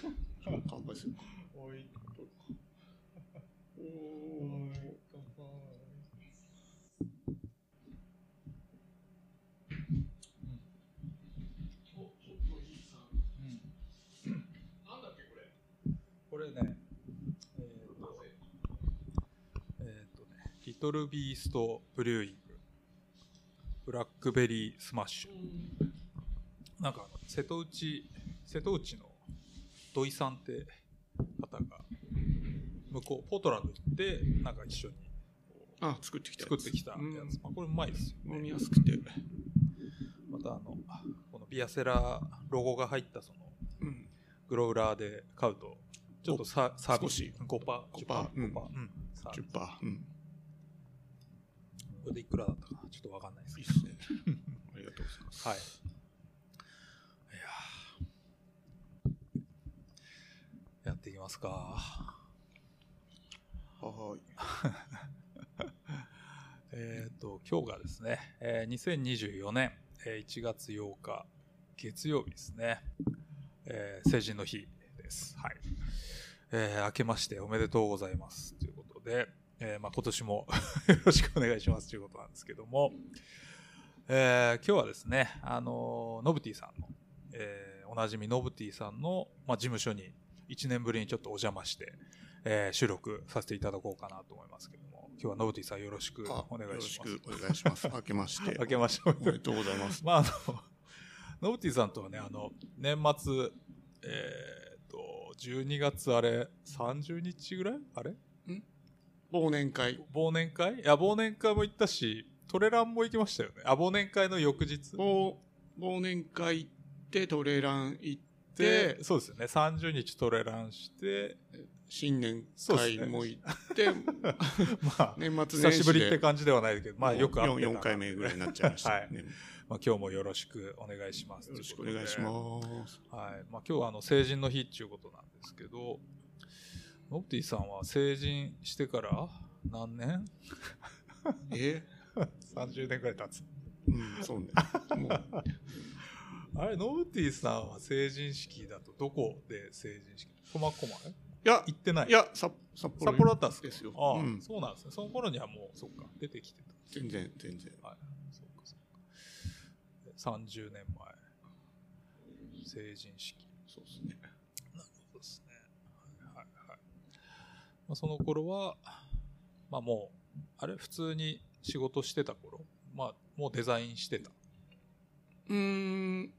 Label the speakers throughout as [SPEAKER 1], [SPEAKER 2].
[SPEAKER 1] 乾杯するか。
[SPEAKER 2] おいっと、
[SPEAKER 1] お
[SPEAKER 2] お
[SPEAKER 1] ー
[SPEAKER 2] い、乾杯。
[SPEAKER 3] お、ちょっといいさ。
[SPEAKER 2] うん。
[SPEAKER 3] なんだっけ、これ。
[SPEAKER 2] これね、えー、
[SPEAKER 3] なぜ。
[SPEAKER 2] えーっとね、リトルビーストブリューイング、ブラックベリースマッシ
[SPEAKER 3] うん。
[SPEAKER 2] ュ。なんかあの、瀬戸内、瀬戸内の土井さんって方が、向こう、ポートランド行って、なんか一緒に
[SPEAKER 1] あ、作ってきたやつ
[SPEAKER 2] 作ってきたやつ。
[SPEAKER 1] うん
[SPEAKER 2] まあ、これうまいですよ、
[SPEAKER 1] 飲み
[SPEAKER 2] ね。
[SPEAKER 1] やすくて。
[SPEAKER 2] またあの、このビアセラロゴが入ったその、
[SPEAKER 1] うん。
[SPEAKER 2] グロウラーで買うと、ちょっとササービス
[SPEAKER 1] 少し
[SPEAKER 2] 5%、パー、
[SPEAKER 1] 5%うん
[SPEAKER 2] 5%パーうん、サービス
[SPEAKER 1] 10%パー。うん。
[SPEAKER 2] これでいくらだったかなちょっとわかんないです
[SPEAKER 1] いい
[SPEAKER 2] け
[SPEAKER 1] っ
[SPEAKER 2] ど。
[SPEAKER 1] すね。 ありがとうございます。
[SPEAKER 2] はい。いやーやっていきますか。
[SPEAKER 1] はーい。
[SPEAKER 2] えっ、と、今日がですね、えー2024年、えー1月8日、月曜日ですね、えー成人の日です。はい。えー明けましておめでとうございます。ということで、えーまあ、今年も よろしくお願いしますということなんですけども、えー今日はですね、あのーノブティさんの、えーおなじみノブティさんの、まあ、事務所に1年ぶりにちょっとお邪魔して、えー収録させていただこうかなと思いますけども、今日はノブティさんよろしく
[SPEAKER 1] あ
[SPEAKER 2] お願いします。
[SPEAKER 1] よろしくお願いします。明けまして。
[SPEAKER 2] 明けましてお
[SPEAKER 1] お
[SPEAKER 2] め
[SPEAKER 1] め
[SPEAKER 2] で
[SPEAKER 1] で
[SPEAKER 2] と
[SPEAKER 1] とうございます
[SPEAKER 2] う。。まあ、あの、 ノブティさんとはね、あの、年末、えー、と、12月あれ、30日ぐらいあれ
[SPEAKER 1] 忘年会。
[SPEAKER 2] 忘年会いや、忘年会も行ったし、トレランも行きましたよね。あ、忘年会の翌日。
[SPEAKER 1] 忘忘年会行って、トレラン行って
[SPEAKER 2] で、、そうですよね。30日トレランして、
[SPEAKER 1] 新年
[SPEAKER 2] そうで
[SPEAKER 1] 会
[SPEAKER 2] すね
[SPEAKER 1] も行 って、
[SPEAKER 2] ま あ、
[SPEAKER 1] 年末年始で
[SPEAKER 2] 久しぶりって感じではないけど、まあ、よく会って
[SPEAKER 1] 4, 回目ぐらいになっちゃいました、
[SPEAKER 2] はい
[SPEAKER 1] ね。
[SPEAKER 2] まあ、今日もよろしくお願いします。
[SPEAKER 1] よろしくお願いし
[SPEAKER 2] す。
[SPEAKER 1] ます。
[SPEAKER 2] はいまあ、今日はあの成人の日っていうことなんですけどノブティさんは成人してから何年
[SPEAKER 1] え、
[SPEAKER 2] ?30 年くらい経つ
[SPEAKER 1] うん、そうね。もう
[SPEAKER 2] あれノブティさんは成人式だとどこで成人式苫小牧
[SPEAKER 1] いや、
[SPEAKER 2] 行ってない
[SPEAKER 1] いや、札札幌
[SPEAKER 2] 札幌だったんですか
[SPEAKER 1] ですよ。
[SPEAKER 2] ああ、
[SPEAKER 1] うん、
[SPEAKER 2] そうなんですねその頃にはもうそっか出てきて
[SPEAKER 1] 全然、全然。
[SPEAKER 2] たはいそっかそっか30年前成人式
[SPEAKER 1] そうですね。
[SPEAKER 2] そうですね。はいはいはい。まあ、その頃は、まあもう、あれ、普通に仕事してた頃、まあもうデザインしてた。
[SPEAKER 1] うーん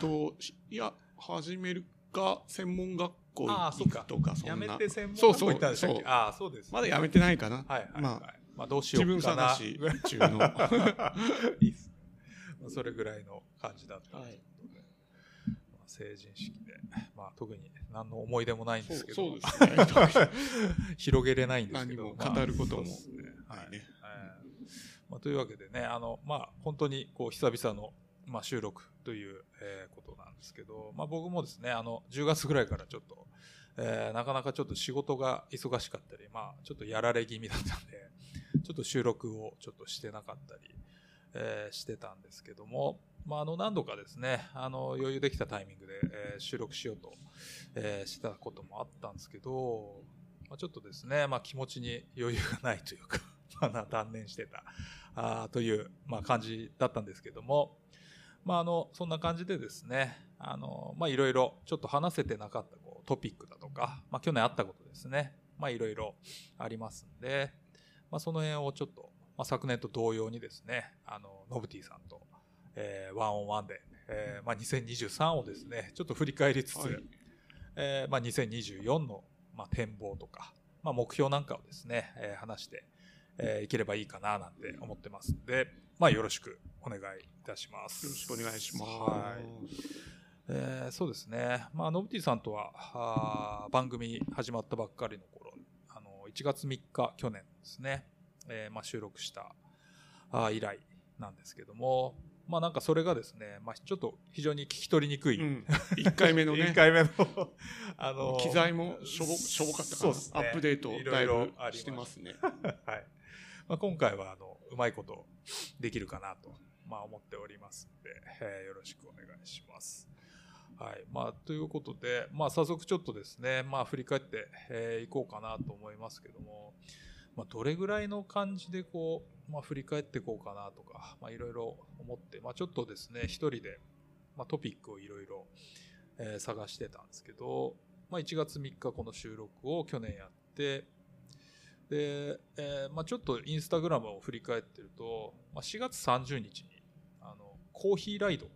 [SPEAKER 1] と、しいや、始めるか、専門学校
[SPEAKER 2] ああ
[SPEAKER 1] 行
[SPEAKER 2] そっか
[SPEAKER 1] くとか、そ
[SPEAKER 2] や
[SPEAKER 1] ん
[SPEAKER 2] め
[SPEAKER 1] な。
[SPEAKER 2] て専門
[SPEAKER 1] そうそう
[SPEAKER 2] 学校行ったんでしたっ
[SPEAKER 1] そ
[SPEAKER 2] け
[SPEAKER 1] う
[SPEAKER 2] ああ、そうです。
[SPEAKER 1] まだやめてないかな。
[SPEAKER 2] はいはいはい。ま
[SPEAKER 1] ま
[SPEAKER 2] あ、どうしよ
[SPEAKER 1] 自
[SPEAKER 2] う
[SPEAKER 1] 分
[SPEAKER 2] かな。
[SPEAKER 1] 探し中の。
[SPEAKER 2] いいっすね。まあ、それぐらいの感じだったということで、まあ、成人式で、まあ特に何の思い出もないんですけど、
[SPEAKER 1] そうそうですね
[SPEAKER 2] 広げれないんですけど、
[SPEAKER 1] 何も
[SPEAKER 2] まあ
[SPEAKER 1] 語ることも
[SPEAKER 2] そうっすねはい
[SPEAKER 1] ね
[SPEAKER 2] えーまあ、というわけでね、あのまあ、本当にこう久々の、まあ、収録という、えーことなんですけど、まあ、僕もですねあの10月ぐらいからちょっと、えーなかなかちょっと仕事が忙しかったり、まあ、ちょっとやられ気味だったんで、ちょっと収録をちょっとしてなかったり、えーしてたんですけども、まあ、あの何度かですねあの余裕できたタイミングで、えー収録しようと、えーしてたこともあったんですけど、まあ、ちょっとですね、まあ、気持ちに余裕がないというかまあな断念してたあーという、まあ、感じだったんですけども、まあ、あのそんな感じでですねあのまあいろいろちょっと話せてなかったこうトピックだとか、まあ、去年あったことですねまあいろいろありますんで、まあ、その辺をちょっと、まあ、昨年と同様にですねあのノブティさんと、えーワンオンワンで、えーまあ、2023をですねちょっと振り返りつつ、
[SPEAKER 1] はい
[SPEAKER 2] えーまあ、2024の、まあ、展望とか、まあ、目標なんかをですね、えー話して、えーいければいいかななんて思ってますんで、まあ、よろしくお願いいたします。
[SPEAKER 1] よろしくお願いしま
[SPEAKER 2] はい
[SPEAKER 1] す。
[SPEAKER 2] えーそうですね、まあ、ノブティさんとはあー番組始まったばっかりの頃あの1月3日去年ですね、えーまあ、収録したあー以来なんですけども、まあ、なんかそれがですね、まあ、ちょっと非常に聞き取りにくい、
[SPEAKER 1] うん、1回目のね
[SPEAKER 2] 1、回目のあの
[SPEAKER 1] 機材 もしょぼしょぼかったか
[SPEAKER 2] そう
[SPEAKER 1] ら、
[SPEAKER 2] っすね
[SPEAKER 1] アップデート
[SPEAKER 2] いろ
[SPEAKER 1] だ
[SPEAKER 2] い
[SPEAKER 1] い
[SPEAKER 2] ろ
[SPEAKER 1] ぶ
[SPEAKER 2] ありました
[SPEAKER 1] してますね。
[SPEAKER 2] はいまあ、今回はあのうまいことできるかなと、まあ、思っておりますので、えーよろしくお願いします。はいまあ、ということで、まあ、早速ちょっとですね、まあ、振り返ってい、えーいこうかなと思いますけども、まあ、どれぐらいの感じでこう、まあ、振り返っていこうかなとかまあいろいろ思って、まあ、ちょっとですね一人で、まあ、トピックをいろいろえー探してたんですけど、まあ、1月3日この収録を去年やってで、えーまあ、ちょっとインスタグラムを振り返ってると、まあ、4月30日にあのコーヒーライド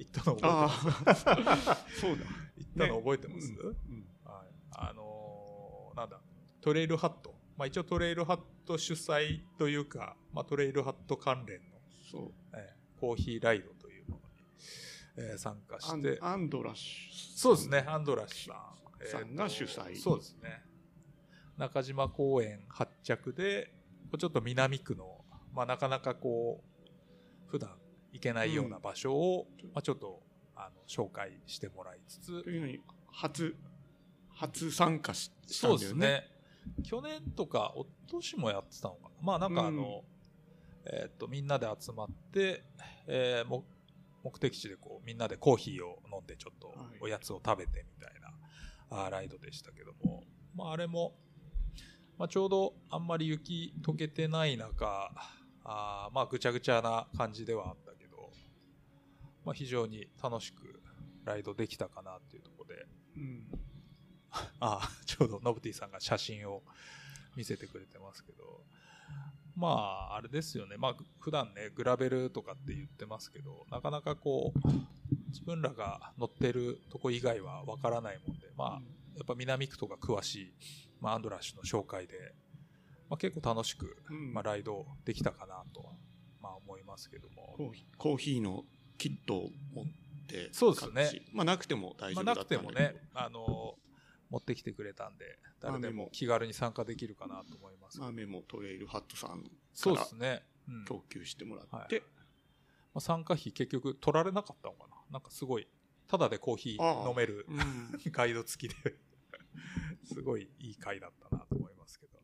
[SPEAKER 2] 行ったの覚えてます
[SPEAKER 1] ああそうだ、
[SPEAKER 2] 行ったの覚えてます、
[SPEAKER 1] うん
[SPEAKER 2] はい、あのーなんだトレイルハット、まあ、一応トレイルハット主催というか、まあ、トレイルハット関連の、
[SPEAKER 1] そう
[SPEAKER 2] えーコーヒーライドというものに、えー参加
[SPEAKER 1] ア
[SPEAKER 2] し
[SPEAKER 1] ン
[SPEAKER 2] て
[SPEAKER 1] アンドラッシュ
[SPEAKER 2] そうですね、アンドラシュさん。
[SPEAKER 1] さんが主催
[SPEAKER 2] そうですね。中島公園発着で、こうちょっと南区の、まあ、なかなかこう、普段行けないような場所を、まあ、ちょっとあの紹介してもらいつつ
[SPEAKER 1] と、いうのに初初参加しした
[SPEAKER 2] そ
[SPEAKER 1] ん
[SPEAKER 2] う
[SPEAKER 1] だ
[SPEAKER 2] で
[SPEAKER 1] よ
[SPEAKER 2] す
[SPEAKER 1] ね
[SPEAKER 2] ね。去年とか、一昨年もやってたのかな。まあなんかあの、えーっと、みんなで集まって、えーも目的地でこう、みんなでコーヒーを飲んで、ちょっと
[SPEAKER 1] はい
[SPEAKER 2] おやつを食べてみたいな、あーライドでしたけども、まああれも、まあちょうどあんまり雪溶けてない中、あーまあぐちゃぐちゃな感じではあったけど、まあ非常に楽しくライドできたかなっていうところで、
[SPEAKER 1] うん
[SPEAKER 2] あ あちょうどノブティさんが写真を見せてくれてますけどまああれですよねまあ普段ねグラベルとかって言ってますけどなかなかこう自分らが乗ってるとこ以外はわからないもんでまあやっぱ南区とか詳しい、まあ、アンドラッシュの紹介で、まあ、結構楽しく、
[SPEAKER 1] うん
[SPEAKER 2] まあ、ライドできたかなと、まあ、思いますけども
[SPEAKER 1] コーヒーコーヒーのキットを持って
[SPEAKER 2] そうですね
[SPEAKER 1] 買ったしまあなくても大丈
[SPEAKER 2] まあ、
[SPEAKER 1] 夫だ
[SPEAKER 2] な
[SPEAKER 1] ったんだ
[SPEAKER 2] く
[SPEAKER 1] け
[SPEAKER 2] て
[SPEAKER 1] ど
[SPEAKER 2] もね、あの持ってきてくれたんで、誰でも気軽に参加できるかなと思います。
[SPEAKER 1] 豆もトレイルハットさん
[SPEAKER 2] そう
[SPEAKER 1] か
[SPEAKER 2] で
[SPEAKER 1] ら
[SPEAKER 2] すね。うんま
[SPEAKER 1] 供給してもら
[SPEAKER 2] は
[SPEAKER 1] っ
[SPEAKER 2] い
[SPEAKER 1] て、
[SPEAKER 2] あ、参加費結局取られなかったのかななんかすごい、ただでコーヒー飲める
[SPEAKER 1] うん
[SPEAKER 2] ガイド付きですごいいい回だったなと思いますけど。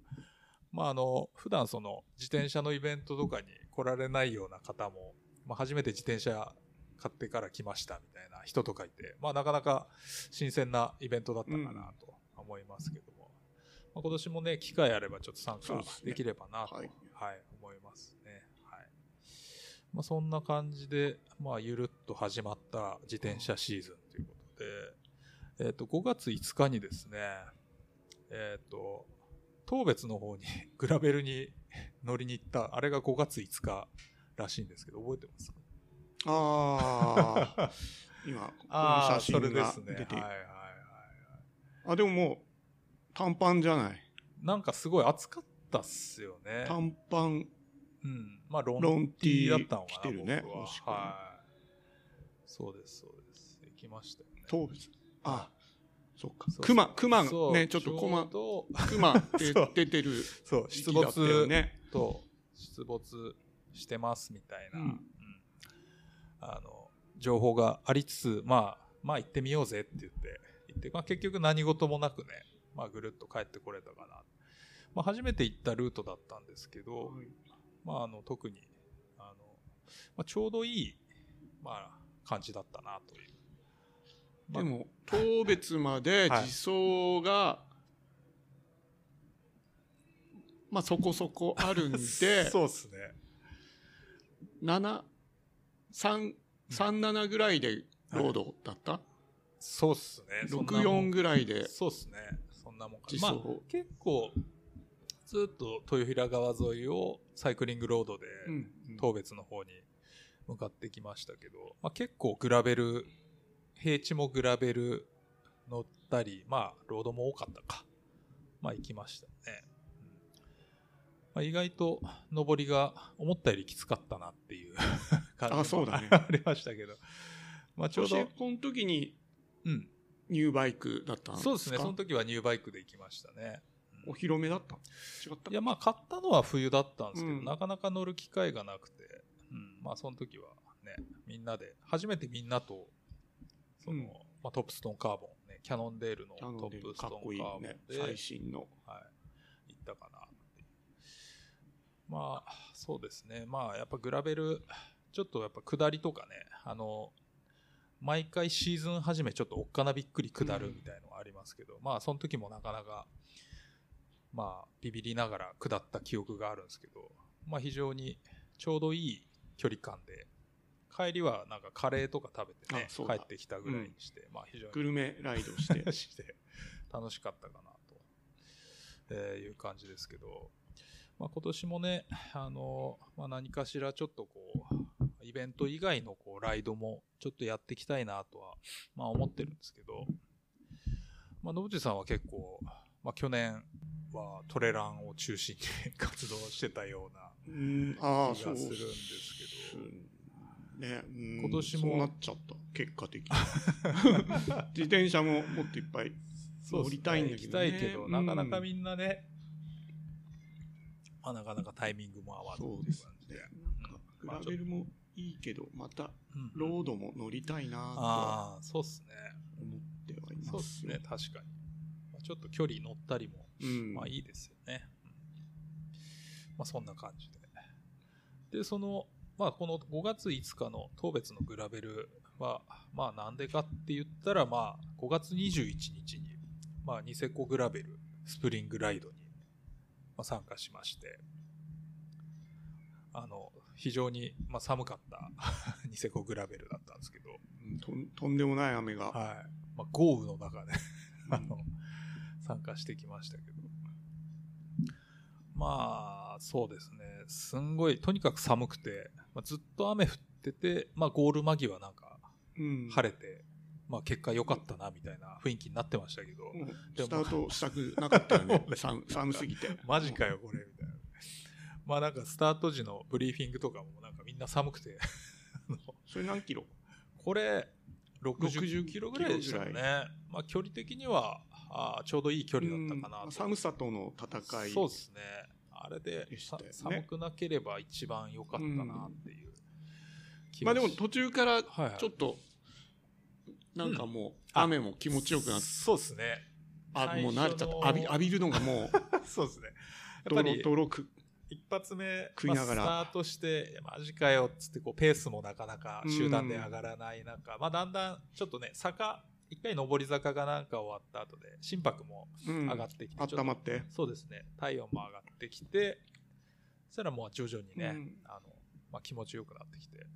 [SPEAKER 2] まああの、普段その自転車のイベントとかに来られないような方も、まあ初めて自転車買ってから来ましたみたいな人とかいて、まあなかなか新鮮なイベントだったかなと思いますけども、まあ、今年もね、機会あればちょっと参
[SPEAKER 1] そう
[SPEAKER 2] 加
[SPEAKER 1] ですね
[SPEAKER 2] できればなと、
[SPEAKER 1] はい
[SPEAKER 2] はい、思いますね。はい。まあ、そんな感じで、まあ、ゆるっと始まった自転車シーズンということで、えっ、と、5月5日にですね、えっ、と、当別の方に、 グラベルに乗りに行った、あれが5月5日らしいんですけど、覚えてま すか
[SPEAKER 1] ああ今こ この写
[SPEAKER 2] それ
[SPEAKER 1] 真
[SPEAKER 2] で
[SPEAKER 1] が
[SPEAKER 2] すね。
[SPEAKER 1] 出
[SPEAKER 2] はい
[SPEAKER 1] て
[SPEAKER 2] はいはい。
[SPEAKER 1] あでももう短パンじゃない
[SPEAKER 2] なんかすごい暑かったっすよね。
[SPEAKER 1] 短パン
[SPEAKER 2] うん、まあロ
[SPEAKER 1] ロ
[SPEAKER 2] ン
[SPEAKER 1] ン
[SPEAKER 2] テ
[SPEAKER 1] テ
[SPEAKER 2] ィ
[SPEAKER 1] ィ
[SPEAKER 2] ー
[SPEAKER 1] ー
[SPEAKER 2] だったのかな
[SPEAKER 1] 着てるね
[SPEAKER 2] 僕は
[SPEAKER 1] もしくは
[SPEAKER 2] はいそうですそうです行きましたよね
[SPEAKER 1] 当時あそっか
[SPEAKER 2] そう
[SPEAKER 1] 熊熊
[SPEAKER 2] そう
[SPEAKER 1] ねちょっと
[SPEAKER 2] ょ
[SPEAKER 1] 熊
[SPEAKER 2] うど
[SPEAKER 1] 熊って
[SPEAKER 2] そう
[SPEAKER 1] 出てる
[SPEAKER 2] そう
[SPEAKER 1] 時
[SPEAKER 2] 出
[SPEAKER 1] 期だったよ
[SPEAKER 2] 没
[SPEAKER 1] ね
[SPEAKER 2] と出没してますみたいな、
[SPEAKER 1] うん
[SPEAKER 2] うんあの情報がありつつまあまあ行ってみようぜって言って行って、まあ、結局何事もなくね、まあ、ぐるっと帰ってこれたかな、まあ、初めて行ったルートだったんですけど、
[SPEAKER 1] はい
[SPEAKER 2] まあ、あの特にあの、まあ、ちょうどいい、まあ、感じだったなという。まあ
[SPEAKER 1] でも当別まで
[SPEAKER 2] はい
[SPEAKER 1] 自走がまあそこそこあるんで
[SPEAKER 2] そうですね。
[SPEAKER 1] 737ぐらいでロードだった、
[SPEAKER 2] そうっすね。そんなもん
[SPEAKER 1] 64ぐらいで
[SPEAKER 2] そうっすね。そんなもんか。
[SPEAKER 1] 自
[SPEAKER 2] まあ
[SPEAKER 1] 走、、
[SPEAKER 2] 結構、ずっと豊平川沿いをサイクリングロードで、
[SPEAKER 1] うん
[SPEAKER 2] 当別の方に向かってきましたけど、まあ、結構グラベル、平地もグラベル乗ったり、まあ、ロードも多かったか。まあ、行きましたね。うんまあ、意外と、登りが思ったよりきつかったなっていう感じも
[SPEAKER 1] あそうだね
[SPEAKER 2] ありましたけど。まあ、ち
[SPEAKER 1] ちょ
[SPEAKER 2] ょ
[SPEAKER 1] う
[SPEAKER 2] うど
[SPEAKER 1] ど、この時に
[SPEAKER 2] うん。
[SPEAKER 1] ニューバイクだったんですか
[SPEAKER 2] そうですね。その時はニューバイクで行きましたね。うん
[SPEAKER 1] お披露目だった違った
[SPEAKER 2] いやまあ買ったのは冬だったんですけど、
[SPEAKER 1] うん
[SPEAKER 2] なかなか乗る機会がなくて、うん、まあその時はねみんなで初めてみんなとその、
[SPEAKER 1] うん
[SPEAKER 2] まあ、トップストンカーボン、ね、キャノンデールの
[SPEAKER 1] あの
[SPEAKER 2] トップスト
[SPEAKER 1] かっこい
[SPEAKER 2] ン
[SPEAKER 1] い
[SPEAKER 2] カーボンで
[SPEAKER 1] ね最新の
[SPEAKER 2] はい、行ったかなっていうまあそうですねまあやっぱグラベルちょっとやっぱ下りとかねあの毎回シーズン初めちょっとおっかなびっくり下るみたいのがありますけど、まあその時もなかなかまあビビりながら下った記憶があるんですけど、まあ非常にちょうどいい距離感で、帰りはなんかカレーとか食べてね
[SPEAKER 1] あ、そうだ
[SPEAKER 2] 帰ってきたぐらいにして、まあ非常に
[SPEAKER 1] グルメライドして
[SPEAKER 2] して楽しかったかなと、えーいう感じですけど、まあ、今年もね、あのまあ、何かしらちょっとこうイベント以外のこうライドもちょっとやっていきたいなとは、まあ、思ってるんですけど、まあ、野口さんは結構、まあ、去年はトレランを中心に 活動してた ような
[SPEAKER 1] うんああ
[SPEAKER 2] 気
[SPEAKER 1] そ
[SPEAKER 2] が
[SPEAKER 1] う
[SPEAKER 2] するんですけど
[SPEAKER 1] ね、うん
[SPEAKER 2] 今年も
[SPEAKER 1] そうなっちゃった結果的に 自転車ももっといっぱい
[SPEAKER 2] そうです
[SPEAKER 1] 乗りたいんだ
[SPEAKER 2] 行
[SPEAKER 1] け
[SPEAKER 2] き
[SPEAKER 1] ど
[SPEAKER 2] た
[SPEAKER 1] ね
[SPEAKER 2] いけど、
[SPEAKER 1] うん
[SPEAKER 2] なかなかみんなね、まあ、なかなかタイミングも合わず
[SPEAKER 1] そうですね
[SPEAKER 2] っていう感
[SPEAKER 1] なんかグラベルもいいけどまた
[SPEAKER 2] じで
[SPEAKER 1] ロードも乗りたいなとは
[SPEAKER 2] ああ、そうっすね。
[SPEAKER 1] 思ってはいます
[SPEAKER 2] そうっすね、確かに。まあ、ちょっと距離乗ったりも、
[SPEAKER 1] うん
[SPEAKER 2] まあいいですよね。うんまあそんな感じで。で、その、まあこの5月5日の当別のグラベルは、まあなんでかって言ったら、まあ5月21日に、まあニセコグラベルスプリングライドに、まあ、参加しまして、あの、非常に、まあ、寒かった ニセコグラベルだったんですけど、
[SPEAKER 1] うんとんとんでもない雨が、
[SPEAKER 2] はい。まあ、豪雨の中で、
[SPEAKER 1] うん
[SPEAKER 2] あの、参加してきましたけど。まあ、そうですね。すんごい、とにかく寒くて、まあ、ずっと雨降ってて、まあ、ゴール間際なんか、
[SPEAKER 1] うん
[SPEAKER 2] 晴れて、まあ、結果良かったな、みたいな雰囲気になってましたけど、
[SPEAKER 1] もう
[SPEAKER 2] でも
[SPEAKER 1] スタートしたくなかったよ ね
[SPEAKER 2] もうね
[SPEAKER 1] 寒寒すぎて
[SPEAKER 2] マジかよ、これ、みたいな。まあ、なんか、スタート時のブリーフィングとかも、なんか、みんな寒くて、あの
[SPEAKER 1] それ何キロ
[SPEAKER 2] これ、60
[SPEAKER 1] 60
[SPEAKER 2] キロぐらいでしたよ
[SPEAKER 1] キロぐ
[SPEAKER 2] ね。まあ、距離的には、あーちょうどいい距離だったかな
[SPEAKER 1] う
[SPEAKER 2] と
[SPEAKER 1] ん寒さとの戦い
[SPEAKER 2] そうですね。あれで
[SPEAKER 1] でし
[SPEAKER 2] さ
[SPEAKER 1] たよね
[SPEAKER 2] 寒くなければ一番良かったなっていう気
[SPEAKER 1] まあ
[SPEAKER 2] がし
[SPEAKER 1] でも途中からち
[SPEAKER 2] はいはい
[SPEAKER 1] ょっとなんかもう
[SPEAKER 2] あ
[SPEAKER 1] 雨も気持ちよくなって、
[SPEAKER 2] そうですね。
[SPEAKER 1] あもう慣れちゃっ
[SPEAKER 2] 最初の
[SPEAKER 1] た浴び浴びるのが もう
[SPEAKER 2] そうですね。やっ
[SPEAKER 1] ド
[SPEAKER 2] ぱ
[SPEAKER 1] ロ
[SPEAKER 2] り
[SPEAKER 1] ドロく
[SPEAKER 2] 一発目、
[SPEAKER 1] 食いながら
[SPEAKER 2] まあスタートして、いやマジかよっつってこうペースもなかなか集団で上がらない中、まあだんだんちょっとね、坂、一回上り坂がなんか終わった後で、心拍も
[SPEAKER 1] うん
[SPEAKER 2] 上がってきて、ちょっと
[SPEAKER 1] 温まって
[SPEAKER 2] そうですね。体温も上がってきて、そしたらもう徐々にね、
[SPEAKER 1] うん
[SPEAKER 2] あの、まあ、気持ちよくなってきて。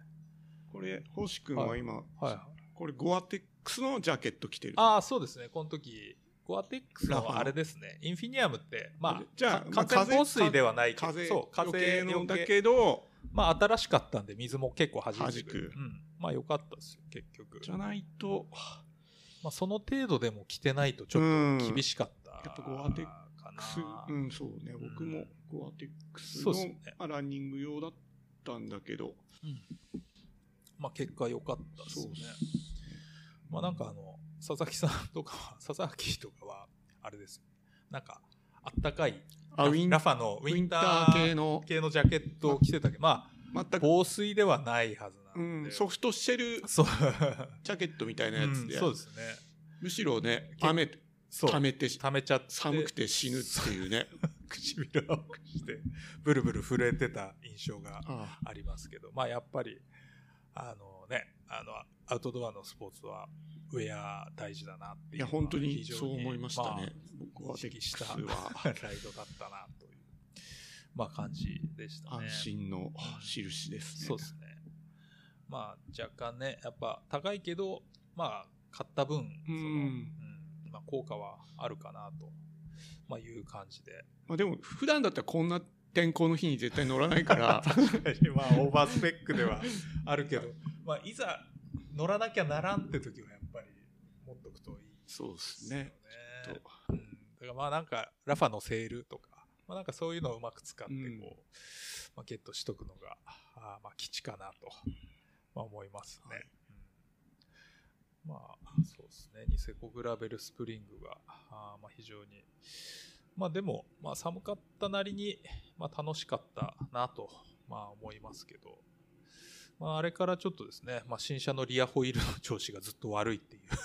[SPEAKER 1] これ星君は今、
[SPEAKER 2] はい。
[SPEAKER 1] これゴアテックスのジャケット着てる
[SPEAKER 2] ああ、そうですね。この時、ゴアテックス
[SPEAKER 1] ラファ
[SPEAKER 2] の
[SPEAKER 1] の
[SPEAKER 2] あれですね。インフィニアムって、まあ、
[SPEAKER 1] じゃあ
[SPEAKER 2] か
[SPEAKER 1] まあ
[SPEAKER 2] 完全防水
[SPEAKER 1] 風
[SPEAKER 2] ではないけど、
[SPEAKER 1] 風
[SPEAKER 2] そう、
[SPEAKER 1] 風
[SPEAKER 2] 風
[SPEAKER 1] の
[SPEAKER 2] よ
[SPEAKER 1] だ
[SPEAKER 2] け
[SPEAKER 1] けど
[SPEAKER 2] まあ、新しかったんで、水も結構弾
[SPEAKER 1] 弾
[SPEAKER 2] じ
[SPEAKER 1] く
[SPEAKER 2] うん。まあ、良かったですよ、結局。
[SPEAKER 1] じゃないと
[SPEAKER 2] まあ、その程度でも着てないと、ち
[SPEAKER 1] う
[SPEAKER 2] ょっ
[SPEAKER 1] ん
[SPEAKER 2] と厳しかったかな。
[SPEAKER 1] やっぱゴアテッ
[SPEAKER 2] ク
[SPEAKER 1] うん、そうね、僕もゴアテックスの、
[SPEAKER 2] そうっすね
[SPEAKER 1] まあランニング用だったんだけど、
[SPEAKER 2] まあ、結果良かったですよね
[SPEAKER 1] そうっ。
[SPEAKER 2] まあ、なんかあの、佐々木さんとかは、 佐々木とかは、あれですよ。なんか、あったかい、
[SPEAKER 1] あウィン
[SPEAKER 2] ラファのウ
[SPEAKER 1] ウ
[SPEAKER 2] ィ
[SPEAKER 1] ィ
[SPEAKER 2] ン
[SPEAKER 1] ン
[SPEAKER 2] タ
[SPEAKER 1] タ
[SPEAKER 2] ー
[SPEAKER 1] ー
[SPEAKER 2] 系
[SPEAKER 1] 系の
[SPEAKER 2] 系のジャケットを着てたけど、まあ、
[SPEAKER 1] 全く、
[SPEAKER 2] 防水ではないはず
[SPEAKER 1] う
[SPEAKER 2] なんで。
[SPEAKER 1] ん、ソフトシェル
[SPEAKER 2] そう。
[SPEAKER 1] ジャケットみたいなやつで、
[SPEAKER 2] うんそうですね。
[SPEAKER 1] むしろね、
[SPEAKER 2] け
[SPEAKER 1] 雨、
[SPEAKER 2] そう。
[SPEAKER 1] 溜めて、
[SPEAKER 2] 溜めちゃって。
[SPEAKER 1] 寒くて死ぬっていうね。
[SPEAKER 2] 唇を青くして、ブルブル震えてた印象が
[SPEAKER 1] あ
[SPEAKER 2] ありますけど、まあやっぱり、あのね、あの、アウトドアのスポーツは、ウェア大事だなって
[SPEAKER 1] い
[SPEAKER 2] いう。
[SPEAKER 1] や、本当にそう思いました
[SPEAKER 2] まあ
[SPEAKER 1] ね。僕は
[SPEAKER 2] 意
[SPEAKER 1] テッ
[SPEAKER 2] 識
[SPEAKER 1] ク
[SPEAKER 2] し
[SPEAKER 1] ス
[SPEAKER 2] たライ
[SPEAKER 1] は、
[SPEAKER 2] ドだったなという、まあ感じでしたね。
[SPEAKER 1] 安心の印ですね。
[SPEAKER 2] そうですね。まあ若干ね、やっぱ高いけど、まあ買った分、その
[SPEAKER 1] うん
[SPEAKER 2] うんまあ効果はあるかなと、まあいう感じで。
[SPEAKER 1] まあでも、普段だったらこんな天候の日に絶対乗らない から、
[SPEAKER 2] まあオーバースペック ではあるけど、まあいざ乗らなきゃならんって時はやっぱり持っとくといい
[SPEAKER 1] そうです
[SPEAKER 2] よ
[SPEAKER 1] ね。ちょっと
[SPEAKER 2] うん、だからまあなんかラファのセールとか、まあ、なんかそういうのをうまく使ってこう、
[SPEAKER 1] うん
[SPEAKER 2] まあ、ゲットしとくのがあーまあ基地かなと、まあ、思いますね、
[SPEAKER 1] はい
[SPEAKER 2] うんまあそうですねニセコグラベルスプリングがあーまあ非常にまあでも、まあ、寒かったなりに、まあ、楽しかったなと、まあ、思いますけど、まあ、あれからちょっとですね、まあ、新車のリアホイールの調子がずっと悪いっていう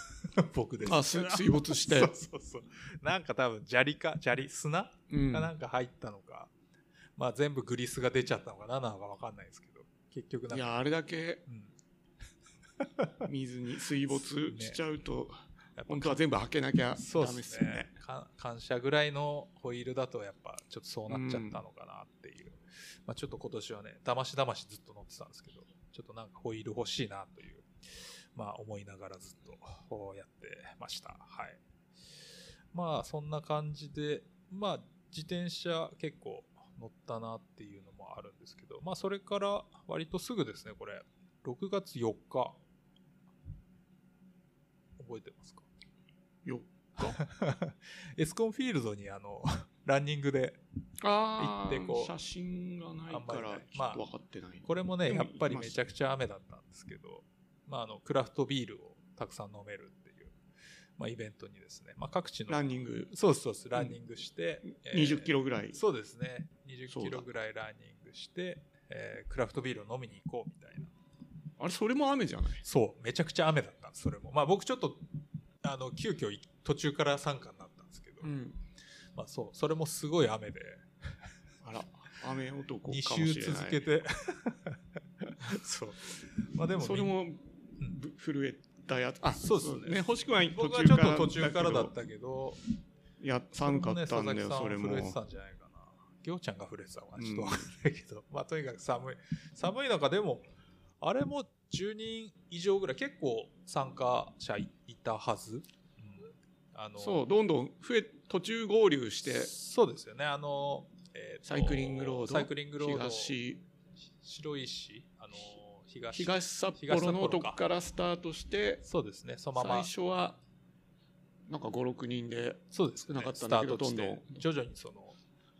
[SPEAKER 2] 僕です
[SPEAKER 1] あす水没して
[SPEAKER 2] そう そうそうなんか多分砂利か砂利砂
[SPEAKER 1] うん
[SPEAKER 2] がなんか入ったのか、まあ全部グリスが出ちゃったのか何なのか分かんないですけど結局ないんか、
[SPEAKER 1] や、あれだけ
[SPEAKER 2] うん
[SPEAKER 1] 水に水没しちゃうと、
[SPEAKER 2] やっぱ
[SPEAKER 1] 本当は全部履けなきゃダ
[SPEAKER 2] そう
[SPEAKER 1] メ
[SPEAKER 2] で
[SPEAKER 1] っ
[SPEAKER 2] す
[SPEAKER 1] すよね
[SPEAKER 2] ね。か感謝ぐらいのホイールだとやっぱちょっとそうなっちゃったのかなっていう、まあ、ちょっと今年はねだましだましずっと乗ってたんですけどちょっとなんかホイール欲しいなという、まあ、思いながらずっとこうやってましたはいまあそんな感じでまあ自転車結構乗ったなっていうのもあるんですけどまあそれから割とすぐですねこれ6月4日覚えてますか
[SPEAKER 1] よ
[SPEAKER 2] エスコンフィールドにあの ランニングで
[SPEAKER 1] あ
[SPEAKER 2] 行ってこう
[SPEAKER 1] あ写真がないか
[SPEAKER 2] あんまりな
[SPEAKER 1] ら
[SPEAKER 2] い
[SPEAKER 1] ちょっと分かってない、
[SPEAKER 2] これもね
[SPEAKER 1] でも
[SPEAKER 2] やっぱりめちゃ
[SPEAKER 1] 行きまし
[SPEAKER 2] くちゃ雨だったんですけど、まあ、あのクラフトビールをたくさん飲めるっていう、まあ、イベントにですね、まあ、各地の
[SPEAKER 1] ランニング
[SPEAKER 2] そうですそうですランニングして、
[SPEAKER 1] 20キ
[SPEAKER 2] ロ
[SPEAKER 1] ロぐらい、
[SPEAKER 2] そうですね
[SPEAKER 1] そ
[SPEAKER 2] 20
[SPEAKER 1] うだ
[SPEAKER 2] キロぐらいランニングして、えークラフトビールを飲みに行こうみたいな
[SPEAKER 1] あれそれも雨じゃない
[SPEAKER 2] そうめちゃくちゃ雨だったんですそれもまあ僕ちょっとあの急遽い途中から参加になったんですけど、
[SPEAKER 1] ん
[SPEAKER 2] まあ、そうそれもすごい雨で
[SPEAKER 1] あら雨男かも
[SPEAKER 2] 2
[SPEAKER 1] しれない
[SPEAKER 2] 週続 けてそうまあでも
[SPEAKER 1] それもぶ震えたやつあ
[SPEAKER 2] そうですね
[SPEAKER 1] 欲しくない途
[SPEAKER 2] 僕は
[SPEAKER 1] 中
[SPEAKER 2] ちょ
[SPEAKER 1] か
[SPEAKER 2] っ
[SPEAKER 1] ら
[SPEAKER 2] と途中からだっ
[SPEAKER 1] けど
[SPEAKER 2] たけど、
[SPEAKER 1] いや寒かったんだよ
[SPEAKER 2] そ
[SPEAKER 1] そ
[SPEAKER 2] れ
[SPEAKER 1] れ
[SPEAKER 2] も
[SPEAKER 1] も
[SPEAKER 2] ね佐々木さんは震えてたんじゃないかな。ぎょうちゃんが震えてたのかな、ちょっとわかんないけど、まあとにかく寒い。寒い中でも、あれも10人以上ぐらい、結構参加者いたはず。あの
[SPEAKER 1] そうどんどん増え途中合流して
[SPEAKER 2] そうですよね、あの、えーと
[SPEAKER 1] サイクリングロード
[SPEAKER 2] サイクリングロード、
[SPEAKER 1] 東
[SPEAKER 2] 白石、あの東
[SPEAKER 1] 東札
[SPEAKER 2] 東札
[SPEAKER 1] 幌
[SPEAKER 2] 幌
[SPEAKER 1] の
[SPEAKER 2] か
[SPEAKER 1] とこからスタートして
[SPEAKER 2] そうですね、そのまま
[SPEAKER 1] 最、初はなんか56人で
[SPEAKER 2] そうです、
[SPEAKER 1] 少なかった
[SPEAKER 2] ス
[SPEAKER 1] ん
[SPEAKER 2] タ
[SPEAKER 1] だ
[SPEAKER 2] ー
[SPEAKER 1] けど
[SPEAKER 2] ト地点
[SPEAKER 1] どん、どん
[SPEAKER 2] 徐々にその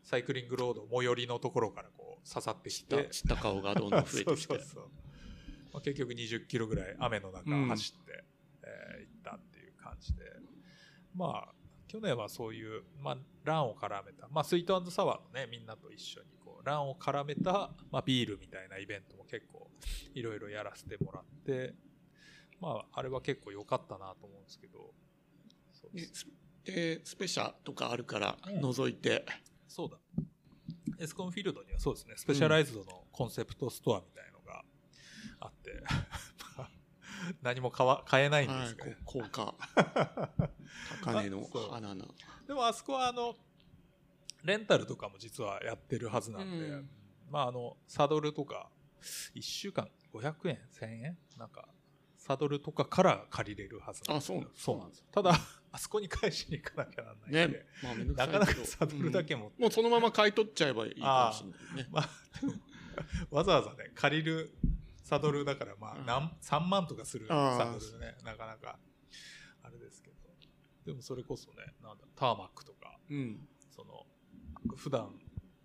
[SPEAKER 2] サイクリングロード、最寄りのところからこう刺さってき
[SPEAKER 1] 知
[SPEAKER 2] て
[SPEAKER 1] っ、た顔がどんどん増えてき
[SPEAKER 2] そう
[SPEAKER 1] て
[SPEAKER 2] そうそうまあ、結局20キロぐらい雨の中
[SPEAKER 1] うん
[SPEAKER 2] 走って、えー行ったっていう感じでまあ去年はそういう、まあ、ランを絡めた、まあ、スイートサワーのねみんなと一緒にこうランを絡めた、まあ、ビールみたいなイベントも結構いろいろやらせてもらってまああれは結構良かったなと思うんですけどそうで
[SPEAKER 1] ですスでスペシャとかあるから
[SPEAKER 2] うん
[SPEAKER 1] 覗いて、
[SPEAKER 2] そうだ。エスコンフィールドにはそうですね、スペシャライズドのコンセプトストアみたいのがあって、 まあ何も買わ買えないんで
[SPEAKER 1] は
[SPEAKER 2] す
[SPEAKER 1] い、
[SPEAKER 2] け
[SPEAKER 1] こ
[SPEAKER 2] ど、
[SPEAKER 1] う高価 高値の
[SPEAKER 2] あそう
[SPEAKER 1] 花な
[SPEAKER 2] でもあそこはあの、レンタルとかも実はやってるはずなんで、
[SPEAKER 1] うん
[SPEAKER 2] まああの、サドルとか、1週間500円、1000円なんか、サドルとかから借りれるはずなんですよ
[SPEAKER 1] あそう
[SPEAKER 2] そうなんですよ。ただ、あそこに返しに行かなきゃなんないんで、
[SPEAKER 1] ねまあめんどくさ
[SPEAKER 2] ない
[SPEAKER 1] け
[SPEAKER 2] か
[SPEAKER 1] ど
[SPEAKER 2] なかサドルだけ持って
[SPEAKER 1] うんもうそのまま買い取っちゃえばいいかもしれないね
[SPEAKER 2] まあ、でもわざわざね、借りるサドルだから、まあ、
[SPEAKER 1] うん
[SPEAKER 2] なん3万とかする
[SPEAKER 1] あー
[SPEAKER 2] サドルね、なかなか、あれですけど。でもそれこそね、なんだ、ターマックとか、
[SPEAKER 1] うん
[SPEAKER 2] その、普段、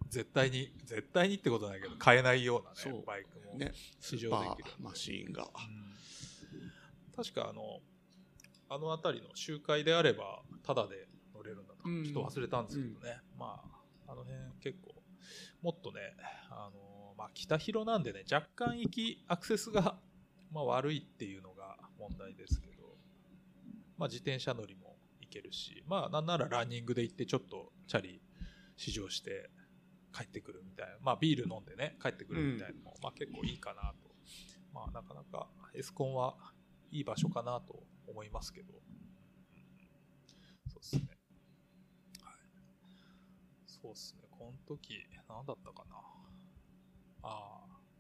[SPEAKER 2] 絶対に、絶対にってことはないけど、買えないような
[SPEAKER 1] そ
[SPEAKER 2] ね
[SPEAKER 1] う、
[SPEAKER 2] バイクも。
[SPEAKER 1] ね
[SPEAKER 2] 試乗
[SPEAKER 1] バ
[SPEAKER 2] できる
[SPEAKER 1] ーマシーンが
[SPEAKER 2] うん確かあの、あの辺りの集会であれば、タダで乗れるんだとか、
[SPEAKER 1] うん
[SPEAKER 2] ちょっと忘れたんですけどね、まあ、あの辺結構、もっとね、あのまあ、北広なんでね、若干行き、アクセスが、まあ、悪いっていうのが問題ですけど、まあ、自転車乗りも行けるし、まあ、なんならランニングで行って、ちょっとチャリ試乗して帰ってくるみたいな、まあ、ビール飲んでね、帰ってくるみたいなのも、まあ、結構いいかなと。まあ、なかなかエスコンはいい場所かなと思いますけど、そうですね。はい。そうですね。この時、何だったかな。あ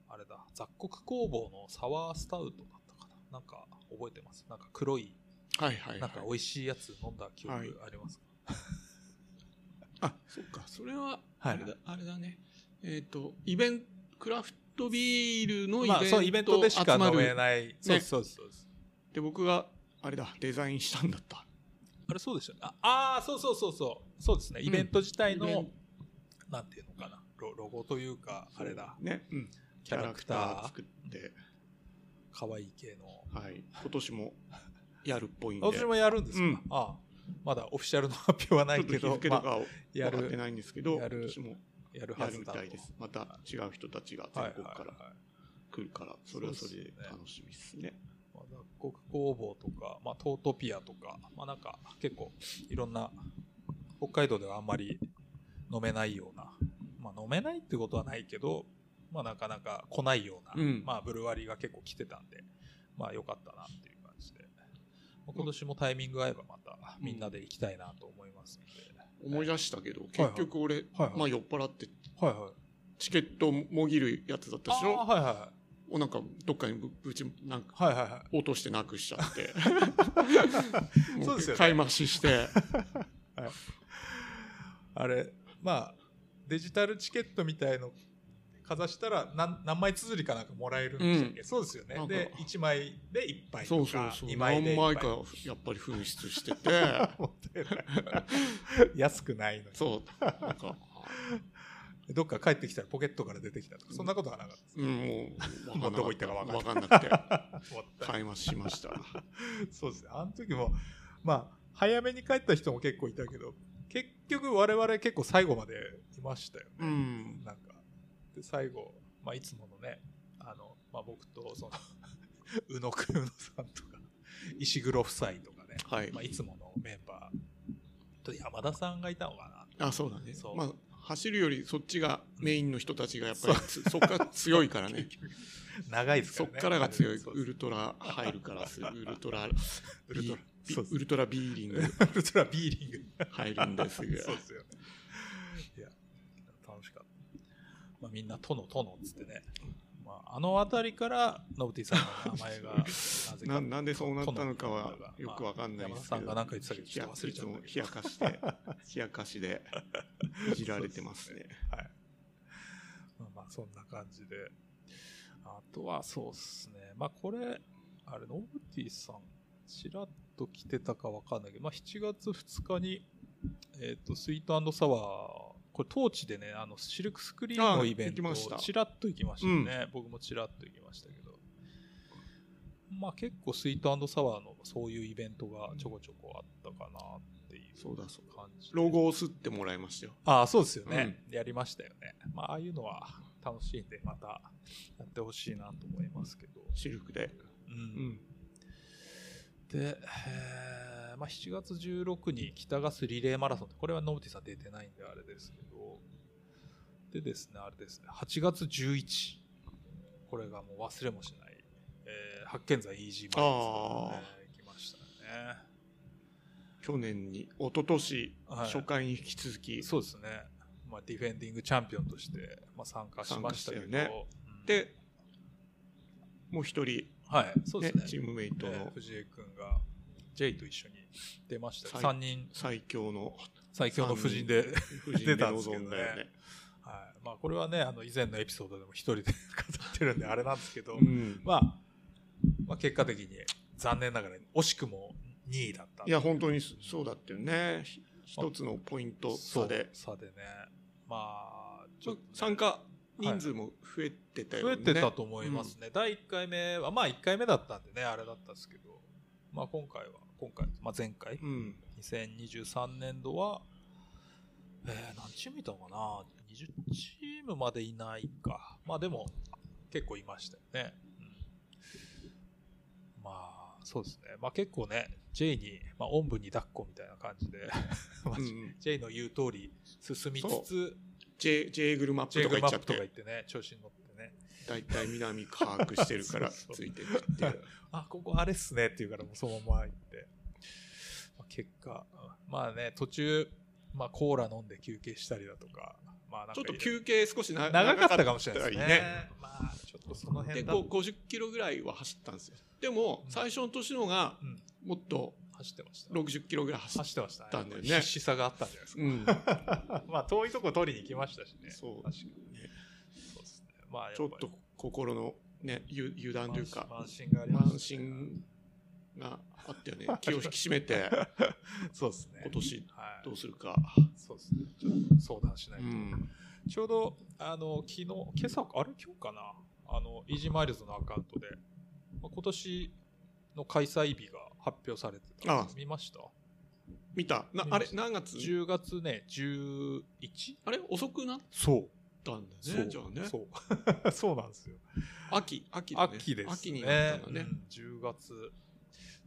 [SPEAKER 2] あ、あれだ。雑穀工房のサワースタウトだったかな。なんか覚えてます。なんか黒い、
[SPEAKER 1] はいはい、はい、
[SPEAKER 2] なんか美味しいやつ飲んだ記憶ありますか、
[SPEAKER 1] あそっかそれは
[SPEAKER 2] はい
[SPEAKER 1] あれだ,、あれだねえっ、とイベントクラフトビールのイ
[SPEAKER 2] まあ、そう、イ
[SPEAKER 1] ベ
[SPEAKER 2] ベン
[SPEAKER 1] ン
[SPEAKER 2] ト
[SPEAKER 1] ト
[SPEAKER 2] で
[SPEAKER 1] 集
[SPEAKER 2] しか
[SPEAKER 1] ま
[SPEAKER 2] 飲
[SPEAKER 1] る、
[SPEAKER 2] めない。そうですそうですそうです。
[SPEAKER 1] で僕があれだデザインしたんだった
[SPEAKER 2] あれそうでしたね。ああー、そうそうそうそう。そうですね。イベント自体の、
[SPEAKER 1] イベン
[SPEAKER 2] なんていうのかな。ロロゴというか、あれだ。
[SPEAKER 1] ね、うん、
[SPEAKER 2] キャラクタ
[SPEAKER 1] キャラ
[SPEAKER 2] ー、
[SPEAKER 1] 作って
[SPEAKER 2] 可愛い系の。
[SPEAKER 1] はい今年もやるっぽい んで
[SPEAKER 2] 私もやるんですか、
[SPEAKER 1] うん
[SPEAKER 2] ああまだオフィシャルの発表はないけ
[SPEAKER 1] ちょ
[SPEAKER 2] ど
[SPEAKER 1] っと日、付と
[SPEAKER 2] まあ
[SPEAKER 1] かを
[SPEAKER 2] や
[SPEAKER 1] 分かって
[SPEAKER 2] る、
[SPEAKER 1] ないんですけど、
[SPEAKER 2] やる
[SPEAKER 1] 私も
[SPEAKER 2] やる
[SPEAKER 1] や
[SPEAKER 2] は
[SPEAKER 1] る
[SPEAKER 2] ず
[SPEAKER 1] み
[SPEAKER 2] だと。
[SPEAKER 1] たいです。また違う人たちが
[SPEAKER 2] はい
[SPEAKER 1] 全
[SPEAKER 2] は
[SPEAKER 1] 国
[SPEAKER 2] い
[SPEAKER 1] から
[SPEAKER 2] はい
[SPEAKER 1] 来るから、それはそれで楽しみですね。
[SPEAKER 2] まあ、雑穀工房とか、まあ、トートピアとか、まあ、なんか結構いろんな北海道ではあんまり飲めないような、まあ、飲めないってことはないけど、まあ、なかなか来ないような、
[SPEAKER 1] うん
[SPEAKER 2] まあ、ブルワリーが結構来てたんで、まあ良かったなっていう感じで、まあ今年もタイミング合えばまたみんなで行きたいなと思いますので、
[SPEAKER 1] 思い出したけど、結局俺、
[SPEAKER 2] はいはい
[SPEAKER 1] まあ酔っ払って
[SPEAKER 2] はいはい。
[SPEAKER 1] チケットをもぎるやつだったでし
[SPEAKER 2] あ
[SPEAKER 1] ょ
[SPEAKER 2] ーはいは
[SPEAKER 1] をなんかどっかにぶぶちなんか
[SPEAKER 2] いはい。はいはいはい。
[SPEAKER 1] 落としてなくしちゃ っても
[SPEAKER 2] そうですよね
[SPEAKER 1] 買い増しして
[SPEAKER 2] あれ、まあ、デジタルチケットみたいのかざしたら何何枚綴りかなんかもらえるんでしたっけ、そうですよ
[SPEAKER 1] なん
[SPEAKER 2] ね。
[SPEAKER 1] か
[SPEAKER 2] で、1枚で1杯と
[SPEAKER 1] そ
[SPEAKER 2] か、
[SPEAKER 1] うそうそう
[SPEAKER 2] 2枚
[SPEAKER 1] 何
[SPEAKER 2] で1
[SPEAKER 1] 枚
[SPEAKER 2] 杯
[SPEAKER 1] か
[SPEAKER 2] と
[SPEAKER 1] やっぱり紛失してて
[SPEAKER 2] もったいない 安くないのに。
[SPEAKER 1] そうなんか
[SPEAKER 2] どっか帰ってきたらポケットから出てきたとか、そんなことはなかったです。
[SPEAKER 1] うんもう
[SPEAKER 2] もうどこ
[SPEAKER 1] 分
[SPEAKER 2] 行ったか
[SPEAKER 1] かんな
[SPEAKER 2] 分
[SPEAKER 1] かんなくて
[SPEAKER 2] もったいな
[SPEAKER 1] 買
[SPEAKER 2] い
[SPEAKER 1] い増ししました
[SPEAKER 2] そうですね。あの時も、まあ、早めに帰った人も結構いたけど、結局我々結構最後までいましたよね。
[SPEAKER 1] うん
[SPEAKER 2] なんか、で、最後、まあ、いつものね、あの、まあ、僕 と、その、宇野くん、宇野さんとか、石黒夫妻とかね、
[SPEAKER 1] はい
[SPEAKER 2] まあ、いつものメンバー、と山田さんがいたのか
[SPEAKER 1] あそうだね
[SPEAKER 2] そう
[SPEAKER 1] まあ走るよりそっちがメインの人たちがやっぱりつそっから強いから
[SPEAKER 2] な。
[SPEAKER 1] ね
[SPEAKER 2] 結局 長いですか
[SPEAKER 1] そ
[SPEAKER 2] ら
[SPEAKER 1] っ
[SPEAKER 2] ね。
[SPEAKER 1] からが強い
[SPEAKER 2] そう
[SPEAKER 1] ウルトラ入るからすウルト ラ
[SPEAKER 2] ウルトラ
[SPEAKER 1] ビ
[SPEAKER 2] そうです
[SPEAKER 1] ウルトラビーリング
[SPEAKER 2] ウルトラビーリング。
[SPEAKER 1] 入るんですぐ
[SPEAKER 2] そうですよね。いや、楽しかった。まあ、みんな、殿、殿っつってね。まあ、あの辺りから、ノブティさんの名前が、な ぜ
[SPEAKER 1] な
[SPEAKER 2] か。
[SPEAKER 1] なんでそうなったのかはよくわかんない
[SPEAKER 2] 山
[SPEAKER 1] で
[SPEAKER 2] 田
[SPEAKER 1] すけ
[SPEAKER 2] さん
[SPEAKER 1] ど
[SPEAKER 2] が何か言ってたけど、ちょっと忘れ
[SPEAKER 1] い
[SPEAKER 2] ち
[SPEAKER 1] つ
[SPEAKER 2] ゃった
[SPEAKER 1] も
[SPEAKER 2] けど。
[SPEAKER 1] 冷やか して冷やかしでいじられてますね
[SPEAKER 2] はい。まあまあ、そんな感じで。あとは、そうっすね。まあ、これ、あれ、ノブティさん、ちらっと来てたかわかんないけど、まあ、7月2日に、えっ、と、スイートサワー、これ、当地でね、あの、シルクスクリーンのイベント、
[SPEAKER 1] あ行きました
[SPEAKER 2] ちらっと行きましたよね。僕もちらっと行きましたけど。まあ結構スイートサワーのそういうイベントがちょこちょこあったかなっていう
[SPEAKER 1] そうだそう
[SPEAKER 2] 感じで
[SPEAKER 1] ロゴを吸ってもらいましたよ
[SPEAKER 2] ああ、そうですよね、やりましたよね。まあ、ああいうのは楽しいんで、またやってほしいなと思いますけど。
[SPEAKER 1] シルクで
[SPEAKER 2] う。
[SPEAKER 1] うんん
[SPEAKER 2] で、えーまあ、7月16に北ガスリレーマラソンって、これはノブティさん出てないんであれですけど、でですね、あれですね、8月11。これがもう忘れもしない、えー発見罪イージーマラソン、ね
[SPEAKER 1] あ、
[SPEAKER 2] 行きましたね。
[SPEAKER 1] 去年に一昨年
[SPEAKER 2] はい
[SPEAKER 1] 初回に引き続き
[SPEAKER 2] そうですね。まあ、ディフェンディングチャンピオンとして、まあ、参加しましたけど、
[SPEAKER 1] 参加したよ
[SPEAKER 2] うん
[SPEAKER 1] でもう一人
[SPEAKER 2] はい、そうで
[SPEAKER 1] ね
[SPEAKER 2] すね。
[SPEAKER 1] チームメイト
[SPEAKER 2] えー
[SPEAKER 1] の
[SPEAKER 2] 藤井君が J と一緒に出ました
[SPEAKER 1] 最
[SPEAKER 2] 3人
[SPEAKER 1] 最強の
[SPEAKER 2] 最強の夫人で、
[SPEAKER 1] 夫人で
[SPEAKER 2] 出たんですけ
[SPEAKER 1] 臨
[SPEAKER 2] どね
[SPEAKER 1] んだよね
[SPEAKER 2] はいまあ、これはねあの以前のエピソードでも一人で 語ってるんであれなんですけど、
[SPEAKER 1] うん
[SPEAKER 2] まあ、まあ結果的に残念ながら惜しくも2位だった
[SPEAKER 1] いや本当にそそうだってねひ一つのポイント
[SPEAKER 2] そ
[SPEAKER 1] 差
[SPEAKER 2] う
[SPEAKER 1] で
[SPEAKER 2] 差でねまあち
[SPEAKER 1] ち
[SPEAKER 2] ょ
[SPEAKER 1] ょ
[SPEAKER 2] っとね
[SPEAKER 1] 参加人数も増えてたよ
[SPEAKER 2] 増
[SPEAKER 1] ね、
[SPEAKER 2] えてたと思いますね、第1回目はまあ1回目だったんでねあれだったんですけど、まあ、今回は今回、まあ、前回
[SPEAKER 1] うん
[SPEAKER 2] 2023年度は、えー何チームいたのかな ?20 チームまでいないか。まあでも、結構いましたよね。うんまあ、そうですね。まあ結構ね、J に、まあ、おんぶに抱っこみたいな感じで、 まあ
[SPEAKER 1] うん
[SPEAKER 2] J の言う通り進みつつ、
[SPEAKER 1] J, J グルマップ
[SPEAKER 2] J
[SPEAKER 1] と
[SPEAKER 2] グ
[SPEAKER 1] か行
[SPEAKER 2] ルマ
[SPEAKER 1] っちゃ
[SPEAKER 2] ッ
[SPEAKER 1] っ
[SPEAKER 2] プとか行
[SPEAKER 1] て
[SPEAKER 2] ってね、調子に乗ってね、
[SPEAKER 1] 大体南把握してるから
[SPEAKER 2] そうそう
[SPEAKER 1] ついてくっていう
[SPEAKER 2] あ、ここあれっすねって言うからもうそのまま行って。まあ、結果、まあね、途中、まあコーラ飲んで休憩したりだとか、まあなんか
[SPEAKER 1] ちょっと休憩少しな
[SPEAKER 2] 長かったかもしれないですね。
[SPEAKER 1] 長かったり
[SPEAKER 2] まあちょっとその辺
[SPEAKER 1] で
[SPEAKER 2] だ
[SPEAKER 1] こう50キロぐらいは走ったんですよでも
[SPEAKER 2] うん
[SPEAKER 1] 最初の年のが
[SPEAKER 2] うん、
[SPEAKER 1] もっと
[SPEAKER 2] 走ってました。
[SPEAKER 1] 60キロぐらい走っ
[SPEAKER 2] 走ってました
[SPEAKER 1] たんだよね
[SPEAKER 2] 必死さがあったんじゃないです
[SPEAKER 1] うん
[SPEAKER 2] か。まあ遠いとこ取りに行きましたしね。
[SPEAKER 1] そう
[SPEAKER 2] 確かにね。そうですね。まあやぱ
[SPEAKER 1] ちょ
[SPEAKER 2] り
[SPEAKER 1] っと心のねゆ油断というか
[SPEAKER 2] 慢心がありま
[SPEAKER 1] 慢
[SPEAKER 2] したね、
[SPEAKER 1] 心があったよ ね気を引き締め て
[SPEAKER 2] そうですね。
[SPEAKER 1] 今年
[SPEAKER 2] はい
[SPEAKER 1] どうするか
[SPEAKER 2] そうですね。ちょっと相談しないうと。
[SPEAKER 1] ん
[SPEAKER 2] ちょうど、あの、昨日、今朝、あれ今日かなあの、イージーマイルズのアカウントで、まあ今年の開催日が発表されてた。
[SPEAKER 1] あ
[SPEAKER 2] 見ました
[SPEAKER 1] 見たな
[SPEAKER 2] 見
[SPEAKER 1] あ
[SPEAKER 2] ま
[SPEAKER 1] れ
[SPEAKER 2] した
[SPEAKER 1] 何月
[SPEAKER 2] ?10 月ね、11?
[SPEAKER 1] あれ遅くなっ
[SPEAKER 2] そう。
[SPEAKER 1] たんだ
[SPEAKER 2] そう
[SPEAKER 1] よねじゃあね
[SPEAKER 2] そう そうなんですよ。
[SPEAKER 1] 秋秋だね
[SPEAKER 2] 秋です、ね。
[SPEAKER 1] 秋になったんだね
[SPEAKER 2] うん10月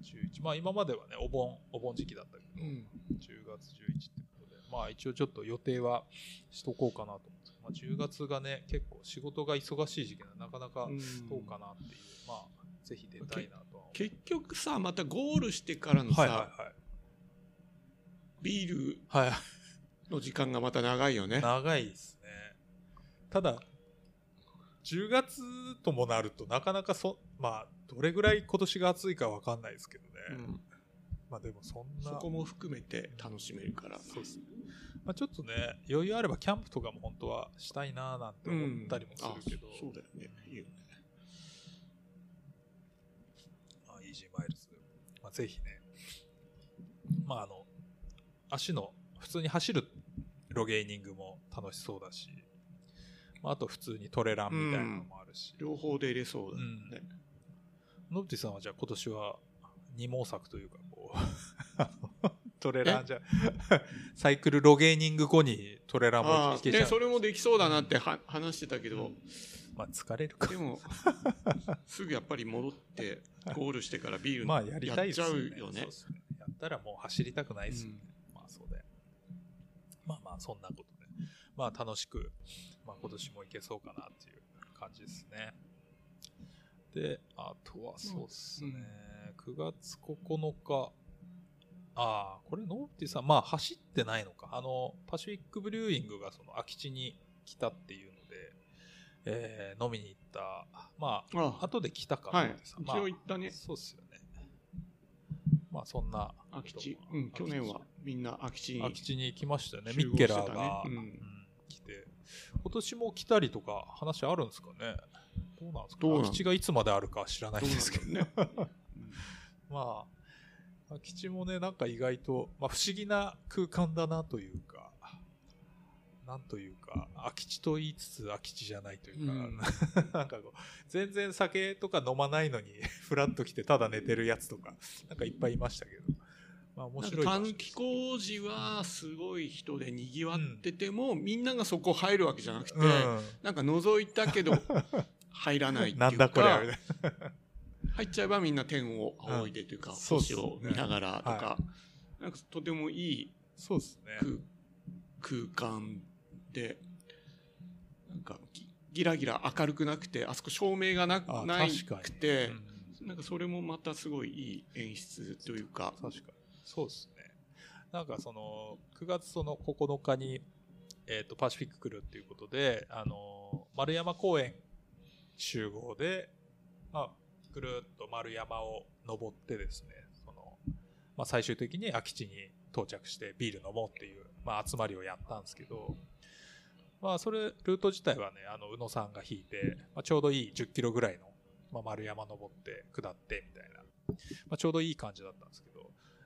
[SPEAKER 2] 11。まあ今まではね、お盆、お盆時期だったけど、
[SPEAKER 1] うん
[SPEAKER 2] 10月11ってことで、まあ一応ちょっと予定はしとこうかなと思うんですけど、まあ10月がね、結構仕事が忙しい時期なのでなかなか
[SPEAKER 1] うん
[SPEAKER 2] どうかなっていう、まあぜひ出たいなとは思う
[SPEAKER 1] 結局さまたゴールしてからのさ、
[SPEAKER 2] はいは
[SPEAKER 1] ビール
[SPEAKER 2] いはい、は
[SPEAKER 1] の時間がまた長いよ
[SPEAKER 2] い、
[SPEAKER 1] ね
[SPEAKER 2] 長いですねただ10月ともなるとなかなかそまあどれぐらい今年が暑いかわかんないですけどね、
[SPEAKER 1] うん
[SPEAKER 2] まあでもそん
[SPEAKER 1] そ
[SPEAKER 2] な
[SPEAKER 1] こも含めて楽しめるから
[SPEAKER 2] そうですねまあ、ちょっとね余裕あればキャンプとかも本当はしたいなーなんて思ったりもするけど、
[SPEAKER 1] あそうだよねいいよね
[SPEAKER 2] まあ、イージーマイルズ、まあ、ぜひね、まあ、あの、足の、普通に走るロゲーニングも楽しそうだし、まあ、あと普通にトレランみたいなのもあるし、
[SPEAKER 1] 両方で入れそうだよね、
[SPEAKER 2] ノブティさんはじゃあ今年は二毛作というか、こう あの、トレランじゃ、サイクルロゲーニング後にトレランも
[SPEAKER 1] ああ
[SPEAKER 2] いけち
[SPEAKER 1] ね
[SPEAKER 2] ゃう。
[SPEAKER 1] それもできそうだなっては話してたけど、
[SPEAKER 2] まあ、疲れるか
[SPEAKER 1] で。 もすぐやっぱり戻ってゴールしてからビール
[SPEAKER 2] まあ、やりたいです
[SPEAKER 1] やっ
[SPEAKER 2] よ
[SPEAKER 1] ちゃ
[SPEAKER 2] ね。
[SPEAKER 1] うよね
[SPEAKER 2] そうっすねやったらもう走りたくないですよね。まあそうだよ。まあまあそんなことで、まあ楽しく、まあ今年もいけそうかなっていう感じですね。で、あとはそうですね、9月9日、ああ、これノーティさん、まあ走ってないのか。あの、パシフィックブリューイングがその空き地に来たっていうので、えー飲みに行った、まあ、
[SPEAKER 1] ああ
[SPEAKER 2] 後で来たか
[SPEAKER 1] は
[SPEAKER 2] ないさ、
[SPEAKER 1] 一
[SPEAKER 2] まあ
[SPEAKER 1] 応行ったね
[SPEAKER 2] そうっすよね。まあそんな
[SPEAKER 1] 空き地、うん、去年はみんな空き地に
[SPEAKER 2] 空き地に来ましたよね、ミ
[SPEAKER 1] 集合
[SPEAKER 2] ッケラーが、
[SPEAKER 1] してたねうん
[SPEAKER 2] うん来て、今年も来たりとか、話あるんですかね、どうなんですか、
[SPEAKER 1] どうなん
[SPEAKER 2] 空き地がいつまであるか知らないですけど、
[SPEAKER 1] ね。
[SPEAKER 2] まあ、空き地もね、なんか意外と、まあ、不思議な空間だなというか、なんというか、空き地と言いつつ、空き地じゃないというか、
[SPEAKER 1] うん
[SPEAKER 2] なんかこう、全然酒とか飲まないのに、 ふらっと来て、ただ寝てるやつとか、なんかいっぱいいましたけど、まあ、 面白い場所
[SPEAKER 1] 短
[SPEAKER 2] で
[SPEAKER 1] 期
[SPEAKER 2] す
[SPEAKER 1] 工事はすごい人でにぎわってても、みんながそこ入るわけじゃなくて、
[SPEAKER 2] うん
[SPEAKER 1] なんか覗いたけ ど入らないっていうか
[SPEAKER 2] なんだこれみたい
[SPEAKER 1] 入っちゃえばみんな天を仰いでというか、
[SPEAKER 2] うんそうっす
[SPEAKER 1] 星
[SPEAKER 2] ね
[SPEAKER 1] を見ながらとか、
[SPEAKER 2] は
[SPEAKER 1] なんかとてもいい
[SPEAKER 2] そうですね。
[SPEAKER 1] 空空間でなんかギギラギラ明るくなくてあそこ照明がな
[SPEAKER 2] あ
[SPEAKER 1] ない
[SPEAKER 2] 確かに
[SPEAKER 1] くて
[SPEAKER 2] うん、
[SPEAKER 1] なんかそれもまたすごいいい演出というか。
[SPEAKER 2] 確かに。そうですね。なんかその、9月その9日に、えっ、と、パシフィック来るっていうことで、あのー丸山公園集合で、まあ、ぐるっと丸山を登ってですね、その、まあ、最終的に空き地に到着してビール飲もうっていう、まあ、集まりをやったんですけど、まあ、それ、ルート自体はね、あの、宇野さんが引いて、まあ、ちょうどいい10キロぐらいの、まあ、丸山登って、下って、みたいな、まあ、ちょうどいい感じだったんですけど、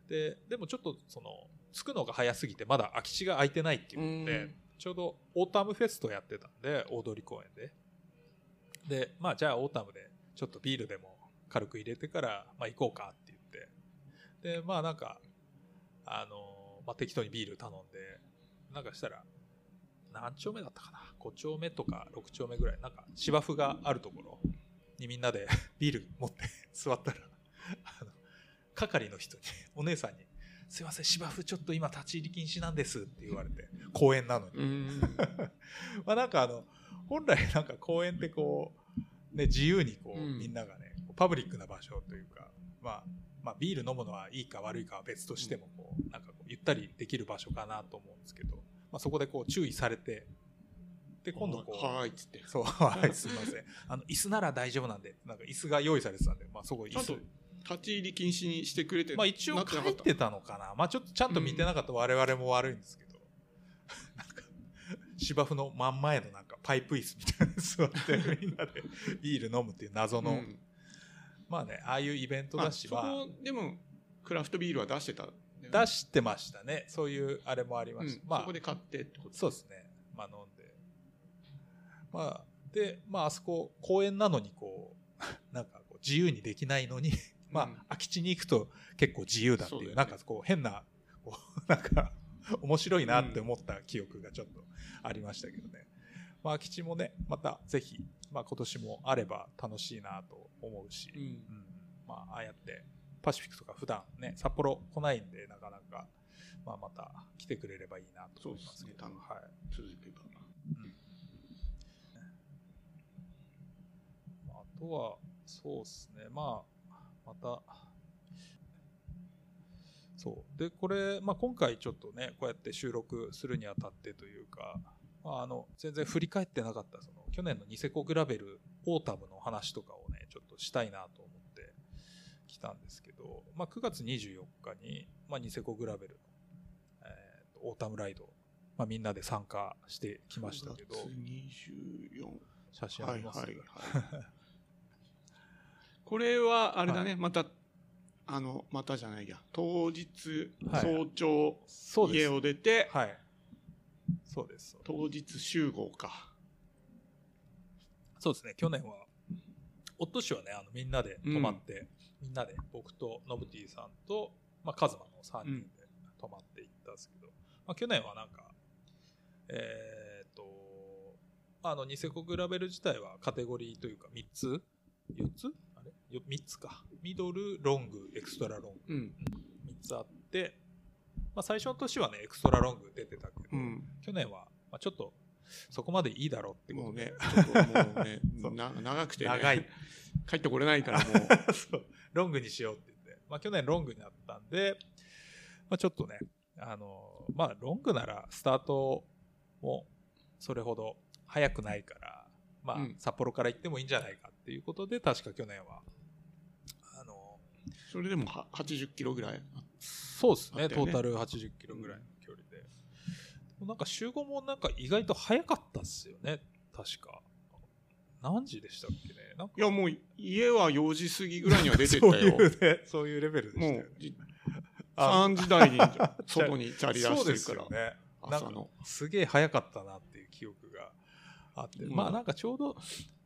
[SPEAKER 2] で、でもちょっと、その、着くのが早すぎて、まだ空き地が空いてないっていうこと
[SPEAKER 1] う
[SPEAKER 2] で
[SPEAKER 1] ん、
[SPEAKER 2] ちょうどオータムフェストやってたんで、大通公園で。で、まあ、じゃあオータムで、ちょっとビールでも軽く入れてから、まあ、行こうかって言って。で、まあ、なんか、あのまあ、適当にビール頼んで、なんかしたら、何丁目だったかな5丁目とか6丁目ぐらいなんか芝生があるところにみんなで ビール持って座ったらあの係の人にお姉さんに「すいません芝生ちょっと今立ち入り禁止なんです」って言われて公園なのに
[SPEAKER 1] うーん
[SPEAKER 2] まあなんかあの本来なんか公園ってこう、ね、自由にこう、
[SPEAKER 1] うん
[SPEAKER 2] みんながねこうパブリックな場所というか、まあ、まあビール飲むのはいいか悪いかは別としてもこうなんかこうゆったりできる場所かなと思うんですけど、まあ、そこでこう注意されてで今度こう
[SPEAKER 1] はーいっつって
[SPEAKER 2] そう はいすいませんあの椅子なら大丈夫なんでなんか椅子が用意されてたんで、まあ、そこ椅
[SPEAKER 1] ちゃんと
[SPEAKER 2] 子
[SPEAKER 1] 立ち入り禁止にしてくれて
[SPEAKER 2] まあ一応書い
[SPEAKER 1] た
[SPEAKER 2] てたのかなまあちょっとちゃんと見てなかった我々も悪いんですけど、 なんか芝生の真ん前のなんかパイプ椅子みたいに座ってみんなでビール飲むっていう謎の、
[SPEAKER 1] うん
[SPEAKER 2] まあねああいうイベントだし
[SPEAKER 1] まあ
[SPEAKER 2] ま
[SPEAKER 1] そ
[SPEAKER 2] あ
[SPEAKER 1] こでもクラフトビールは出してた
[SPEAKER 2] 出
[SPEAKER 1] し
[SPEAKER 2] してましたねそういうあれもありました、まあ
[SPEAKER 1] そこで買ってってこと
[SPEAKER 2] そうですね。まあ飲んで。まあ、で、まああそこ公園なのにこう、 なんかこう自由にできないのに、まあ、
[SPEAKER 1] うん
[SPEAKER 2] 空き地に行くと結構自由だって
[SPEAKER 1] そ
[SPEAKER 2] い
[SPEAKER 1] う
[SPEAKER 2] う、
[SPEAKER 1] だよね
[SPEAKER 2] なんかこう変な、こう なんか面白いなって思った記憶がちょっとありましたけどね。まあ空き地もね、またぜひ、まあ今年もあれば楽しいなと思うし、
[SPEAKER 1] うん
[SPEAKER 2] うんまあ、ああやってパシフィックとか普段ね札幌来ないんでなかなか、まあ、また来てくれればいいなと思いますけど
[SPEAKER 1] そうですね
[SPEAKER 2] はい
[SPEAKER 1] 続けば
[SPEAKER 2] うんあとはそうですね。まあ、また、そう。で、これ、まあ今回ちょっとね、こうやって収録するにあたってというか、まああの、全然振り返ってなかった、その、去年のニセコグラベルオータムの話とかをね、ちょっとしたいなと思って来たんですけど、まあ9月24日に、まあニセコグラベルの、えーとオータムライド、まあみんなで参加してきましたけど、
[SPEAKER 1] 24
[SPEAKER 2] 写真あ
[SPEAKER 1] は
[SPEAKER 2] り
[SPEAKER 1] いは
[SPEAKER 2] ま
[SPEAKER 1] い
[SPEAKER 2] す
[SPEAKER 1] は
[SPEAKER 2] が
[SPEAKER 1] い これはあれだね、またあのまたじゃないや当日
[SPEAKER 2] はい
[SPEAKER 1] 早朝、
[SPEAKER 2] そうです
[SPEAKER 1] 家を出て、
[SPEAKER 2] はい。そうです。そうです
[SPEAKER 1] 当日集合か
[SPEAKER 2] そうですね、去年は、おとしはね、あのみんなで泊まって、みんなで僕とノブティさんと、まあ、カズマの3人で泊まっていったんですけど、まあ、去年はなんか、えーっと、あの、ニセコグラベル自体はカテゴリーというか3つ ?4 つあれよ ?3 つか。ミドル、ロング、エクストラロング。
[SPEAKER 1] うん
[SPEAKER 2] 3つあって、まあ、最初の年はね、エクストラロング出てたけど、
[SPEAKER 1] うん
[SPEAKER 2] 去年は、まあ、ちょっと、そこまでいいだろうってこ
[SPEAKER 1] も
[SPEAKER 2] と
[SPEAKER 1] う
[SPEAKER 2] で、
[SPEAKER 1] ねちょっともうね
[SPEAKER 2] そう
[SPEAKER 1] な長くて、ね、
[SPEAKER 2] 長い
[SPEAKER 1] 帰ってこれないからもう
[SPEAKER 2] そうロングにしようって言って、まあ、去年ロングになったんで、まあ、ちょっとね、あのまあ、ロングならスタートもそれほど早くないから、まあ
[SPEAKER 1] うん、
[SPEAKER 2] 札幌から行ってもいいんじゃないかっていうことで、確か去年は、あの
[SPEAKER 1] それでもは80キロぐらいあ
[SPEAKER 2] そうです
[SPEAKER 1] あ
[SPEAKER 2] ね
[SPEAKER 1] ったよ
[SPEAKER 2] ト
[SPEAKER 1] ね
[SPEAKER 2] ータル80キロぐらいの距離で、なんか集合もなんか意外と早かったっすよね、確か。何時でしたっけねなんか
[SPEAKER 1] いやもう家は4時過ぎぐらいには出てった
[SPEAKER 2] そ
[SPEAKER 1] よ
[SPEAKER 2] ういうね、そういうレベルでした
[SPEAKER 1] も
[SPEAKER 2] よね
[SPEAKER 1] う。じ
[SPEAKER 2] あ
[SPEAKER 1] 3時台に外にチャリ出
[SPEAKER 2] そう
[SPEAKER 1] して
[SPEAKER 2] で
[SPEAKER 1] る
[SPEAKER 2] す
[SPEAKER 1] から
[SPEAKER 2] よ、ね。なん
[SPEAKER 1] 朝
[SPEAKER 2] か
[SPEAKER 1] の
[SPEAKER 2] すげえ早かったなっていう記憶があって、
[SPEAKER 1] うん
[SPEAKER 2] まあなんかちょうど、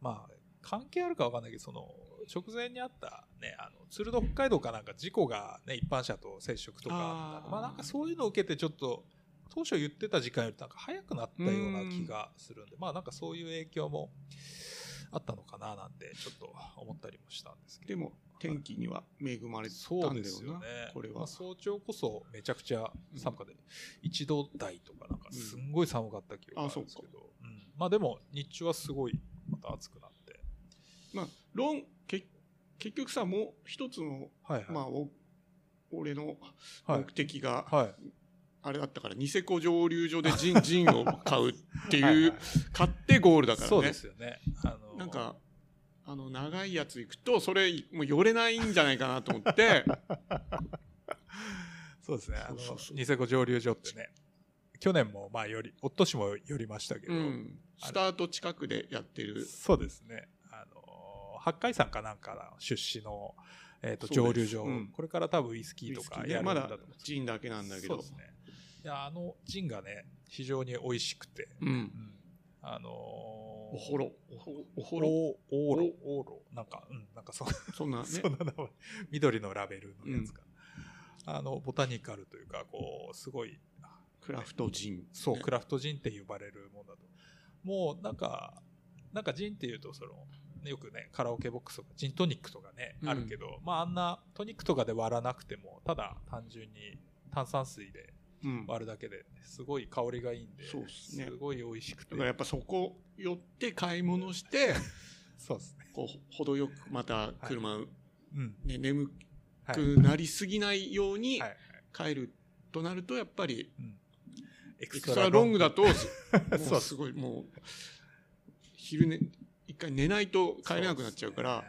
[SPEAKER 2] まあ関係あるかわかんないけど、その直前にあったね、あの、鶴戸北海道かなんか事故がね、一般車と接触とかあった
[SPEAKER 1] あー
[SPEAKER 2] まあなんかそういうのを受けてちょっと、当初言ってた時間よりなんか早くなったような気がするんで、まあなんかそういう影響もあったのかななんてちょっと思ったりもしたんですけど。
[SPEAKER 1] でも天気には恵まれてたんだ
[SPEAKER 2] そ
[SPEAKER 1] よな
[SPEAKER 2] うですよね。
[SPEAKER 1] これ
[SPEAKER 2] ま
[SPEAKER 1] は
[SPEAKER 2] あ、早朝こそめちゃくちゃ寒かった、一度台とかなんかすんごい寒かった記憶があるんですけど、うんまあでも日中はすごいまた暑くなって、
[SPEAKER 1] まあロンけ結局さもう一つの、
[SPEAKER 2] はいはい、
[SPEAKER 1] まあ、お俺の
[SPEAKER 2] は
[SPEAKER 1] 目
[SPEAKER 2] い
[SPEAKER 1] 的が
[SPEAKER 2] はい、
[SPEAKER 1] あれだったから、ニセコ蒸留所で ジンジンを買うっていう、
[SPEAKER 2] はいはい
[SPEAKER 1] 買ってゴールだからね
[SPEAKER 2] そうですよね。あの
[SPEAKER 1] なんかあの長いやつ行くとそれもう寄れないんじゃないかなと思って
[SPEAKER 2] そうですね。あの
[SPEAKER 1] そうそうそう
[SPEAKER 2] ニセコ蒸留所ってね、去年もまあより、おっとしもよりましたけど、
[SPEAKER 1] うんスタート近くでやってる
[SPEAKER 2] そうですね。あの八海山かなんかの出資の、えー、と
[SPEAKER 1] そ
[SPEAKER 2] 蒸
[SPEAKER 1] うで
[SPEAKER 2] 留
[SPEAKER 1] す
[SPEAKER 2] 所、
[SPEAKER 1] うん
[SPEAKER 2] これから多分ウイスキ
[SPEAKER 1] ウ
[SPEAKER 2] ー
[SPEAKER 1] イ
[SPEAKER 2] と
[SPEAKER 1] スキ
[SPEAKER 2] か
[SPEAKER 1] ー
[SPEAKER 2] や
[SPEAKER 1] で
[SPEAKER 2] るん
[SPEAKER 1] ま
[SPEAKER 2] だ
[SPEAKER 1] だ
[SPEAKER 2] と思うんですけど
[SPEAKER 1] ジンだけなんだけ
[SPEAKER 2] そう
[SPEAKER 1] ど
[SPEAKER 2] ですねいやあのジンがね非常に美味しくて、
[SPEAKER 1] うん
[SPEAKER 2] うんあのー、
[SPEAKER 1] お
[SPEAKER 2] お
[SPEAKER 1] ほろおほおほろ
[SPEAKER 2] おオーロオーロなんかうんなんかそ,、
[SPEAKER 1] そんなね
[SPEAKER 2] そんな名前緑のラベルのやつが、あのボタニカルというかこうすごい
[SPEAKER 1] クラフトジン
[SPEAKER 2] そう、
[SPEAKER 1] ね
[SPEAKER 2] クラフトジンって呼ばれるものだともうなんかなんかジンっていうとそのねよくねカラオケボックスとかジントニックとかね、
[SPEAKER 1] うん
[SPEAKER 2] あるけどまああんなトニックとかで割らなくてもただ単純に炭酸水で
[SPEAKER 1] うんだか
[SPEAKER 2] 割るだけですごい香りがいいんで
[SPEAKER 1] そうっすね
[SPEAKER 2] ごい美味しくて
[SPEAKER 1] らやっぱそこ寄って買い物して
[SPEAKER 2] そうですね、
[SPEAKER 1] こう程よくまた車、
[SPEAKER 2] うん
[SPEAKER 1] ね、眠
[SPEAKER 2] はい
[SPEAKER 1] くなりすぎないように
[SPEAKER 2] はいはい
[SPEAKER 1] 帰るとなるとやっぱり
[SPEAKER 2] エ
[SPEAKER 1] エクストラロングだ とも
[SPEAKER 2] そう
[SPEAKER 1] うすごいもう昼寝一回寝ないと帰れなくなっちゃうから
[SPEAKER 2] そで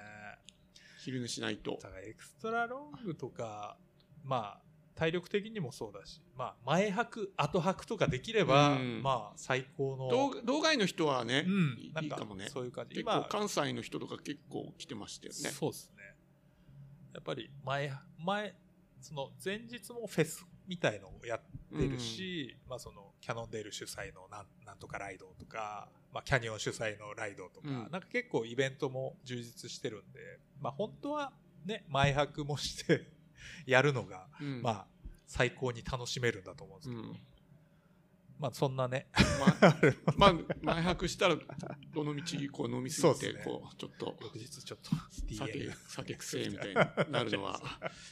[SPEAKER 2] す
[SPEAKER 1] 昼寝しないと
[SPEAKER 2] ねだからエクストラロングとかまあ体力的にもそうだし、まあ、前泊後泊とかできれば、
[SPEAKER 1] うん
[SPEAKER 2] まあ最高の
[SPEAKER 1] 道道外の人はね、
[SPEAKER 2] うん
[SPEAKER 1] い
[SPEAKER 2] なん
[SPEAKER 1] いいかもね
[SPEAKER 2] そういう感じ
[SPEAKER 1] 結構関西の人とか結構来てましたよね
[SPEAKER 2] そうですね。やっぱり前、前、その前日もフェスみたいのをやってるし、まあそのキャノンデール主催のなんなんとかライドとか、まあキャニオン主催のライドとか、
[SPEAKER 1] うん
[SPEAKER 2] なんか結構イベントも充実してるんで、まあ本当はね、前泊もして やるのが、
[SPEAKER 1] うん
[SPEAKER 2] まあ最高に楽しめるんだと思うんです
[SPEAKER 1] う
[SPEAKER 2] けど、
[SPEAKER 1] ん
[SPEAKER 2] まあそんなね、
[SPEAKER 1] まあ、まあ、前泊したらどの道こう飲みすぎ
[SPEAKER 2] そう
[SPEAKER 1] て
[SPEAKER 2] っすね
[SPEAKER 1] こうちょっと
[SPEAKER 2] 翌日ちょっ と
[SPEAKER 1] 酒
[SPEAKER 2] DA
[SPEAKER 1] 酒くせえみたいになる のは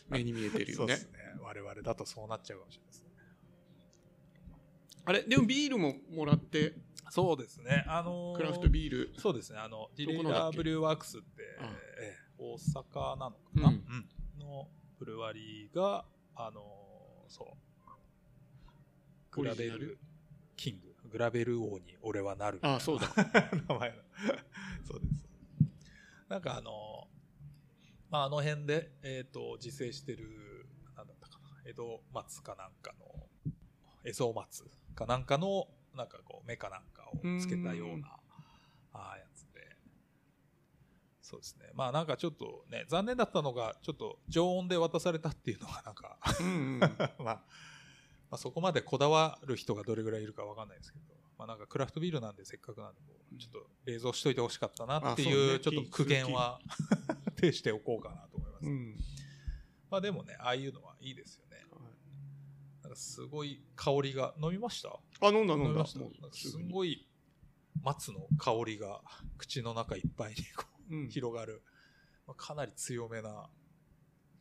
[SPEAKER 1] 目に見えてる
[SPEAKER 2] そ
[SPEAKER 1] よ
[SPEAKER 2] うで
[SPEAKER 1] ね
[SPEAKER 2] すね。我々だとそうなっちゃうかもしれないですね。
[SPEAKER 1] あれでもビールももらって
[SPEAKER 2] そうですね。あのー
[SPEAKER 1] クラフトビール
[SPEAKER 2] そうですね。あの、ディレ
[SPEAKER 1] こ
[SPEAKER 2] イ
[SPEAKER 1] のだ
[SPEAKER 2] ラ
[SPEAKER 1] っ
[SPEAKER 2] ー
[SPEAKER 1] け
[SPEAKER 2] ブリューワークスって、
[SPEAKER 1] うん
[SPEAKER 2] ええ大阪なのかな、
[SPEAKER 1] うん
[SPEAKER 2] のブルワリーが、あのーそう、グラ
[SPEAKER 1] オリ
[SPEAKER 2] ベ
[SPEAKER 1] ジナル
[SPEAKER 2] ルキング、グラベル王に俺はなるみたい
[SPEAKER 1] あ
[SPEAKER 2] な
[SPEAKER 1] あそうだ
[SPEAKER 2] 名前のそうですなんかあの、まあ、あの辺で、えー、と自生してるなんだったかな江戸松かなんかの江戸松かなんかのなんかこう目かなんかをつけたよう
[SPEAKER 1] うん
[SPEAKER 2] なあーやつでそうですねまあなんかちょっとね残念だったのがちょっと常温で渡されたっていうのがなんか
[SPEAKER 1] うん、
[SPEAKER 2] まあ、まあそこまでこだわる人がどれぐらいいるかわかんないですけど、まあ、なんかクラフトビールなんでせっかくなんでこうちょっと冷蔵しといてほしかったなっていう
[SPEAKER 1] あ
[SPEAKER 2] ち
[SPEAKER 1] そ
[SPEAKER 2] ょ
[SPEAKER 1] うね
[SPEAKER 2] っと苦言は 呈しておこうかなと思います、
[SPEAKER 1] うん
[SPEAKER 2] まあでもねああいうのはいいですよねなんかすごい香りが飲みました
[SPEAKER 1] あ飲んだ飲ん
[SPEAKER 2] み
[SPEAKER 1] だ
[SPEAKER 2] ました
[SPEAKER 1] もう
[SPEAKER 2] なんか
[SPEAKER 1] す
[SPEAKER 2] す
[SPEAKER 1] ぐに
[SPEAKER 2] ごい松の香りが口の中いっぱいにこう
[SPEAKER 1] うん
[SPEAKER 2] 広がる、まあ、かなり強めな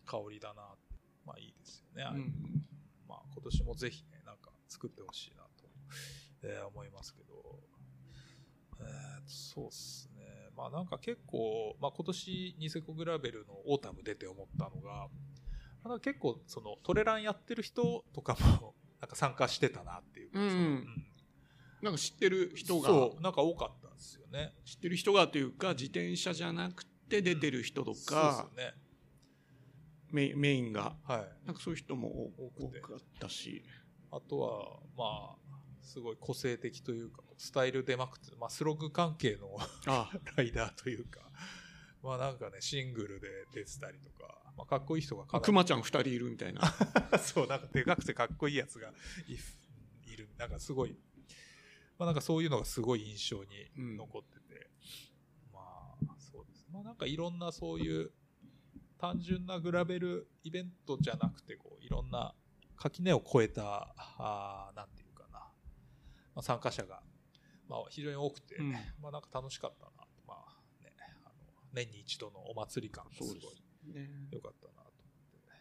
[SPEAKER 2] 香りだなまあいいですよね、ああいううんまあ、今年もぜひね、なんか作ってほしいなと、えー思いますけど、えーそうですね。まあなんか結構、まあ今年ニセコグラベルのオータム出て思ったのが、まあ、結構そのトレランやってる人とかも なんか参加してたなっていう。
[SPEAKER 1] うん
[SPEAKER 2] そのん
[SPEAKER 1] なんか知ってる人
[SPEAKER 2] そ
[SPEAKER 1] が
[SPEAKER 2] う、なんか多かったんですよね。
[SPEAKER 1] 知ってる人がというか自転車じゃなくて出てる人とか
[SPEAKER 2] そう、ですよね。
[SPEAKER 1] メインメインが
[SPEAKER 2] はい。
[SPEAKER 1] なんかそういう人も多
[SPEAKER 2] 多くて
[SPEAKER 1] 多かったし
[SPEAKER 2] あとは、まあ、すごい個性的というか、スタイル出まくって、まあスログ関係の
[SPEAKER 1] あ
[SPEAKER 2] ライダーというか、まあなんかね、シングルで出てたりとか、まあ、かっこいい人がか
[SPEAKER 1] あ
[SPEAKER 2] なり
[SPEAKER 1] クマちゃん2人いるみたいな
[SPEAKER 2] そう、なんかでかくてかっこいいやつがいいる、なんかすごい、まあなんかそういうのがすごい印象に残ってて、まあそうです。まあなんかいろんなそういう単純なグラベルイベントじゃなくて、こういろんな垣根を越えた、あーなんていうかな、まあ、参加者が、まあ非常に多くて、
[SPEAKER 1] うん
[SPEAKER 2] まあなんか楽しかったなと。まあね、あの年に一度のお祭り感がすご
[SPEAKER 1] そう
[SPEAKER 2] い
[SPEAKER 1] ですね
[SPEAKER 2] 良かったなと思って。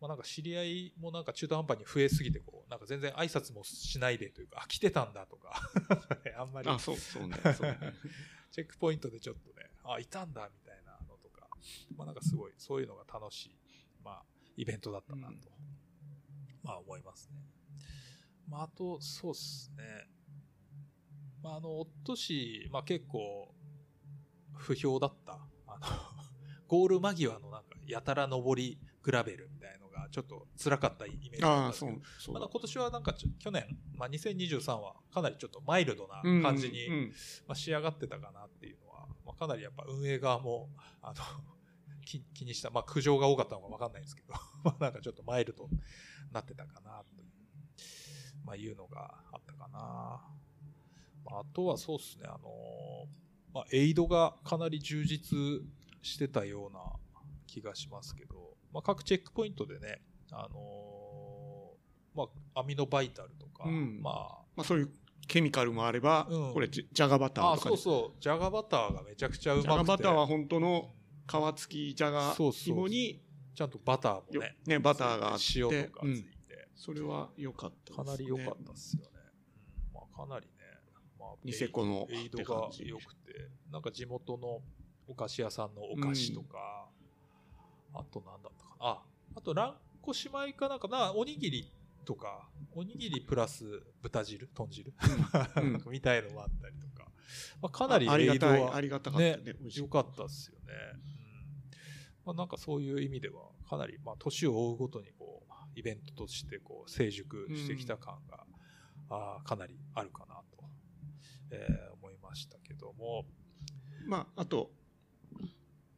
[SPEAKER 2] まあなんか知り合いもなんか中途半端に増えすぎてこう、なんか全然挨拶もしないでというか、あ、来てたんだとか、 あんまり
[SPEAKER 1] あそうそうねそうね
[SPEAKER 2] チェックポイントでちょっとね、あ、いたんだみたいなのとか、まあなんかすごい、そういうのが楽しい、まあ、イベントだったなと、
[SPEAKER 1] うん
[SPEAKER 2] まあ思いますね。まああと、そうっすね。まああの、おっとし、まあ結構、不評だった、あの、ゴール間際のなんか、やたら上りグラベルみたいのが、ちょっと辛かったイメージだったん
[SPEAKER 1] ああ
[SPEAKER 2] ですけ
[SPEAKER 1] そ
[SPEAKER 2] ど
[SPEAKER 1] うそう
[SPEAKER 2] まだ
[SPEAKER 1] だ
[SPEAKER 2] 今年はなんかちょ、去年、まあ2023はかなりちょっとマイルドな
[SPEAKER 1] うん
[SPEAKER 2] 感じに
[SPEAKER 1] うんうん
[SPEAKER 2] まあ、仕上がってたかなっていうのは、まあ、かなりやっぱ運営側もあの 気気にした、まあ、苦情が多かったのか分かんないですけど、 まあ、なんかちょっとマイルドになってたかなという,、まあ、いうのがあったかな、まあ、あとはそうですねあの、まあ、エイドがかなり充実してたような気がしますけど、まあ、各チェックポイントでねあのまあ、アミノバイタルとか、
[SPEAKER 1] うん
[SPEAKER 2] まあ、
[SPEAKER 1] まあそういうケミカルもあれば
[SPEAKER 2] うん
[SPEAKER 1] これジジャガバター
[SPEAKER 2] あ
[SPEAKER 1] とか
[SPEAKER 2] そう
[SPEAKER 1] ね
[SPEAKER 2] そうジャガバターがめちゃくちゃうまく
[SPEAKER 1] ジ
[SPEAKER 2] て
[SPEAKER 1] ャガバターは本当の皮付きジャガ
[SPEAKER 2] そうそう
[SPEAKER 1] 芋に
[SPEAKER 2] ちゃんとバターも
[SPEAKER 1] よ
[SPEAKER 2] ね
[SPEAKER 1] ねバターがあっ
[SPEAKER 2] 塩と
[SPEAKER 1] て
[SPEAKER 2] か
[SPEAKER 1] う
[SPEAKER 2] つい
[SPEAKER 1] ん
[SPEAKER 2] て、
[SPEAKER 1] それは良かったです
[SPEAKER 2] か
[SPEAKER 1] ね
[SPEAKER 2] なり良かったっすよね、うんまあ、かなりね、まあ、
[SPEAKER 1] ニセコの
[SPEAKER 2] エイド
[SPEAKER 1] って感
[SPEAKER 2] が
[SPEAKER 1] じ
[SPEAKER 2] 良くてなんか地元のお菓子屋さんのお菓子とか、あと何だったかなああと蘭越米かなんかなおにぎりとかおにぎりプラス豚汁豚汁、
[SPEAKER 1] うん
[SPEAKER 2] なんか みたいのもあったりとか、まあ、かなり
[SPEAKER 1] ああり
[SPEAKER 2] エ
[SPEAKER 1] が
[SPEAKER 2] イド
[SPEAKER 1] たい
[SPEAKER 2] は
[SPEAKER 1] ありがたかったね
[SPEAKER 2] ね
[SPEAKER 1] 美味しい
[SPEAKER 2] 良かったですよね。うんまあ、なんかそういう意味ではかなり、まあ、年を追うごとにこうイベントとしてこう成熟してきた感が、あーかなりあるかなと、えー思いましたけど も
[SPEAKER 1] まああと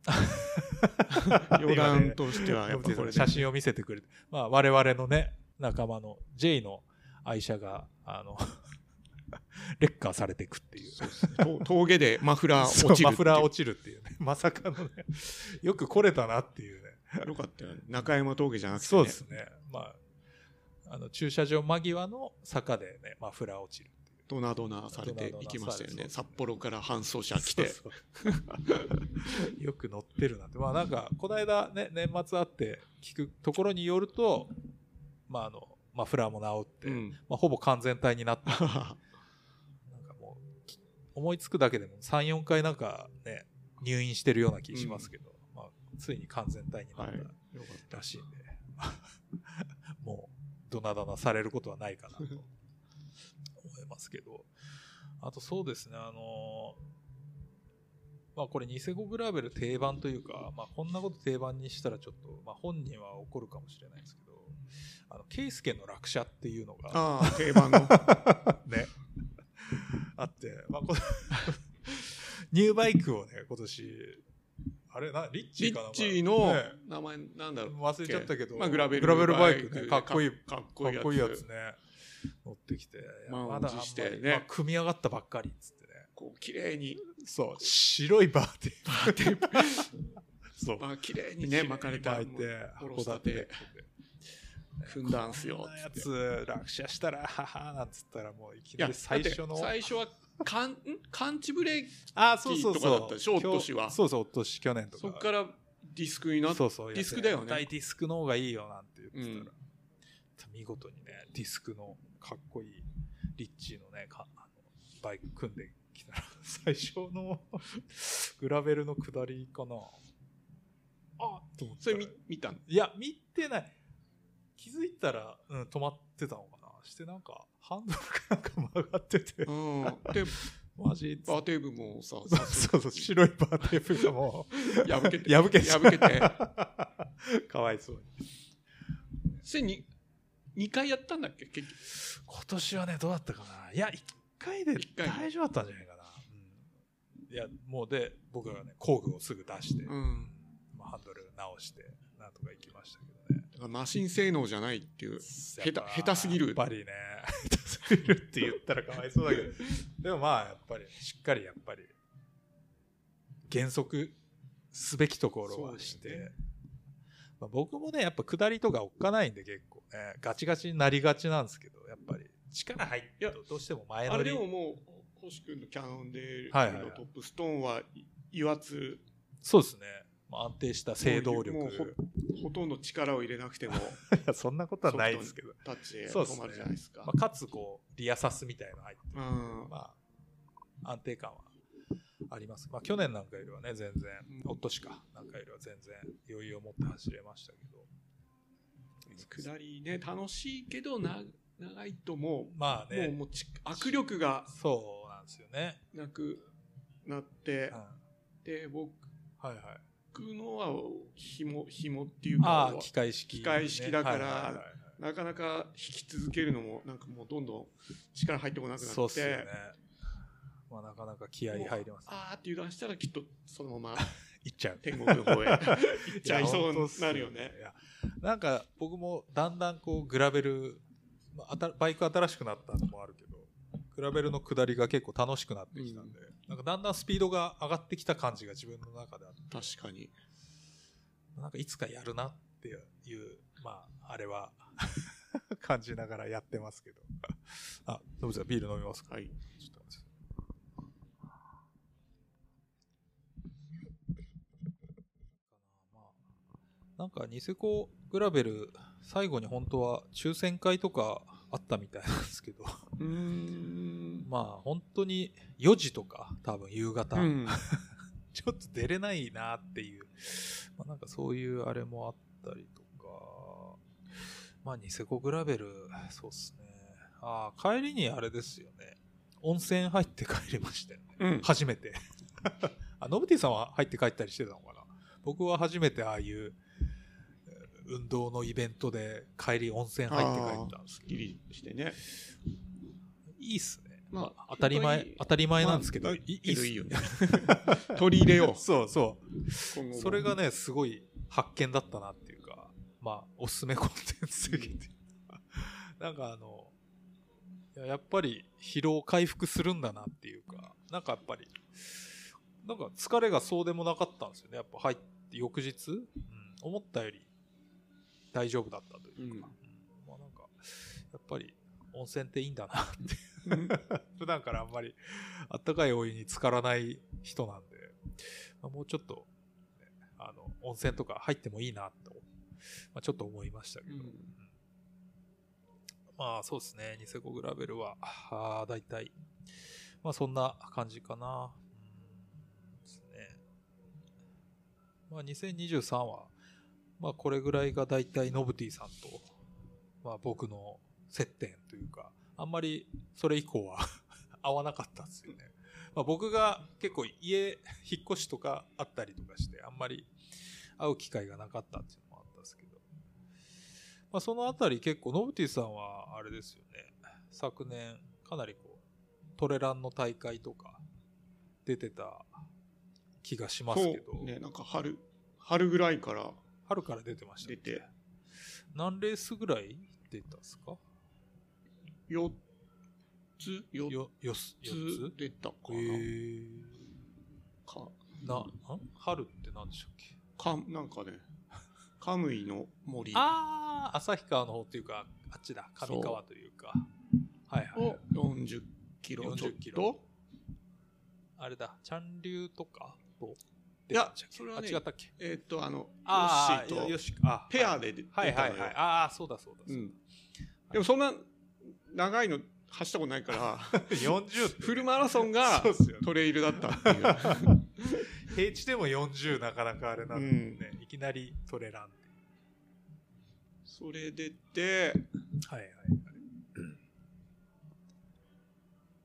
[SPEAKER 2] 余
[SPEAKER 1] 余談としてはやっぱ これね
[SPEAKER 2] 写真を見せてくれて、まあ、我々のね仲間の J の愛車があの 劣化されていくっていう
[SPEAKER 1] と峠でマフラー落ちる
[SPEAKER 2] マフラー
[SPEAKER 1] 落
[SPEAKER 2] 落ちるっていうねまさかのねよく来れたなっていうね
[SPEAKER 1] ちよかったよね中山峠じゃなくてね
[SPEAKER 2] そうですね。まあ、あの駐車場間際の坂でね、マフラー落ちるっていう。
[SPEAKER 1] ドナドナされていきましたよ
[SPEAKER 2] ドナドナされ
[SPEAKER 1] ね
[SPEAKER 2] て
[SPEAKER 1] 札幌から搬送車来て
[SPEAKER 2] そうそう よく乗ってるなんて。まあなんか、この間ね、年末あって聞くところによると、まああの、マフラーも治って、
[SPEAKER 1] うん
[SPEAKER 2] まあほぼ完全体になって、なん かもう、き思いつくだけでも3、4回なんかね、入院してるような気しますけど、まあついに完全体になっ
[SPEAKER 1] はい
[SPEAKER 2] たらしいんで、 もう、どなだなされることはないかなと思いますけど、あとそうですね、あのまあこれ、ニセコグラベル定番というか、まあこんなこと定番にしたらちょっと、まあ本人は怒るかもしれないですけど、あの、ケイスケの落車っていうのが、
[SPEAKER 1] ああ定 番の
[SPEAKER 2] ね。あって、まあ、こ ニューバイクをね、今年、あれな、リッチー
[SPEAKER 1] リ
[SPEAKER 2] かな
[SPEAKER 1] ッチーの
[SPEAKER 2] ね
[SPEAKER 1] 名前なんだろう
[SPEAKER 2] 忘れちゃったけど、
[SPEAKER 1] まあ、グラベル
[SPEAKER 2] バイクね、かっこいい、か
[SPEAKER 1] かっこいい
[SPEAKER 2] っこいい
[SPEAKER 1] や
[SPEAKER 2] や
[SPEAKER 1] つ
[SPEAKER 2] つね、乗ってきて、いや
[SPEAKER 1] 満を
[SPEAKER 2] まだあん
[SPEAKER 1] 持
[SPEAKER 2] ま
[SPEAKER 1] して
[SPEAKER 2] り
[SPEAKER 1] ね
[SPEAKER 2] まあ組み上がったばっかりっつってね。
[SPEAKER 1] こう綺麗に
[SPEAKER 2] そう、白いバーテーバーテ ープ。そう。
[SPEAKER 1] まあ綺麗にね巻かれた
[SPEAKER 2] 巻いて、
[SPEAKER 1] もう
[SPEAKER 2] 函館で
[SPEAKER 1] 函。組んだんすよ
[SPEAKER 2] こんなや
[SPEAKER 1] つって
[SPEAKER 2] つ、落車したら、ははなんつったら、もういき
[SPEAKER 1] い
[SPEAKER 2] な
[SPEAKER 1] や
[SPEAKER 2] り最初の
[SPEAKER 1] だって。最初はかん ん感知ブレーキ
[SPEAKER 2] あそうそう
[SPEAKER 1] と
[SPEAKER 2] そ
[SPEAKER 1] か
[SPEAKER 2] う。
[SPEAKER 1] だったでしょおとしは
[SPEAKER 2] そうそう、おとし、去年とか。
[SPEAKER 1] そこからディスクになって
[SPEAKER 2] そうそう
[SPEAKER 1] ディスクだよね
[SPEAKER 2] 絶対ディスクの方がいいよなんて言ってたら、
[SPEAKER 1] うん
[SPEAKER 2] 見事にね、ディスクのかっこいい、リッチーのね、かあのバイク組んできたら、 最初のグラベルの下りかな。あと思って。
[SPEAKER 1] それ見見たの
[SPEAKER 2] いや、見てない。気づいたら、うん、止まってたのかな。してなんか、ハンドルがなんか曲がってて、
[SPEAKER 1] うん、で
[SPEAKER 2] マジっつ
[SPEAKER 1] バ
[SPEAKER 2] っ
[SPEAKER 1] ーテーブもさ
[SPEAKER 2] てそうそうそう、白いバーテープがもう。
[SPEAKER 1] 破けて
[SPEAKER 2] 破けて
[SPEAKER 1] 破け
[SPEAKER 2] て かわいそうに
[SPEAKER 1] それに2回やったんだっけ結局
[SPEAKER 2] 今年はねどうだったかないや1回で
[SPEAKER 1] 一回
[SPEAKER 2] 大丈夫だったんじゃないかな、うんいやもうで僕がね工具をすぐ出して、
[SPEAKER 1] うん
[SPEAKER 2] まあ、ハンドル直してなんとか行きましたけどね
[SPEAKER 1] だからマシン性能じゃないっていう
[SPEAKER 2] 下
[SPEAKER 1] 手下手すぎる
[SPEAKER 2] やっぱりね 下手すぎるって言ったらかわいそうだけどでもまあやっぱりしっかりやっぱり減速すべきところはし
[SPEAKER 1] そ
[SPEAKER 2] て、
[SPEAKER 1] うだよ
[SPEAKER 2] まあ、僕もねやっぱ下りとかおっかないんで結構ねガチガチになりがちなんですけどやっぱり力入ってるとどうしても前
[SPEAKER 1] あ
[SPEAKER 2] 乗
[SPEAKER 1] れ
[SPEAKER 2] り
[SPEAKER 1] でももう星君のキャノンデール
[SPEAKER 2] はいはいは
[SPEAKER 1] の
[SPEAKER 2] い
[SPEAKER 1] トップストーンは油圧
[SPEAKER 2] そうですね、まあ、安定した制動力
[SPEAKER 1] もうほほとんど力を入れなくても
[SPEAKER 2] いやそんなことはないですけど、
[SPEAKER 1] タッチ で
[SPEAKER 2] そうっす
[SPEAKER 1] 止
[SPEAKER 2] ね
[SPEAKER 1] まるじゃないですか
[SPEAKER 2] まあ、かつこうリアサスみたいなの入って
[SPEAKER 1] うん
[SPEAKER 2] まあ、安定感はあります。まあ、去年なんかよりはね、全然、
[SPEAKER 1] うん
[SPEAKER 2] おっとしかなんかよりは全然余裕を持って走れましたけど、
[SPEAKER 1] 下りね楽しいけどな長いとも
[SPEAKER 2] まあ
[SPEAKER 1] うもう
[SPEAKER 2] ね、
[SPEAKER 1] もうち握力が
[SPEAKER 2] そうなんですよね。
[SPEAKER 1] なくなって
[SPEAKER 2] うん、
[SPEAKER 1] で僕
[SPEAKER 2] はいはい。
[SPEAKER 1] のは紐紐っていう
[SPEAKER 2] あ
[SPEAKER 1] か
[SPEAKER 2] あ、機械式、
[SPEAKER 1] 機械式だから
[SPEAKER 2] はいはいはいはい
[SPEAKER 1] なかなか引き続けるのもなんかもうどんどん力入ってこなくなって
[SPEAKER 2] そうっすよね。まあ、なかなか気合い入ります、ね。
[SPEAKER 1] あーって油断したらきっとそのまま
[SPEAKER 2] いっちゃう。
[SPEAKER 1] 天国の方へ行っちゃいそうになるよね
[SPEAKER 2] いや。なんか僕もだんだんこうグラベル、まあ、あたバイク新しくなったのもあるけど、グラベルの下りが結構楽しくなってきたんで、なんかだんだんスピードが上がってきた感じが自分の中であって、
[SPEAKER 1] 確かに
[SPEAKER 2] なんかいつかやるなっていう、まあ、あれは 感じながらやってますけど。あ、どうぞビール飲みますか
[SPEAKER 1] はい
[SPEAKER 2] ちょっと待ってまあなんかニセコグラベル最後に本当は抽選会とかあったみたいなんですけど
[SPEAKER 1] うーん
[SPEAKER 2] まあ本当に4時とか多分夕方、
[SPEAKER 1] うん
[SPEAKER 2] ちょっと出れないなっていう、まあ、なんかそういうあれもあったりとか、まあ、ニセコグラベル、そうっすね。ああ、帰りにあれですよね。温泉入って帰りましたよね。
[SPEAKER 1] うん
[SPEAKER 2] 初めて。あ、ノブティさんは入って帰ったりしてたのかな僕は初めてああいう、えー運動のイベントで帰り温泉入って帰ったんですけど、
[SPEAKER 1] ギリしてね
[SPEAKER 2] いいっすね。
[SPEAKER 1] まあ
[SPEAKER 2] まあ、当たり前
[SPEAKER 1] 本当に、
[SPEAKER 2] 当たり前なんですけど、
[SPEAKER 1] まあ
[SPEAKER 2] いい
[SPEAKER 1] け
[SPEAKER 2] っ
[SPEAKER 1] ど
[SPEAKER 2] す
[SPEAKER 1] いいよね取り入れよ
[SPEAKER 2] そうそう。
[SPEAKER 1] う今後も
[SPEAKER 2] それがね、すごい発見だったなっていうか、まあ、おすすめコンテンツすぎて。なんかあの、いややっぱり疲労回復するんだなっていうか、なんかやっぱり、なんか疲れがそうでもなかったんですよね。やっぱ入って翌日、うん、思ったより大丈夫だったという
[SPEAKER 1] う
[SPEAKER 2] か、
[SPEAKER 1] ん
[SPEAKER 2] うんまあなんか、やっぱり温泉っていいんだなって
[SPEAKER 1] うん
[SPEAKER 2] 普段からあんまりあったかいお湯に浸からない人なんで、まあもうちょっとね、あの温泉とか入ってもいいなと、まあ、ちょっと思いましたけど、
[SPEAKER 1] うん
[SPEAKER 2] まあそうですねニセコグラベルはあー大体まあそんな感じかなうんですねまあ、2023は、まあ、これぐらいが大体ノブティさんと、まあ、僕の接点というか、あんまりそれ以降は 合わなかったんですよね。まあ、僕が結構家、引っ越しとかあったりとかして、あんまり会う機会がなかったっていうのもあったんですけど、まあ、そのあたり結構、ノブティさんはあれですよね、昨年かなりこう、トレランの大会とか出てた気がしますけど、
[SPEAKER 1] そうねなんか春春ぐらいから
[SPEAKER 2] 春から出てましたっけ
[SPEAKER 1] 出て
[SPEAKER 2] 何レースぐらい出たんですか
[SPEAKER 1] 4つ4
[SPEAKER 2] よよす
[SPEAKER 1] つ
[SPEAKER 2] 4つ
[SPEAKER 1] 出たか
[SPEAKER 2] へ
[SPEAKER 1] な,、
[SPEAKER 2] ー
[SPEAKER 1] か
[SPEAKER 2] ななん春って何でしたっけ
[SPEAKER 1] かなんかねカムイの森
[SPEAKER 2] ああ旭川の方っていうかあっちだ上川というかはいはい、
[SPEAKER 1] を40キロちょっ
[SPEAKER 2] 40キ
[SPEAKER 1] と
[SPEAKER 2] ロあれだチャンリューとかと
[SPEAKER 1] いや
[SPEAKER 2] 出たんでしたっけ
[SPEAKER 1] それはね
[SPEAKER 2] あ違ったっけ
[SPEAKER 1] えーっ、とあの
[SPEAKER 2] あ
[SPEAKER 1] ヨッ
[SPEAKER 2] あ
[SPEAKER 1] シ
[SPEAKER 2] よ
[SPEAKER 1] ーと
[SPEAKER 2] しあ
[SPEAKER 1] ペアで出たの
[SPEAKER 2] はい
[SPEAKER 1] よ、
[SPEAKER 2] はいはいはいああそうだそうだ
[SPEAKER 1] う
[SPEAKER 2] そうだ、
[SPEAKER 1] ん、でもそんな長いの走ったことないから
[SPEAKER 2] 40って
[SPEAKER 1] フルマラソンが
[SPEAKER 2] そうっすよね
[SPEAKER 1] トレイルだったっていう
[SPEAKER 2] 平地でも40なかなかあれなんでね、いきなりトレランって
[SPEAKER 1] それ出て
[SPEAKER 2] はいはい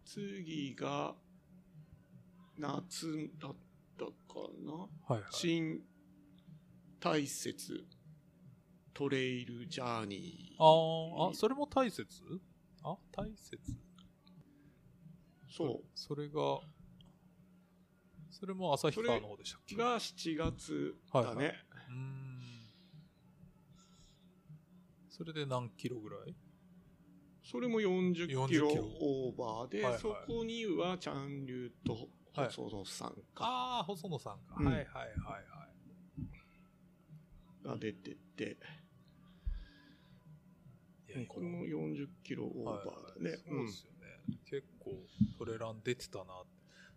[SPEAKER 1] 次が夏だったかな
[SPEAKER 2] はいはい
[SPEAKER 1] 新大雪トレイルジャーニー
[SPEAKER 2] あーあ、それも大雪あ大雪
[SPEAKER 1] そ
[SPEAKER 2] それが、それも旭川の方でしたっけ
[SPEAKER 1] う
[SPEAKER 2] う
[SPEAKER 1] が7月だね、
[SPEAKER 2] はいはーん。それで何キロぐらい
[SPEAKER 1] それも40キロ
[SPEAKER 2] 40キロ
[SPEAKER 1] オーバーで、
[SPEAKER 2] はいはい
[SPEAKER 1] そこにはチャンリューと細野さんか
[SPEAKER 2] ああ、細野さんか。
[SPEAKER 1] うん
[SPEAKER 2] はいはいはいはい。
[SPEAKER 1] が出てて、
[SPEAKER 2] いやいや
[SPEAKER 1] これも40キロオーバーだね、
[SPEAKER 2] はいはいそうですよね、結構トレラン出てたな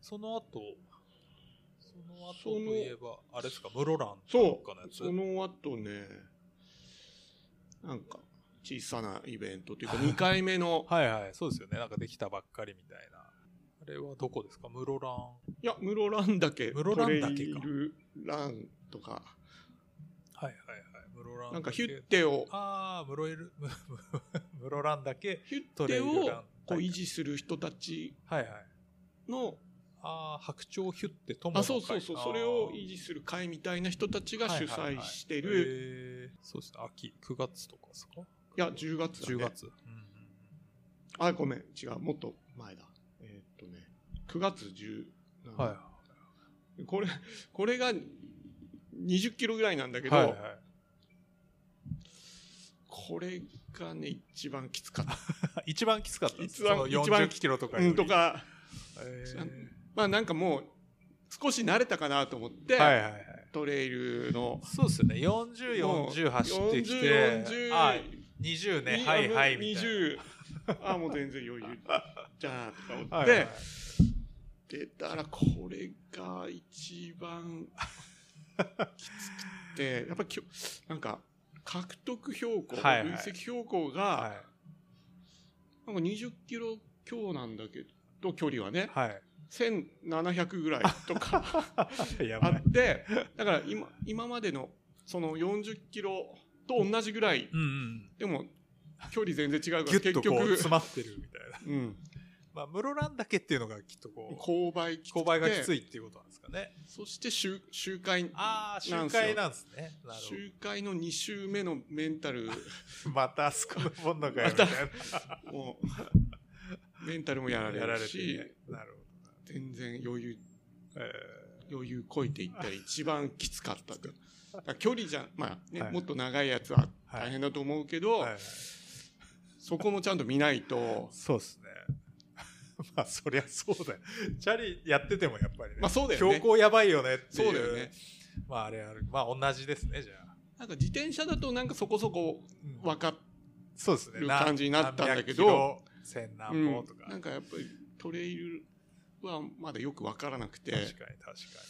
[SPEAKER 2] その後その後といえばあれですか室蘭
[SPEAKER 1] そ
[SPEAKER 2] とかのや
[SPEAKER 1] う
[SPEAKER 2] つ
[SPEAKER 1] その後ねなんか小さなイベントというか2回目の
[SPEAKER 2] はいはいそうですよねなんかできたばっかりみたいなあれはどこですか室蘭
[SPEAKER 1] いや、室蘭岳、
[SPEAKER 2] 室
[SPEAKER 1] トレ
[SPEAKER 2] 蘭岳か
[SPEAKER 1] イルランとか、
[SPEAKER 2] はいはいはい。室蘭だけ
[SPEAKER 1] なんかヒュッテを、
[SPEAKER 2] ああ、室エル、 室蘭だけ。
[SPEAKER 1] ヒュ
[SPEAKER 2] ト
[SPEAKER 1] ッ
[SPEAKER 2] レイ
[SPEAKER 1] テ
[SPEAKER 2] ルラン
[SPEAKER 1] をこう
[SPEAKER 2] はい
[SPEAKER 1] 維持する人たち
[SPEAKER 2] はいはい。
[SPEAKER 1] の、
[SPEAKER 2] ああ、白鳥ヒュッて友の
[SPEAKER 1] あ、
[SPEAKER 2] 会
[SPEAKER 1] そうそうそう、それを維持する会みたいな人たちが主催して。
[SPEAKER 2] あーはいはい
[SPEAKER 1] る、
[SPEAKER 2] はいへーそうですね。秋、9月とかですか
[SPEAKER 1] いや、10月だ、
[SPEAKER 2] 10
[SPEAKER 1] ね。
[SPEAKER 2] 月。うんうん
[SPEAKER 1] あ、ごめん、違う、もっと前だ。えーっとね、9月10、
[SPEAKER 2] うんはい
[SPEAKER 1] これ、これが20キロぐらいなんだけど、
[SPEAKER 2] はいはい。
[SPEAKER 1] これがね、一番きつかった。
[SPEAKER 2] 一番きつかったで
[SPEAKER 1] 一
[SPEAKER 2] す。
[SPEAKER 1] 番
[SPEAKER 2] その
[SPEAKER 1] 一番
[SPEAKER 2] 40キロとか
[SPEAKER 1] う
[SPEAKER 2] より
[SPEAKER 1] ん、と。か、
[SPEAKER 2] へー
[SPEAKER 1] まあなんかもう、少し慣れたかなと思って、
[SPEAKER 2] はいはいはい。
[SPEAKER 1] トレイルの
[SPEAKER 2] そうですよね。40、40走ってきて、
[SPEAKER 1] 40
[SPEAKER 2] あ20ね、はいはい、みたいな。
[SPEAKER 1] 20あもう全然余裕じゃんとか思って、
[SPEAKER 2] はいはいはい
[SPEAKER 1] 出たらこれが一番きつくてやっぱきょなんか獲得標高、
[SPEAKER 2] はいはい
[SPEAKER 1] 累積標高が、
[SPEAKER 2] は
[SPEAKER 1] なんか20キロ強なんだけど距離はね、
[SPEAKER 2] い。はい。
[SPEAKER 1] 1700ぐらいとか
[SPEAKER 2] やば
[SPEAKER 1] あ
[SPEAKER 2] い。
[SPEAKER 1] ってだから今今までのその40キロと同じぐらい
[SPEAKER 2] うんうん。
[SPEAKER 1] でも距離全然違うから
[SPEAKER 2] ギュッ
[SPEAKER 1] 結
[SPEAKER 2] とこう
[SPEAKER 1] 局
[SPEAKER 2] 詰まってるみたいな。
[SPEAKER 1] うん、
[SPEAKER 2] まあ、室蘭だけっていうのがきっとこう、
[SPEAKER 1] 勾配きつくて
[SPEAKER 2] 勾配がきついっていうことなんですかね。
[SPEAKER 1] そして集集会
[SPEAKER 2] ああ、
[SPEAKER 1] な
[SPEAKER 2] 集
[SPEAKER 1] んすよ
[SPEAKER 2] 会なんですね。なる
[SPEAKER 1] 集会の2週目のメンタル
[SPEAKER 2] ほど。またあそこの本の会みたい
[SPEAKER 1] もメンタルもやら
[SPEAKER 2] な。 やら
[SPEAKER 1] れる
[SPEAKER 2] れて
[SPEAKER 1] し
[SPEAKER 2] ね。なる
[SPEAKER 1] 全然余裕
[SPEAKER 2] ほど。え
[SPEAKER 1] 余裕こいていったら一番きつかったとだから距離じゃまあね、
[SPEAKER 2] はい
[SPEAKER 1] もっと長いやつは
[SPEAKER 2] はい
[SPEAKER 1] 大変だと思うけど、
[SPEAKER 2] ーはいはい
[SPEAKER 1] そこもちゃんと見ないと
[SPEAKER 2] そうですね。 まあ、そりゃそうだよ。チャリやっててもやっぱりね。
[SPEAKER 1] まあそうだよ
[SPEAKER 2] 標
[SPEAKER 1] ね
[SPEAKER 2] 高やばいよねっていう。
[SPEAKER 1] そうだよね。
[SPEAKER 2] まあ、あれある。まあ、同じですね、じゃあ。
[SPEAKER 1] なんか自転車だとなんかそこそこ
[SPEAKER 2] うん
[SPEAKER 1] 分かっ
[SPEAKER 2] そうですね。
[SPEAKER 1] る感じになったんだけど
[SPEAKER 2] 何百キロ千
[SPEAKER 1] う
[SPEAKER 2] 何
[SPEAKER 1] ん
[SPEAKER 2] 本とか。
[SPEAKER 1] なんかやっぱりトレイルはまだよく分からなくて
[SPEAKER 2] 確かに確か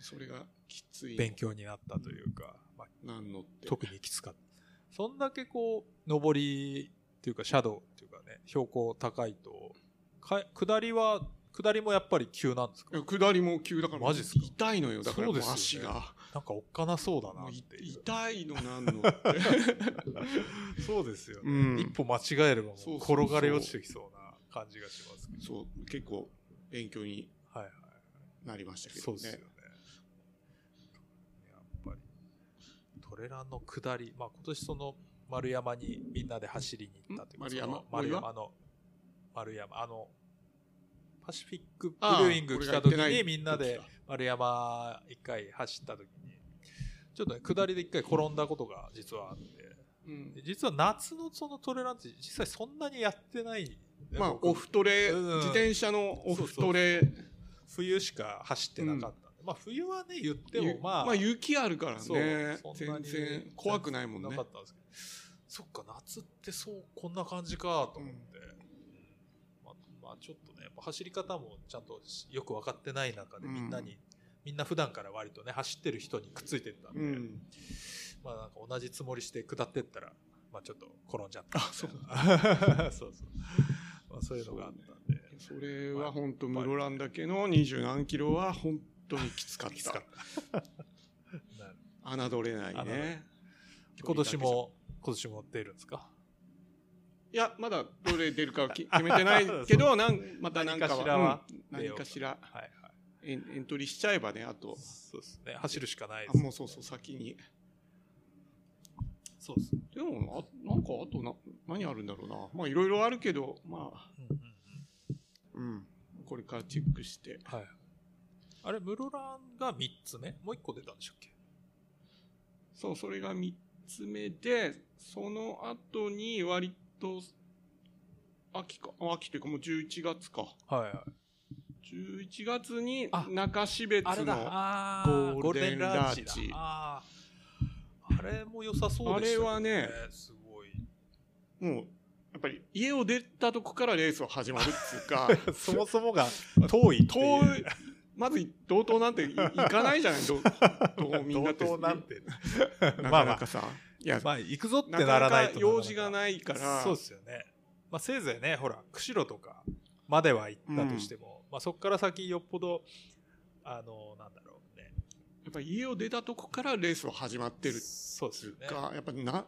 [SPEAKER 1] それがきつ
[SPEAKER 2] に。
[SPEAKER 1] い
[SPEAKER 2] 勉強になったというか、まあ、
[SPEAKER 1] なんのって
[SPEAKER 2] 特にきつかった。そんだけこう、上りっていうか、シャドウっていうかね、標高高いと、か下りは、下りもやっぱり急なんです
[SPEAKER 1] い
[SPEAKER 2] か
[SPEAKER 1] や下りも急だから
[SPEAKER 2] マジっすか
[SPEAKER 1] 痛いのよだから
[SPEAKER 2] そうですよね
[SPEAKER 1] 足が
[SPEAKER 2] なんかおっかなそうだな
[SPEAKER 1] もう
[SPEAKER 2] っ
[SPEAKER 1] い
[SPEAKER 2] ていう
[SPEAKER 1] 痛いのなんのって
[SPEAKER 2] そうですよね、
[SPEAKER 1] うん
[SPEAKER 2] 一歩間違えればも
[SPEAKER 1] そう
[SPEAKER 2] う
[SPEAKER 1] そうそう
[SPEAKER 2] 転がり落ちてきそうな感じがしますけど
[SPEAKER 1] そう結構勉強に
[SPEAKER 2] はいはい
[SPEAKER 1] なりましたけど
[SPEAKER 2] そうですよ
[SPEAKER 1] ね
[SPEAKER 2] ねやっぱりトレランの下り、まあ、今年その丸山にみんなで走りに行ったというか
[SPEAKER 1] ん
[SPEAKER 2] その
[SPEAKER 1] 丸
[SPEAKER 2] 丸
[SPEAKER 1] 山
[SPEAKER 2] 山の丸山あのパシフィックブル
[SPEAKER 1] ああ
[SPEAKER 2] ーイング来
[SPEAKER 1] 俺が行っ
[SPEAKER 2] た時
[SPEAKER 1] てない
[SPEAKER 2] にみんな
[SPEAKER 1] 時
[SPEAKER 2] で
[SPEAKER 1] だ
[SPEAKER 2] 丸山一回走った時にちょっとね下りで一回転んだことが実はあって
[SPEAKER 1] うん
[SPEAKER 2] で実は夏のそのトレランって実際そんなにやってない
[SPEAKER 1] まあ
[SPEAKER 2] 僕
[SPEAKER 1] オフトレ
[SPEAKER 2] うん
[SPEAKER 1] 自転車のオフトレ
[SPEAKER 2] 冬しか走ってなかったんで、まあ冬はね言っても
[SPEAKER 1] ゆ
[SPEAKER 2] まあ、
[SPEAKER 1] 雪あるから
[SPEAKER 2] そう
[SPEAKER 1] ね
[SPEAKER 2] そんな
[SPEAKER 1] 全
[SPEAKER 2] に
[SPEAKER 1] 然怖くないもんね
[SPEAKER 2] なかったんですけどそっか夏ってそうこんな感じかと思って、まあ、まあちょっとねやっぱ走り方もちゃんとよく分かってない中で
[SPEAKER 1] うん
[SPEAKER 2] みんなに、みんな普段から割とね走ってる人にくっついてったんで、
[SPEAKER 1] うん
[SPEAKER 2] まあなんか同じつもりして下ってったらまあちょっと転んじゃった
[SPEAKER 1] あそう
[SPEAKER 2] みたいな そうそうまあそういうのがあったんで、
[SPEAKER 1] それは本当室蘭だけの二十何キロは本当にきつかっ
[SPEAKER 2] きつか
[SPEAKER 1] た
[SPEAKER 2] ったなる
[SPEAKER 1] 侮れな
[SPEAKER 2] 侮
[SPEAKER 1] い
[SPEAKER 2] れない
[SPEAKER 1] ね
[SPEAKER 2] 今年も今年も出るんですか
[SPEAKER 1] いやまだどれ出るかはき決めてないけどなんまた何か
[SPEAKER 2] 何かしらは
[SPEAKER 1] はうん何かしら
[SPEAKER 2] はいはい
[SPEAKER 1] エンエントリーしちゃえばねあと
[SPEAKER 2] そうですね走るしかないで
[SPEAKER 1] あ
[SPEAKER 2] す
[SPEAKER 1] もうそうそう先に
[SPEAKER 2] そうです、
[SPEAKER 1] でもあなんかあとな何あるんだろうなまあいろいろあるけどまあ
[SPEAKER 2] うんうんうん
[SPEAKER 1] うんこれからチェックして
[SPEAKER 2] はい。あれ、室蘭が3つ目もう1個出たんでしたっけ
[SPEAKER 1] そうそれが3つ目でその後に割と秋かあ秋というかもう11月か
[SPEAKER 2] はいはい。
[SPEAKER 1] 11月に
[SPEAKER 2] あ
[SPEAKER 1] 中標
[SPEAKER 2] あれ
[SPEAKER 1] 津の
[SPEAKER 2] だ、
[SPEAKER 1] あ
[SPEAKER 2] あー
[SPEAKER 1] ゴールデンラーチ
[SPEAKER 2] ゴールデンだあーあれも良さそうでしたけど
[SPEAKER 1] あれはね、
[SPEAKER 2] すごい。
[SPEAKER 1] もうやっぱり家を出たとこからレースは始まるっていう か
[SPEAKER 2] そもそもが遠い
[SPEAKER 1] 遠いまず同等なんていいかないじゃない ど道民だって
[SPEAKER 2] て。
[SPEAKER 1] な
[SPEAKER 2] ま
[SPEAKER 1] か
[SPEAKER 2] あま
[SPEAKER 1] な
[SPEAKER 2] あ
[SPEAKER 1] か、さ、いや
[SPEAKER 2] まあ、行くぞって
[SPEAKER 1] な
[SPEAKER 2] な
[SPEAKER 1] からな
[SPEAKER 2] な
[SPEAKER 1] か
[SPEAKER 2] いと
[SPEAKER 1] 用事が
[SPEAKER 2] い
[SPEAKER 1] ないから
[SPEAKER 2] そうですよね。まあ、せいぜいね、ほら、釧路とかまでは行ったとしても、まあ、そこから先よっぽど、あの、なんだろうね。
[SPEAKER 1] やっぱり家を出たとこからレースは始まってるっ
[SPEAKER 2] そうで
[SPEAKER 1] て
[SPEAKER 2] す
[SPEAKER 1] い
[SPEAKER 2] よ
[SPEAKER 1] う
[SPEAKER 2] ね。
[SPEAKER 1] か、やっぱりな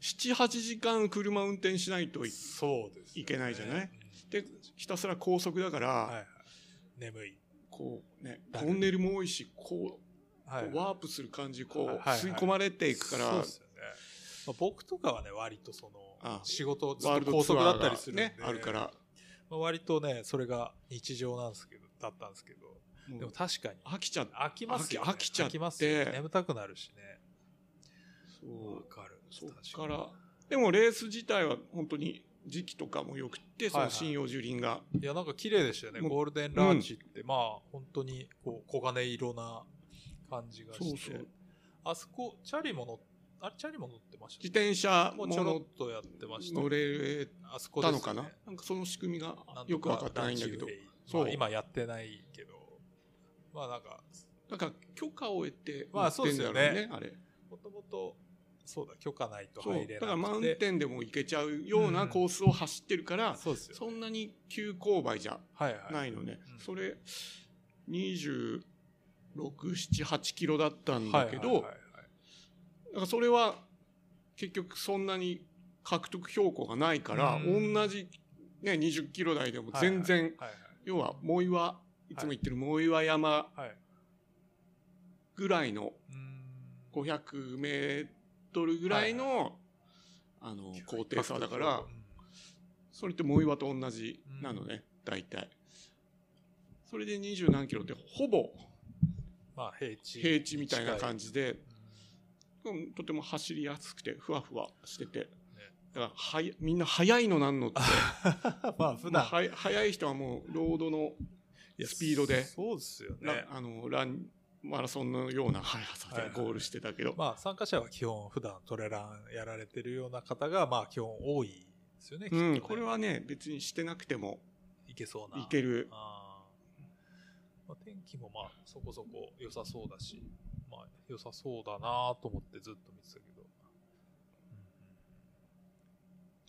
[SPEAKER 1] 78時間車運転しないとい
[SPEAKER 2] そうですよね、
[SPEAKER 1] いけないじゃない
[SPEAKER 2] うん
[SPEAKER 1] でひたすら高速だから、
[SPEAKER 2] はいはい、眠い、
[SPEAKER 1] こうね
[SPEAKER 2] だ
[SPEAKER 1] ト
[SPEAKER 2] るい
[SPEAKER 1] ンネルも多いしこう、
[SPEAKER 2] はいはい、
[SPEAKER 1] こうワープする感じこう、
[SPEAKER 2] はいはい
[SPEAKER 1] 吸い込まれていくから、
[SPEAKER 2] そうですよね、まあ、僕とかはね割とそ
[SPEAKER 1] あ
[SPEAKER 2] の仕事ず
[SPEAKER 1] ワー
[SPEAKER 2] っ
[SPEAKER 1] ル
[SPEAKER 2] と
[SPEAKER 1] ド
[SPEAKER 2] 高
[SPEAKER 1] ツアー
[SPEAKER 2] 速
[SPEAKER 1] が
[SPEAKER 2] だったりするんで、
[SPEAKER 1] ねあるから
[SPEAKER 2] まあ、割とねそれが日常なんですけどだったんですけど
[SPEAKER 1] もう
[SPEAKER 2] でも確かに
[SPEAKER 1] 飽きちゃって
[SPEAKER 2] 飽きますよ、ね、
[SPEAKER 1] 飽き飽きちゃって
[SPEAKER 2] 飽きますよね眠たくなるしね
[SPEAKER 1] そ
[SPEAKER 2] わ
[SPEAKER 1] う
[SPEAKER 2] かる
[SPEAKER 1] そ
[SPEAKER 2] 確
[SPEAKER 1] っか
[SPEAKER 2] に
[SPEAKER 1] らでもレース自体は本当に時期とかもよくってそ
[SPEAKER 2] は
[SPEAKER 1] の
[SPEAKER 2] いはい
[SPEAKER 1] 針葉樹林が、
[SPEAKER 2] いやなんか綺麗でしたよね
[SPEAKER 1] もう
[SPEAKER 2] ゴールデンランチって、まあ本当にこう黄金色な感じがして
[SPEAKER 1] そうそう
[SPEAKER 2] あそこチャリも乗っあれチャリも乗ってました
[SPEAKER 1] 自転車
[SPEAKER 2] も
[SPEAKER 1] も
[SPEAKER 2] うちょろ
[SPEAKER 1] の
[SPEAKER 2] っとやってました
[SPEAKER 1] 乗れ
[SPEAKER 2] あそこで
[SPEAKER 1] たの
[SPEAKER 2] すね
[SPEAKER 1] かな,、なんかその仕組みが
[SPEAKER 2] なんと
[SPEAKER 1] よく分かってないんだけど
[SPEAKER 2] ランチウェイ
[SPEAKER 1] そう
[SPEAKER 2] まあ今やってないけどまあなんか
[SPEAKER 1] なんか許可を得て
[SPEAKER 2] まあ
[SPEAKER 1] 乗ってんだろうね,、
[SPEAKER 2] そうですよね
[SPEAKER 1] あれ
[SPEAKER 2] もともとそうだ許可ないと
[SPEAKER 1] そう
[SPEAKER 2] 入れ
[SPEAKER 1] だ
[SPEAKER 2] なく
[SPEAKER 1] か
[SPEAKER 2] て
[SPEAKER 1] らマウンテンでも行けちゃうようなコースを走ってるから、
[SPEAKER 2] そうですよ
[SPEAKER 1] そんなに急勾配じゃ
[SPEAKER 2] はいはい
[SPEAKER 1] ないのね、
[SPEAKER 2] うん
[SPEAKER 1] それ2678キロだったんだけど、
[SPEAKER 2] はいはいはい
[SPEAKER 1] だからそれは結局そんなに獲得標高がないから、
[SPEAKER 2] うん
[SPEAKER 1] 同じ、ね、20キロ台でも
[SPEAKER 2] はい
[SPEAKER 1] 全然、
[SPEAKER 2] はい
[SPEAKER 1] 要は藻岩いつも言ってる藻岩山
[SPEAKER 2] はいはい
[SPEAKER 1] ぐらいの
[SPEAKER 2] うーん
[SPEAKER 1] 500メートルぐらいの、あの高低差だから
[SPEAKER 2] うん
[SPEAKER 1] それって藻岩と同じなのね、大体それで二十何キロってほぼ
[SPEAKER 2] まあ平地
[SPEAKER 1] 平地みたいな感じで、
[SPEAKER 2] う
[SPEAKER 1] うんとても走りやすくてふわふわしてて、だからはやみんな速いのなんのって
[SPEAKER 2] ん まあ普
[SPEAKER 1] まあ
[SPEAKER 2] 段
[SPEAKER 1] はや速い人はもうロードの
[SPEAKER 2] いや
[SPEAKER 1] スピードで
[SPEAKER 2] そうですよ
[SPEAKER 1] ラ,、
[SPEAKER 2] ね
[SPEAKER 1] あのランマラソンのような速さ
[SPEAKER 2] はい
[SPEAKER 1] で
[SPEAKER 2] はい
[SPEAKER 1] ゴールしてたけど、
[SPEAKER 2] まあ参加者は基本普段トレランやられてるような方がまあ基本多いですよねきっ と
[SPEAKER 1] う
[SPEAKER 2] ね
[SPEAKER 1] ん、これはね別にしてなくても
[SPEAKER 2] いけそうない
[SPEAKER 1] ける
[SPEAKER 2] あー、まあ、天気もまあそこそこ良さそうだし、まあ、良さそうだなと思ってずっと見てたけど、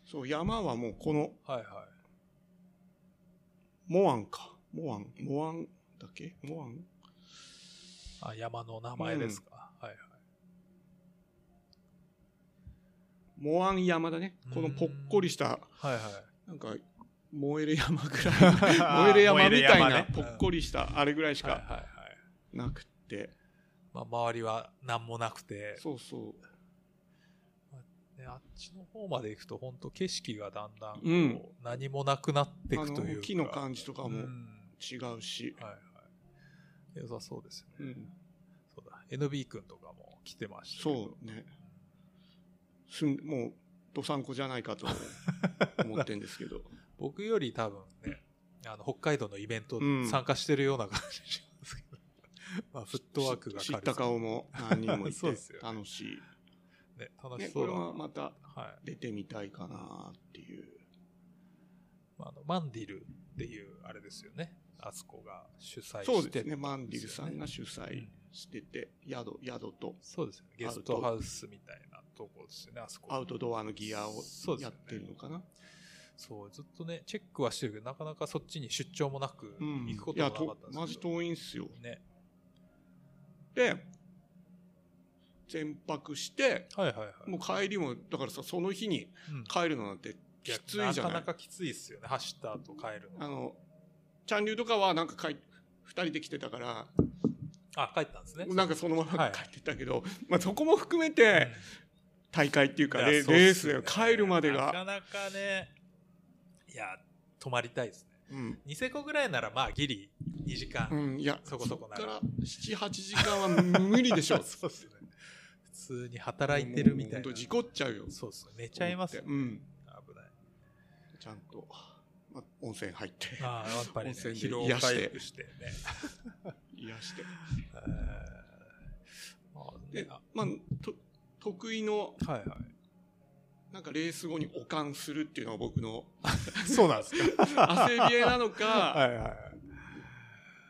[SPEAKER 1] そう山はもうこの
[SPEAKER 2] はいは
[SPEAKER 1] モアンかモアンモアンだっけモアン
[SPEAKER 2] いあ山の名前ですか、
[SPEAKER 1] モアン山だね。このぽっこりした、
[SPEAKER 2] はいはい。
[SPEAKER 1] なんか、燃える山ぐ らい、燃える山みたいな、ぽっこりした、あれぐらいし
[SPEAKER 2] はいはい
[SPEAKER 1] か
[SPEAKER 2] はい。
[SPEAKER 1] なくって。
[SPEAKER 2] まあ、周りは何もなくて、
[SPEAKER 1] そうそう。
[SPEAKER 2] ね、あっちの方まで行くと、本当景色がだんだんこう、
[SPEAKER 1] うん
[SPEAKER 2] 何もなくなってい
[SPEAKER 1] あ
[SPEAKER 2] くというか。
[SPEAKER 1] の木の感じとかも
[SPEAKER 2] うん
[SPEAKER 1] 違うし。
[SPEAKER 2] はいはい。良さそうですよね。
[SPEAKER 1] うん。
[SPEAKER 2] そうだ。NB 君とかも来てましたけど。
[SPEAKER 1] そうね。すん、もう、どさんこじゃないかと思ってんですけ ど。
[SPEAKER 2] 僕より多分ね、あの、北海道のイベント
[SPEAKER 1] うん
[SPEAKER 2] 参加してるような感じしますけど。 まあ、フットワークが
[SPEAKER 1] 知
[SPEAKER 2] 軽
[SPEAKER 1] っ
[SPEAKER 2] い
[SPEAKER 1] た顔も何人もい
[SPEAKER 2] そう
[SPEAKER 1] て
[SPEAKER 2] ですよ、ね
[SPEAKER 1] 楽しい。
[SPEAKER 2] ね、楽
[SPEAKER 1] ね、
[SPEAKER 2] しそ
[SPEAKER 1] こ
[SPEAKER 2] う
[SPEAKER 1] れ
[SPEAKER 2] だ。
[SPEAKER 1] はまた
[SPEAKER 2] はい。
[SPEAKER 1] 出てみたいかなっていう。
[SPEAKER 2] まあ、あのマンディルっていうあれですよねあそこが主催して
[SPEAKER 1] そうですね、マンディルさんが主
[SPEAKER 2] う
[SPEAKER 1] 催
[SPEAKER 2] ん
[SPEAKER 1] してて、宿、宿と
[SPEAKER 2] そうですよねゲストハウスみたいなとこですよねあそこ
[SPEAKER 1] アウトドアのギアを
[SPEAKER 2] そうです
[SPEAKER 1] や
[SPEAKER 2] よ
[SPEAKER 1] っ
[SPEAKER 2] ね
[SPEAKER 1] てるのかな。
[SPEAKER 2] そうずっとねチェックはしてるけどなかなかそっちに出張もなく
[SPEAKER 1] うん。
[SPEAKER 2] 行くこ
[SPEAKER 1] い
[SPEAKER 2] とが
[SPEAKER 1] や、
[SPEAKER 2] なかった
[SPEAKER 1] と
[SPEAKER 2] んですけど、
[SPEAKER 1] マジ遠いんすよ。
[SPEAKER 2] ね
[SPEAKER 1] で、全泊して、
[SPEAKER 2] はいはいはい
[SPEAKER 1] もう帰りも、だからさ、その日に
[SPEAKER 2] うん
[SPEAKER 1] 帰るのなんてきついじゃ
[SPEAKER 2] やなか
[SPEAKER 1] な。
[SPEAKER 2] ないかきついですよね走った後帰るの
[SPEAKER 1] あの、チャンリュとかはなんか帰っ二人で来てたから、
[SPEAKER 2] あ帰ったんですね
[SPEAKER 1] なんかそのま
[SPEAKER 2] は
[SPEAKER 1] ま
[SPEAKER 2] い
[SPEAKER 1] 帰ってたけど、まあそこも含めて、大会っていうか、
[SPEAKER 2] いや
[SPEAKER 1] レ
[SPEAKER 2] そう
[SPEAKER 1] レ
[SPEAKER 2] っ
[SPEAKER 1] ース
[SPEAKER 2] す
[SPEAKER 1] だ
[SPEAKER 2] よ
[SPEAKER 1] よ
[SPEAKER 2] ね
[SPEAKER 1] 帰るまで
[SPEAKER 2] な
[SPEAKER 1] が
[SPEAKER 2] か、なかねいや泊まりたいですね
[SPEAKER 1] うん
[SPEAKER 2] ニセコぐらいならまあギリ2時間、
[SPEAKER 1] うん、いや
[SPEAKER 2] そこそこな
[SPEAKER 1] だからら78時間は無理でしょ
[SPEAKER 2] そうっすね普通に働いてるみた
[SPEAKER 1] も
[SPEAKER 2] い
[SPEAKER 1] うほ
[SPEAKER 2] な
[SPEAKER 1] と
[SPEAKER 2] ん
[SPEAKER 1] 事故っちゃうよ
[SPEAKER 2] そうっすね寝ちゃいますよね
[SPEAKER 1] うん
[SPEAKER 2] 危ない
[SPEAKER 1] ちゃんと、まあ、温泉入って
[SPEAKER 2] ああやっぱりね
[SPEAKER 1] 温泉で
[SPEAKER 2] 疲労
[SPEAKER 1] 癒して
[SPEAKER 2] 回復してね
[SPEAKER 1] 癒して
[SPEAKER 2] えーまあね
[SPEAKER 1] でまあと得意の
[SPEAKER 2] あはいは
[SPEAKER 1] なんかレース後におかんするっていうのは僕の
[SPEAKER 2] いそうなんですか
[SPEAKER 1] 汗冷えなのか、
[SPEAKER 2] はいはい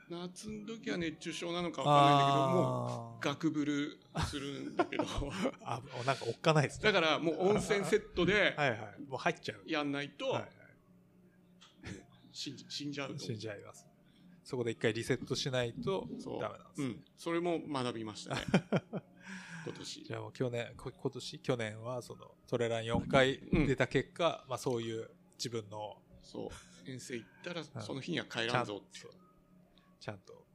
[SPEAKER 1] 夏の時は熱中症なのかわかんないんだけども
[SPEAKER 2] あ
[SPEAKER 1] うガクブルするんだ けど
[SPEAKER 2] ーあなんかおっかないです
[SPEAKER 1] だ
[SPEAKER 2] ね
[SPEAKER 1] からもう温泉セットで
[SPEAKER 2] はいはいもう入っちゃう
[SPEAKER 1] やんないと、
[SPEAKER 2] はいはい
[SPEAKER 1] 死ん死んじゃうと
[SPEAKER 2] 死んじゃいますそこで一回リセットしないと
[SPEAKER 1] そう
[SPEAKER 2] ダメなんですね
[SPEAKER 1] うん、それも学びましたね 今年
[SPEAKER 2] じゃあもう去年、こ今年、去年はそのトレラン4回出た結果、まあそういう自分の
[SPEAKER 1] そう遠征行った
[SPEAKER 2] うん
[SPEAKER 1] らその日には帰
[SPEAKER 2] ち
[SPEAKER 1] ら
[SPEAKER 2] ゃ
[SPEAKER 1] ん
[SPEAKER 2] んと
[SPEAKER 1] ぞ、
[SPEAKER 2] ちゃんと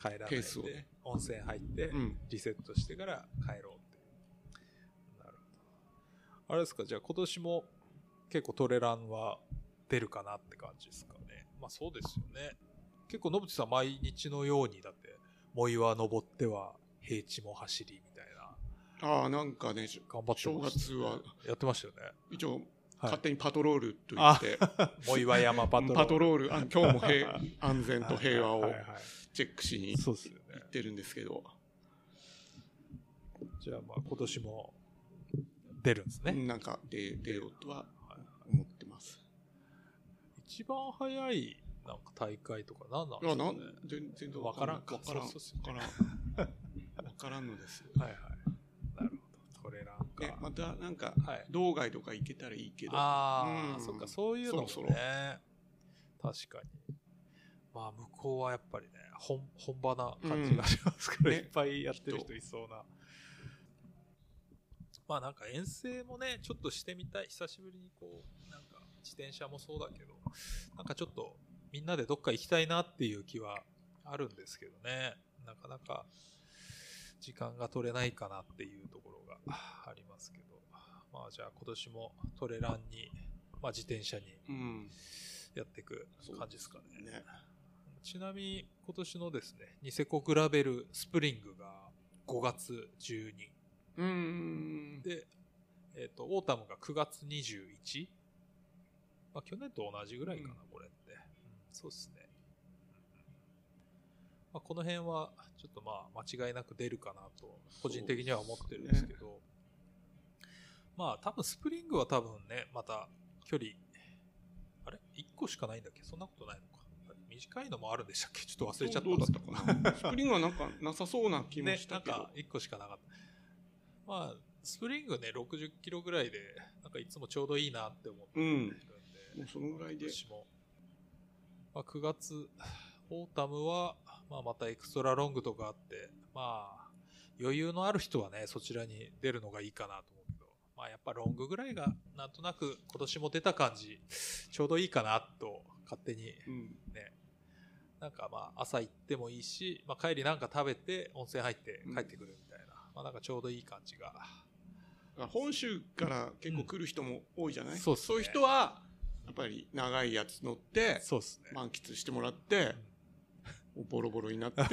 [SPEAKER 2] 帰らない
[SPEAKER 1] ペー
[SPEAKER 2] で、
[SPEAKER 1] スをね
[SPEAKER 2] 温泉入って、
[SPEAKER 1] うん、
[SPEAKER 2] リセットしてから帰ろうって。なるほど。あれですか、じゃあ今年も結構トレランは出るかなって感じですかね。まあそうですよね。結構野口さん毎日のように、だって、藻岩登っては平地も走りみたいな、
[SPEAKER 1] ああなんかねし
[SPEAKER 2] 頑張ってましたね、
[SPEAKER 1] 正月
[SPEAKER 2] やってましたよね。
[SPEAKER 1] 一応
[SPEAKER 2] はい
[SPEAKER 1] 勝手にパトロールと言って、
[SPEAKER 2] 藻岩山パ
[SPEAKER 1] パ
[SPEAKER 2] ト
[SPEAKER 1] ト
[SPEAKER 2] ロール。
[SPEAKER 1] ロールあ今日も 平安全と平和
[SPEAKER 2] は
[SPEAKER 1] を
[SPEAKER 2] いはいは
[SPEAKER 1] チェックしに
[SPEAKER 2] い
[SPEAKER 1] 行
[SPEAKER 2] そうですよね。
[SPEAKER 1] ってるんですけど、
[SPEAKER 2] じゃあまあ今年も出るんですね。
[SPEAKER 1] なんか出出ようとは思ってます
[SPEAKER 2] 一番早いなんか大会とか何なん
[SPEAKER 1] い
[SPEAKER 2] で
[SPEAKER 1] や
[SPEAKER 2] すか、
[SPEAKER 1] な
[SPEAKER 2] ね
[SPEAKER 1] ん、全然
[SPEAKER 2] わからん
[SPEAKER 1] わからんわ
[SPEAKER 2] そうっすよね
[SPEAKER 1] からんわからんのですよ、
[SPEAKER 2] はいはい。なるほど。トレランか。
[SPEAKER 1] ね、またなんか
[SPEAKER 2] はい。
[SPEAKER 1] 道外とか行けたらいいけど
[SPEAKER 2] ああ、
[SPEAKER 1] うん
[SPEAKER 2] そっか、そういうのもね。
[SPEAKER 1] そろそろ
[SPEAKER 2] 確かに。まあ向こうはやっぱりね、本本場な感じがしますから、
[SPEAKER 1] うん
[SPEAKER 2] いっぱいやってる人いそうな。まあなんか遠征もね、ちょっとしてみたい。久しぶりにこう、なんか自転車もそうだけど、なんかちょっとみんなでどっか行きたいなっていう気はあるんですけどね。なかなか時間が取れないかなっていうところが ありますけど。まあじゃあ今年もトレランに、まあ自転車に
[SPEAKER 1] うん
[SPEAKER 2] やっていく感じですかね。
[SPEAKER 1] ね
[SPEAKER 2] ちなみに今年のですね、ニセコグラベルスプリングが5月12
[SPEAKER 1] うーん
[SPEAKER 2] で、えっ、と、オータムが9月21。まあ去年と同じぐらいか
[SPEAKER 1] う
[SPEAKER 2] な、
[SPEAKER 1] ん
[SPEAKER 2] これって。うんそうですね。まあ、この辺はちょっとまあ間違いなく出るかなと個人的には思ってるんですけど、まあ多分スプリングは多分ねまた距離あれ1個しかないんだっけそんなことないのか短いのもあるんでしたっけちょっと忘れちゃった
[SPEAKER 1] どうだったかな スプリングはなんかなさそうな気も
[SPEAKER 2] ね
[SPEAKER 1] した
[SPEAKER 2] なん
[SPEAKER 1] けど、
[SPEAKER 2] か1個しかなかったまあスプリングね60キロぐらいでなんかいつもちょうどいいなって思ってるんで、
[SPEAKER 1] もうそのぐらいで
[SPEAKER 2] 私も、まあ、9月オータムは、まあ、またエクストラロングとかあってまあ余裕のある人はねそちらに出るのがいいかなと思うけど、ままあ、やっぱロングぐらいがなんとなく今年も出た感じちょうどいいかなと勝手に
[SPEAKER 1] うん。
[SPEAKER 2] なんかまあ朝行ってもいいし、まあ、帰りなんか食べて温泉入って帰ってくるみたいな、まあなんかちょうどいい感じが
[SPEAKER 1] だから本州から結構来る人も多いじゃない、
[SPEAKER 2] うんそ
[SPEAKER 1] そうう
[SPEAKER 2] っすね
[SPEAKER 1] いう人は、やっぱり長いやつ乗って、
[SPEAKER 2] そうですね、
[SPEAKER 1] 満喫してもらって、ボロボロにな って、ゴ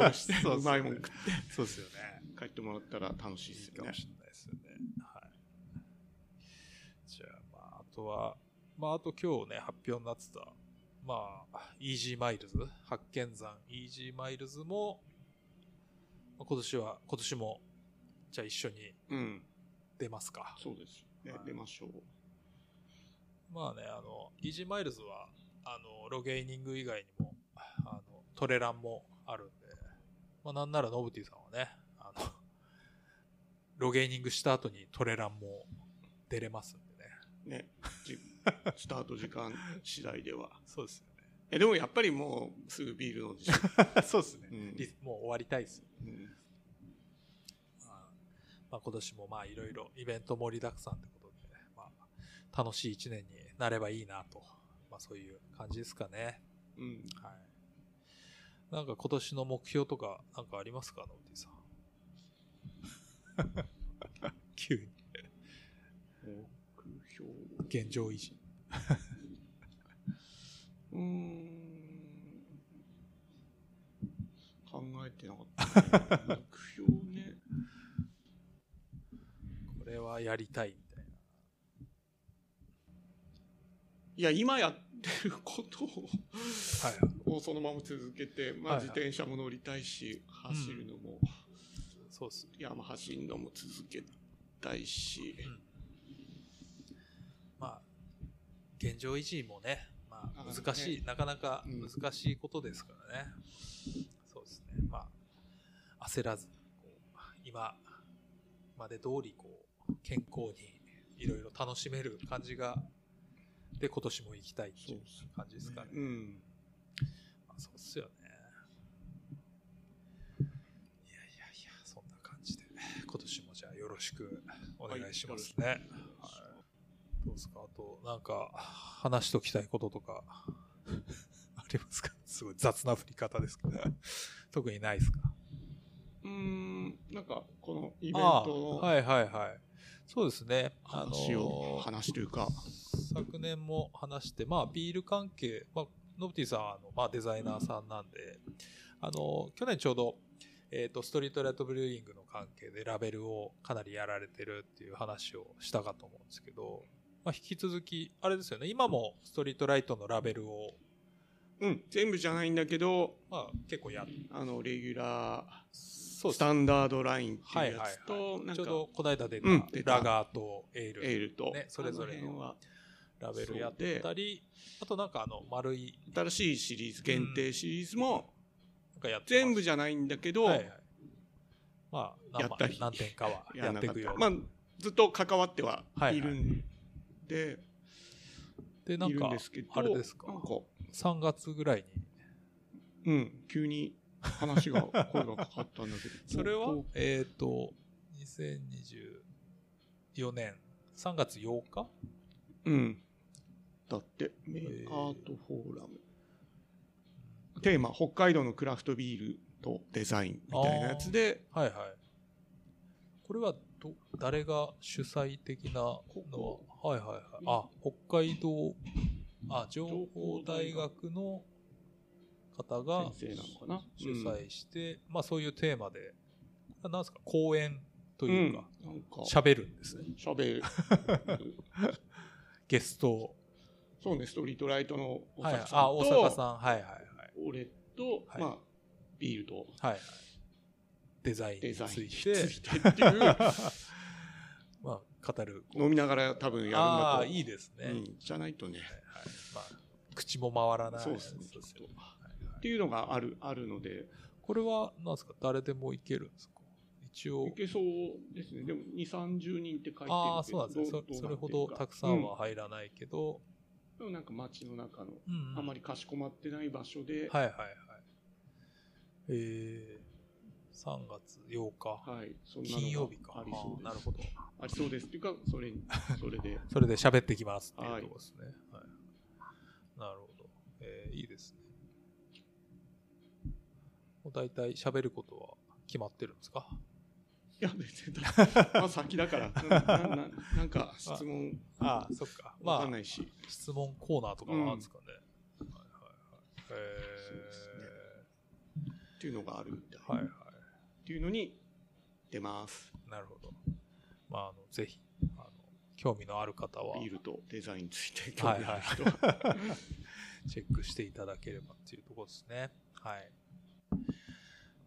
[SPEAKER 1] ールして、
[SPEAKER 2] そう
[SPEAKER 1] う
[SPEAKER 2] っすね
[SPEAKER 1] まいもん食って
[SPEAKER 2] そうですよね
[SPEAKER 1] 帰ってもらったら楽しいです
[SPEAKER 2] いい
[SPEAKER 1] よ
[SPEAKER 2] か
[SPEAKER 1] ね
[SPEAKER 2] も。しれないですよねはいじゃあまああとはまああと今日ね発表になってたまあイージーマイルズ発見山イージーマイルズもまあ今年は今年もじゃあ一緒に
[SPEAKER 1] うん。
[SPEAKER 2] 出ますか
[SPEAKER 1] そうですよね。
[SPEAKER 2] はい
[SPEAKER 1] 出ましょう。
[SPEAKER 2] まあね、あの、イージーマイルズは、あの、ロゲイニング以外にも、あの、トレランもあるんで、まあなんならノブティさんはね、あの、ロゲイニングした後にトレランも出れますんでね。
[SPEAKER 1] ね。じスタート時間次第では。
[SPEAKER 2] そうですよ
[SPEAKER 1] え、でもやっぱりもうすぐビール飲んでしょ。
[SPEAKER 2] ね。そうですね
[SPEAKER 1] うん
[SPEAKER 2] もう終わりたいですよ。
[SPEAKER 1] うん
[SPEAKER 2] まあ、まあ今年もまあいろいろイベント盛りだくさんってことで、まあ、楽しい一年になればいいなと、まあそういう感じですかね。
[SPEAKER 1] うん。
[SPEAKER 2] はい。なんか今年の目標とか、なんかありますか、ノブティさ ん。急に。
[SPEAKER 1] 目標。
[SPEAKER 2] 現状維持。
[SPEAKER 1] うーん。考えてなかったな。目標ね。
[SPEAKER 2] これはやりたいみたいな。
[SPEAKER 1] いや、今やってることを。
[SPEAKER 2] はい。
[SPEAKER 1] をそのまま続けて、まあ、
[SPEAKER 2] はいはい
[SPEAKER 1] 自転車も乗りたいし、
[SPEAKER 2] ん
[SPEAKER 1] 走るのも、
[SPEAKER 2] そうっすね。
[SPEAKER 1] 山走るのも続けたいし、
[SPEAKER 2] まあ、現状維持もね、まあ
[SPEAKER 1] なかなかね
[SPEAKER 2] 難しい、なかなか
[SPEAKER 1] うん
[SPEAKER 2] 難しいことですからね。そうですね。まあ、焦らず、こう今まで通り、こう、健康にいろいろ楽しめる感じが、で、今年も行きたいっていう感じですかね。
[SPEAKER 1] うん、
[SPEAKER 2] まあそうっすよね。いやいやいや、そんな感じで、今年もじゃあよろしくお願いしますね。はいどうですかあと、なんか、話しときたいこととか、 ありますかすごい雑な振り方ですけど、 特にないですか
[SPEAKER 1] うーん、なんか、このイベン
[SPEAKER 2] あ
[SPEAKER 1] ト
[SPEAKER 2] あはいはいはい。そうですね。
[SPEAKER 1] の話
[SPEAKER 2] あの
[SPEAKER 1] を、
[SPEAKER 2] ー
[SPEAKER 1] 話というか、
[SPEAKER 2] 昨年も話して、まあ、ビール関係、まあ、ノブティさんはあの、まあ、デザイナーさんなんで、あの去年ちょうど、えー、とストリートライトブルーイングの関係でラベルをかなりやられてるっていう話をしたかと思うんですけど、まあ、引き続きあれですよね今もストリートライトのラベルを、
[SPEAKER 1] うん、全部じゃないんだけど、
[SPEAKER 2] まあ、結構やっ
[SPEAKER 1] あの、レギュラ
[SPEAKER 2] そ
[SPEAKER 1] ー、スタンダードラインって
[SPEAKER 2] はいいうはい
[SPEAKER 1] や
[SPEAKER 2] はい
[SPEAKER 1] つと、なん
[SPEAKER 2] ちょう
[SPEAKER 1] か、
[SPEAKER 2] どこの間出
[SPEAKER 1] うん出
[SPEAKER 2] た
[SPEAKER 1] た
[SPEAKER 2] ラガーとエール、
[SPEAKER 1] エールと
[SPEAKER 2] ね、それぞれ
[SPEAKER 1] あの
[SPEAKER 2] の
[SPEAKER 1] 辺は
[SPEAKER 2] ラベルやったりあとなんかあの丸い
[SPEAKER 1] 新しいシリーズ、限定シリーズも、
[SPEAKER 2] なんかやってます
[SPEAKER 1] 全部じゃないんだけど、
[SPEAKER 2] はいはい、まあ
[SPEAKER 1] や
[SPEAKER 2] 何
[SPEAKER 1] ったり
[SPEAKER 2] 何点かはやっていくよ
[SPEAKER 1] やらなかったまあ、ずっと関わっては
[SPEAKER 2] はいはい
[SPEAKER 1] いるんで、
[SPEAKER 2] でなん
[SPEAKER 1] いるん
[SPEAKER 2] か
[SPEAKER 1] ですけど、
[SPEAKER 2] あれですか
[SPEAKER 1] なんか、
[SPEAKER 2] 3月ぐらいに。
[SPEAKER 1] うん、急に話が、声がかかったんだけど
[SPEAKER 2] それは
[SPEAKER 1] こう
[SPEAKER 2] えっ、と2024年3月8日
[SPEAKER 1] うん。だって、メーカーとフォーラム。テーマ、北海道のクラフトビールとデザインみたいなやつで、
[SPEAKER 2] はいはいこれはど誰が主催的なの
[SPEAKER 1] こ
[SPEAKER 2] ははいはいはいあ北海道あ情報大学の方が
[SPEAKER 1] 先生なのかな
[SPEAKER 2] 主催して、まあそういうテーマで何ですか講演と
[SPEAKER 1] うん、
[SPEAKER 2] いうか、
[SPEAKER 1] なんか、
[SPEAKER 2] 喋るんですね。
[SPEAKER 1] しゃべる。
[SPEAKER 2] ゲストを。
[SPEAKER 1] そうね、ストリートライトの大
[SPEAKER 2] はい
[SPEAKER 1] 阪さんと、
[SPEAKER 2] あ、大阪さん。はいはいはい。
[SPEAKER 1] 俺と、
[SPEAKER 2] はい
[SPEAKER 1] まあ、ビールと
[SPEAKER 2] はいはい。デザイン
[SPEAKER 1] デ
[SPEAKER 2] に
[SPEAKER 1] ザイン
[SPEAKER 2] つ
[SPEAKER 1] に
[SPEAKER 2] い
[SPEAKER 1] つ
[SPEAKER 2] て、
[SPEAKER 1] いてって いう、
[SPEAKER 2] まあ、語る。
[SPEAKER 1] 飲みながら多分やるんだと。
[SPEAKER 2] ああ、いいですね。
[SPEAKER 1] う
[SPEAKER 2] はい
[SPEAKER 1] ん、じゃないとね。
[SPEAKER 2] はいまあ、口も回らない。
[SPEAKER 1] そうですね。
[SPEAKER 2] そうです
[SPEAKER 1] ちょ
[SPEAKER 2] よ
[SPEAKER 1] っと
[SPEAKER 2] はいはい
[SPEAKER 1] っていうのがある、あるので、
[SPEAKER 2] これは、なんですか、誰でもいけるんですか一応
[SPEAKER 1] い、けそうですね。でも、2、30人って書いてるけど。
[SPEAKER 2] ああ、そうなんですね。
[SPEAKER 1] ど
[SPEAKER 2] そ
[SPEAKER 1] どう
[SPEAKER 2] そ
[SPEAKER 1] な
[SPEAKER 2] れ
[SPEAKER 1] って
[SPEAKER 2] ほ
[SPEAKER 1] る
[SPEAKER 2] ど
[SPEAKER 1] か
[SPEAKER 2] たくさんは入らないけど、
[SPEAKER 1] うんでもなんか街の中の、
[SPEAKER 2] うんうん
[SPEAKER 1] あまりかしこまってない場所で、
[SPEAKER 2] はいはいはい。え3月8日、
[SPEAKER 1] はい。そんなのが
[SPEAKER 2] 金曜日か。
[SPEAKER 1] ありそうです。
[SPEAKER 2] あなるほど。
[SPEAKER 1] ありそうですっていうか、そ れに、それで。
[SPEAKER 2] それで喋ってきますってい
[SPEAKER 1] は
[SPEAKER 2] う
[SPEAKER 1] い
[SPEAKER 2] ところですね。はいなるほど、えーいいですね。もう大体喋ることは決まってるんですか
[SPEAKER 1] いや、 全然、まあ先だから、ななななんか質問
[SPEAKER 2] ああ、そっか。ま
[SPEAKER 1] わか
[SPEAKER 2] あ
[SPEAKER 1] ん、ないし、
[SPEAKER 2] 質問コーナーとかもあるんですかね。はいはい
[SPEAKER 1] そうですねっていうのがあるみたい。
[SPEAKER 2] はいはい。えーはいは
[SPEAKER 1] っていうのに出ます。
[SPEAKER 2] い。なるほど。まあ、あの、ぜひ、あの、興味のある方は、
[SPEAKER 1] ビールとデザインについて興味ある人は。
[SPEAKER 2] チェックしていただければっていうところですね。はい。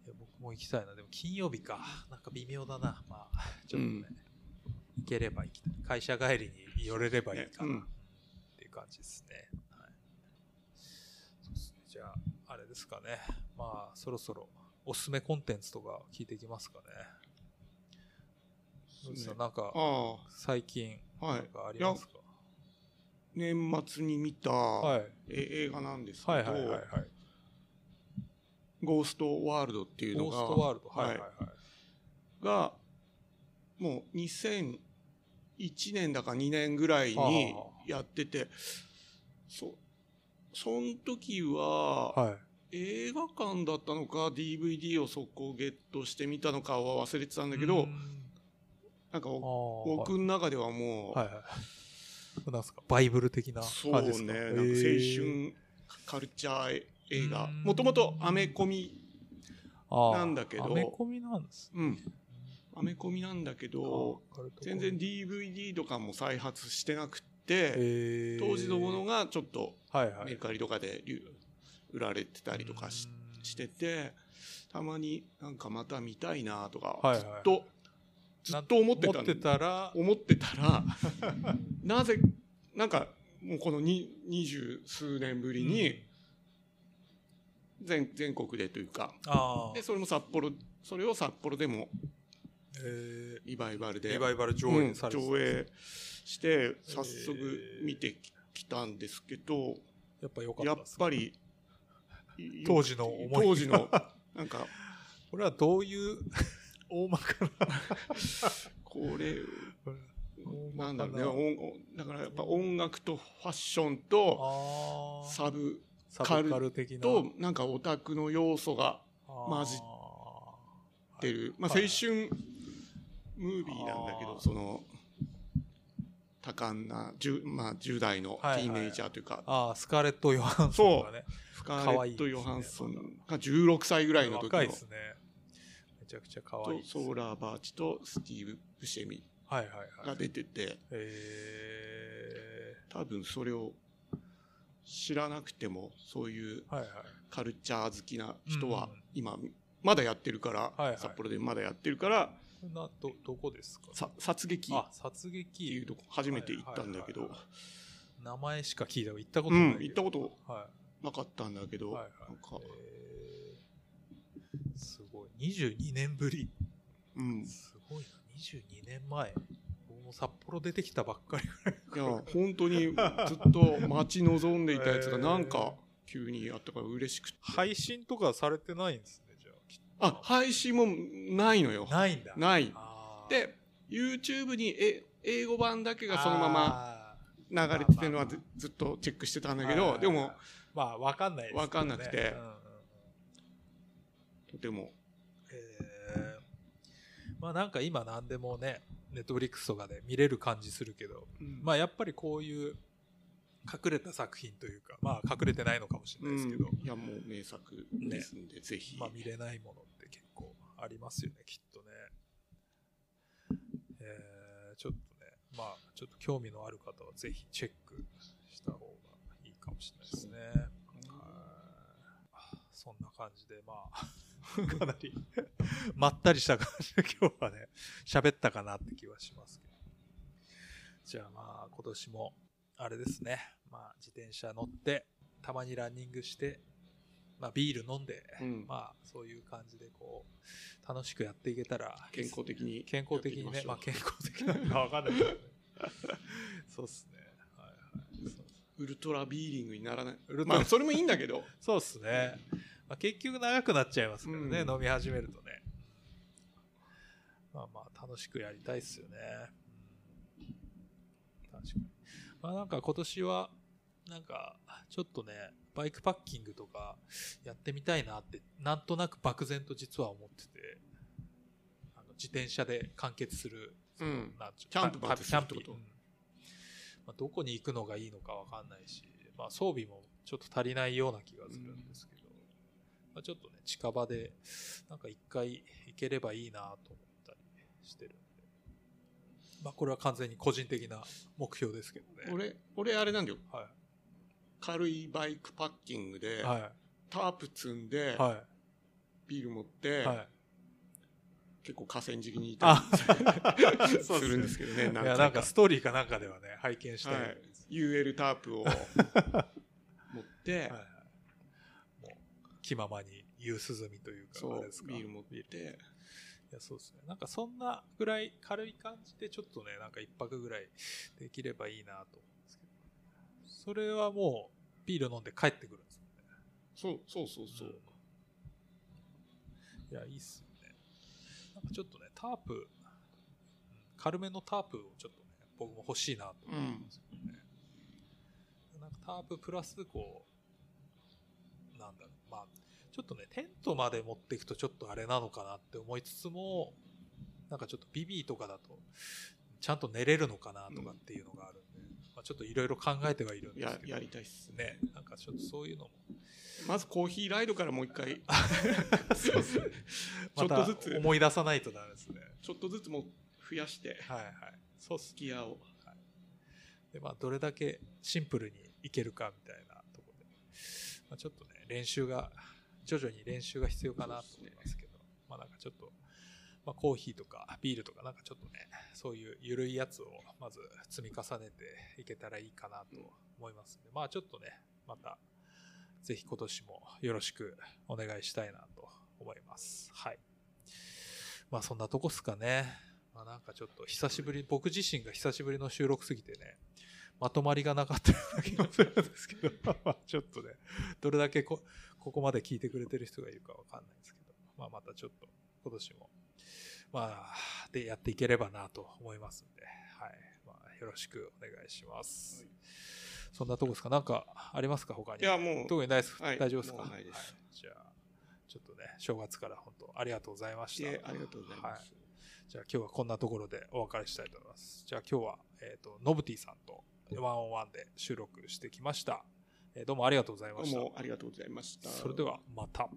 [SPEAKER 2] いや僕も行きたいな。でも金曜日か。なんか微妙だな。まあ、ちょっとね、行ければ行きたい。会社帰りに寄れればいいかな
[SPEAKER 1] ねうん
[SPEAKER 2] っていう感じですね。はい。そうですね。じゃあ、あれですかね。まあ、そろそろおすすめコンテンツとか聞いていきますかね。どうですかなんか、
[SPEAKER 1] あ
[SPEAKER 2] 最近、
[SPEAKER 1] あ、は
[SPEAKER 2] なん
[SPEAKER 1] い。
[SPEAKER 2] かありますか
[SPEAKER 1] 年末に見た、
[SPEAKER 2] はい。
[SPEAKER 1] え映画なんですけど、
[SPEAKER 2] はいはいはいはい。
[SPEAKER 1] ゴーストワールドっていうの
[SPEAKER 2] ゴ
[SPEAKER 1] が、
[SPEAKER 2] ーストワールド。はいはいはい。
[SPEAKER 1] が、もう2001年だか2年ぐらいにやってて、そ、そん時は、
[SPEAKER 2] はい。
[SPEAKER 1] 映画館だったのか DVD を速攻ゲットしてみたのかは忘れてたんだけ
[SPEAKER 2] う
[SPEAKER 1] ど
[SPEAKER 2] ん、
[SPEAKER 1] なんか
[SPEAKER 2] あ
[SPEAKER 1] お
[SPEAKER 2] ー
[SPEAKER 1] 僕の中ではもう、
[SPEAKER 2] はいはいはい。なんですかバイブル的な
[SPEAKER 1] そう
[SPEAKER 2] 感じ
[SPEAKER 1] ね
[SPEAKER 2] ですか
[SPEAKER 1] なんか青春カルチャー映
[SPEAKER 2] う
[SPEAKER 1] 画
[SPEAKER 2] ん
[SPEAKER 1] もともとアメコミなんだけど
[SPEAKER 2] アメコミなんですね。
[SPEAKER 1] うんアメコミなんだけど
[SPEAKER 2] あ軽いとこ
[SPEAKER 1] 全然 DVD とかも再発してなくって
[SPEAKER 2] へー
[SPEAKER 1] 当時のものがちょっと
[SPEAKER 2] はいは
[SPEAKER 1] メル
[SPEAKER 2] い。
[SPEAKER 1] カリとかで流売られてたりとかし
[SPEAKER 2] うん
[SPEAKER 1] しててたまになんかまた見たいなとか
[SPEAKER 2] はいはい
[SPEAKER 1] ずっとずっと思ってた
[SPEAKER 2] 持
[SPEAKER 1] ん
[SPEAKER 2] ってたら、
[SPEAKER 1] 思ってたら なぜなんかもうこのに二十数年ぶりに全全国でというか
[SPEAKER 2] ああ
[SPEAKER 1] で、それも札幌それを札幌でも
[SPEAKER 2] え
[SPEAKER 1] リバイバル
[SPEAKER 2] ー
[SPEAKER 1] で
[SPEAKER 2] リバイバル上
[SPEAKER 1] うん
[SPEAKER 2] 映されてたん
[SPEAKER 1] 上
[SPEAKER 2] ですね
[SPEAKER 1] 映して早速見てききたんですけど
[SPEAKER 2] やっぱ良か
[SPEAKER 1] や
[SPEAKER 2] っ
[SPEAKER 1] った
[SPEAKER 2] ですか
[SPEAKER 1] ぱ り
[SPEAKER 2] 当時の思い
[SPEAKER 1] 当時のなんか
[SPEAKER 2] これはどう いう大まか
[SPEAKER 1] こ れ
[SPEAKER 2] な。
[SPEAKER 1] なんだろうね音音だ
[SPEAKER 2] 大まかな
[SPEAKER 1] からやっぱ音楽とファッションと
[SPEAKER 2] あー
[SPEAKER 1] サブ
[SPEAKER 2] サブカル的な。
[SPEAKER 1] となんかオタクの要素が混じ出
[SPEAKER 2] る。
[SPEAKER 1] る、まあ、青
[SPEAKER 2] はい
[SPEAKER 1] 春ムービーなんだけ
[SPEAKER 2] あ
[SPEAKER 1] ど
[SPEAKER 2] ー
[SPEAKER 1] その多感な 10,、まあ、10代のテ
[SPEAKER 2] はいは
[SPEAKER 1] ィー
[SPEAKER 2] い
[SPEAKER 1] ンエイジャーというか、
[SPEAKER 2] ああ、スカーレット・ヨハンソンがね。
[SPEAKER 1] スカーレット・ヨハンソンが16歳ぐらいの時
[SPEAKER 2] 若い
[SPEAKER 1] の
[SPEAKER 2] ですね。めちゃくちゃ可愛い
[SPEAKER 1] と
[SPEAKER 2] です。
[SPEAKER 1] ソーラー・バーチとスティーブ・ブシェミ
[SPEAKER 2] はいはいは
[SPEAKER 1] が
[SPEAKER 2] い。
[SPEAKER 1] 出てて
[SPEAKER 2] え
[SPEAKER 1] 多分それを知らなくてもそういう
[SPEAKER 2] ー、はいはい。
[SPEAKER 1] カルチャー好きな人は
[SPEAKER 2] うん
[SPEAKER 1] 今まだやってるから、
[SPEAKER 2] はいはい
[SPEAKER 1] 札幌でまだやってるから
[SPEAKER 2] これなどどこですか
[SPEAKER 1] さ殺撃
[SPEAKER 2] あ、
[SPEAKER 1] っ
[SPEAKER 2] 殺
[SPEAKER 1] ていう
[SPEAKER 2] 撃。
[SPEAKER 1] とこ初めて行ったんだけど、
[SPEAKER 2] はいはいはい名前しか聞いたこと行ったこ
[SPEAKER 1] う
[SPEAKER 2] とない
[SPEAKER 1] ん、
[SPEAKER 2] け
[SPEAKER 1] 行っ
[SPEAKER 2] ど。
[SPEAKER 1] たこと
[SPEAKER 2] は
[SPEAKER 1] なかったんだけ
[SPEAKER 2] い。
[SPEAKER 1] ど、
[SPEAKER 2] はいはい
[SPEAKER 1] なんか、
[SPEAKER 2] えーすごい。22年ぶり。
[SPEAKER 1] うん、い
[SPEAKER 2] すごいな。22年前。僕も札幌出てきたばっかりぐらい。
[SPEAKER 1] や、本当にずっと待ち望んでいたやつ
[SPEAKER 2] え
[SPEAKER 1] が、
[SPEAKER 2] ー
[SPEAKER 1] なんか急にあったから嬉しくて、
[SPEAKER 2] 配信とかされてないんですね、じゃあきっ
[SPEAKER 1] あ配信もないのよ
[SPEAKER 2] と。、ないんだ。
[SPEAKER 1] ない。
[SPEAKER 2] あー
[SPEAKER 1] で、YouTube にえ英語版だけがそのまま
[SPEAKER 2] ま
[SPEAKER 1] 流れてるのはず
[SPEAKER 2] ま
[SPEAKER 1] ずっとチェックしてたんだ
[SPEAKER 2] だ
[SPEAKER 1] けど、でも、
[SPEAKER 2] まあ分かんないですけどね
[SPEAKER 1] わかんなくて
[SPEAKER 2] うんうんうん
[SPEAKER 1] とても、
[SPEAKER 2] えーまあなんか今何でもねネットフリックスとかで見れる感じするけどま
[SPEAKER 1] あ、
[SPEAKER 2] あやっぱりこういう隠れた作品というかまあ隠れてないのかもしれ
[SPEAKER 1] う
[SPEAKER 2] ないです
[SPEAKER 1] ん、
[SPEAKER 2] けど、
[SPEAKER 1] いや、もう名作ですんで、ぜひ、
[SPEAKER 2] まあ見れないものって結構ありますよねきっとねえーちょっとねまあちょっと興味のある方はぜひチェックした方がいいかもしれないですね、はいそんな感じで、まあ、 かなり、 まったりした感じで今日はね、喋ったかなって気はしますけど。じゃあまあ、今年も、あれですね、まあ、自転車乗って、たまにランニングして、まあ、ビール飲んで、
[SPEAKER 1] うん
[SPEAKER 2] まあ、そういう感じで、こう、楽しくやっていけたら、
[SPEAKER 1] 健康的に
[SPEAKER 2] 健康的に
[SPEAKER 1] やって
[SPEAKER 2] ね
[SPEAKER 1] い、き
[SPEAKER 2] ま
[SPEAKER 1] ま
[SPEAKER 2] あ、
[SPEAKER 1] しょ
[SPEAKER 2] 健康的なのかわかんない けどね。そうっすね。はいはい。そう
[SPEAKER 1] うウルトラビーリングにならない、
[SPEAKER 2] ウルトラ
[SPEAKER 1] まあ、それもいいんだけど、
[SPEAKER 2] そうですね。まあ、結局長くなっちゃいますからね、
[SPEAKER 1] うん
[SPEAKER 2] 飲み始めるとね。まあまあ楽しくやりたいっすよね。うん確かに。まあなんか今年は、なんかちょっとね、バイクパッキングとかやってみたいなって、なんとなく漠然と実は思ってて、あの自転車で完結する、
[SPEAKER 1] うん
[SPEAKER 2] そのなんちゅう
[SPEAKER 1] キャンプ
[SPEAKER 2] た
[SPEAKER 1] まです
[SPEAKER 2] キャンプ
[SPEAKER 1] るってこと
[SPEAKER 2] うんまあ、どこに行くのがいいのかわかんないし、まあ装備もちょっと足りないような気がするんですけど、まあ、ちょっとね、近場で、なんか一回行ければいいなと思ったりしてるんで。まあこれは完全に個人的な目標ですけどね。
[SPEAKER 1] 俺、俺あれなんだよ。
[SPEAKER 2] は
[SPEAKER 1] 軽いバイクパッキングで、
[SPEAKER 2] い。は
[SPEAKER 1] タープ積んで
[SPEAKER 2] い。、は
[SPEAKER 1] ビール持っ
[SPEAKER 2] い。
[SPEAKER 1] て、
[SPEAKER 2] はい。
[SPEAKER 1] 結構河川敷にいた りするんですけどね、
[SPEAKER 2] いや、なんかストーリーかなんかではね、拝見したり。
[SPEAKER 1] はい UL タープを持って、
[SPEAKER 2] はいはいもう気ままに夕涼みというか、
[SPEAKER 1] そ
[SPEAKER 2] あ
[SPEAKER 1] う
[SPEAKER 2] れです、か
[SPEAKER 1] ビール持っ
[SPEAKER 2] ビール
[SPEAKER 1] て、
[SPEAKER 2] いや、そうですね。なんかそんなぐらい軽い感じで、ちょっとね、なんか一泊ぐらいできればいいなと思うんですけど。それはもう、ビール飲んで帰ってくるんですよね。
[SPEAKER 1] そう、そうそうそう。
[SPEAKER 2] いや、いいっすよね。なんかちょっとね、タープ、うん軽めのタープをちょっとね、僕も欲しいなと思いますよね。なんかターププラス、こう、なんだろう、まあ、ちょっとね、テントまで持っていくとちょっとあれなのかなって思いつつも、なんかちょっとビビーとかだと、ちゃんと寝れるのかなとかっていうのがあるんで、まあ、ちょっといろいろ考えてはいるんです
[SPEAKER 1] や
[SPEAKER 2] けど、
[SPEAKER 1] やりたいっすね。
[SPEAKER 2] ね、なんかちょっとそういうのも
[SPEAKER 1] まずコーヒーライドからもう一回、 ちょ
[SPEAKER 2] ま
[SPEAKER 1] っと
[SPEAKER 2] た
[SPEAKER 1] ずつ、
[SPEAKER 2] 思い出さないとダメですね。
[SPEAKER 1] ちょっとずつもう増やして、
[SPEAKER 2] はいはい。そうっす。
[SPEAKER 1] ギアを。
[SPEAKER 2] で、まあ、どれだけシンプルにいけるかみたいなところで、まあ、ちょっとね、練習が、徐々に練習が必要かなと思いますけど、まあなんかちょっと、まあ、コーヒーとかビールとかなんかちょっとね、そういう緩いやつをまず積み重ねていけたらいいかなと思いますんで、まあちょっとね、また、ぜひ今年もよろしくお願いしたいなと思います。はい。まあそんなとこっすかね。まあなんかちょっと久しぶり、僕自身が久しぶりの収録すぎてね、まとまりがなかったような気がするんですけど、 まあちょっとね、どれだけこここまで聞いてくれてる人がいるかわかんないですけど、まあまたちょっと今年も、まあ、でやっていければなと思いますんで、はい。まあよろしくお願いします。そんなとこですかなんかありますか他に。
[SPEAKER 1] いや、もう、
[SPEAKER 2] 特にないです、
[SPEAKER 1] はい
[SPEAKER 2] 大丈夫ですか
[SPEAKER 1] もうないです
[SPEAKER 2] はいじゃあちょっとね正月から本当ありがとうございました
[SPEAKER 1] いえありがとうございます。
[SPEAKER 2] じゃあ今日はこんなところでお別れしたいと思いますじゃあ今日はえっ、とノブティさんとワンオンワンで収録してきました、えーどうもありがとうございまし
[SPEAKER 1] どう
[SPEAKER 2] た
[SPEAKER 1] もありがとうございました。
[SPEAKER 2] それではまた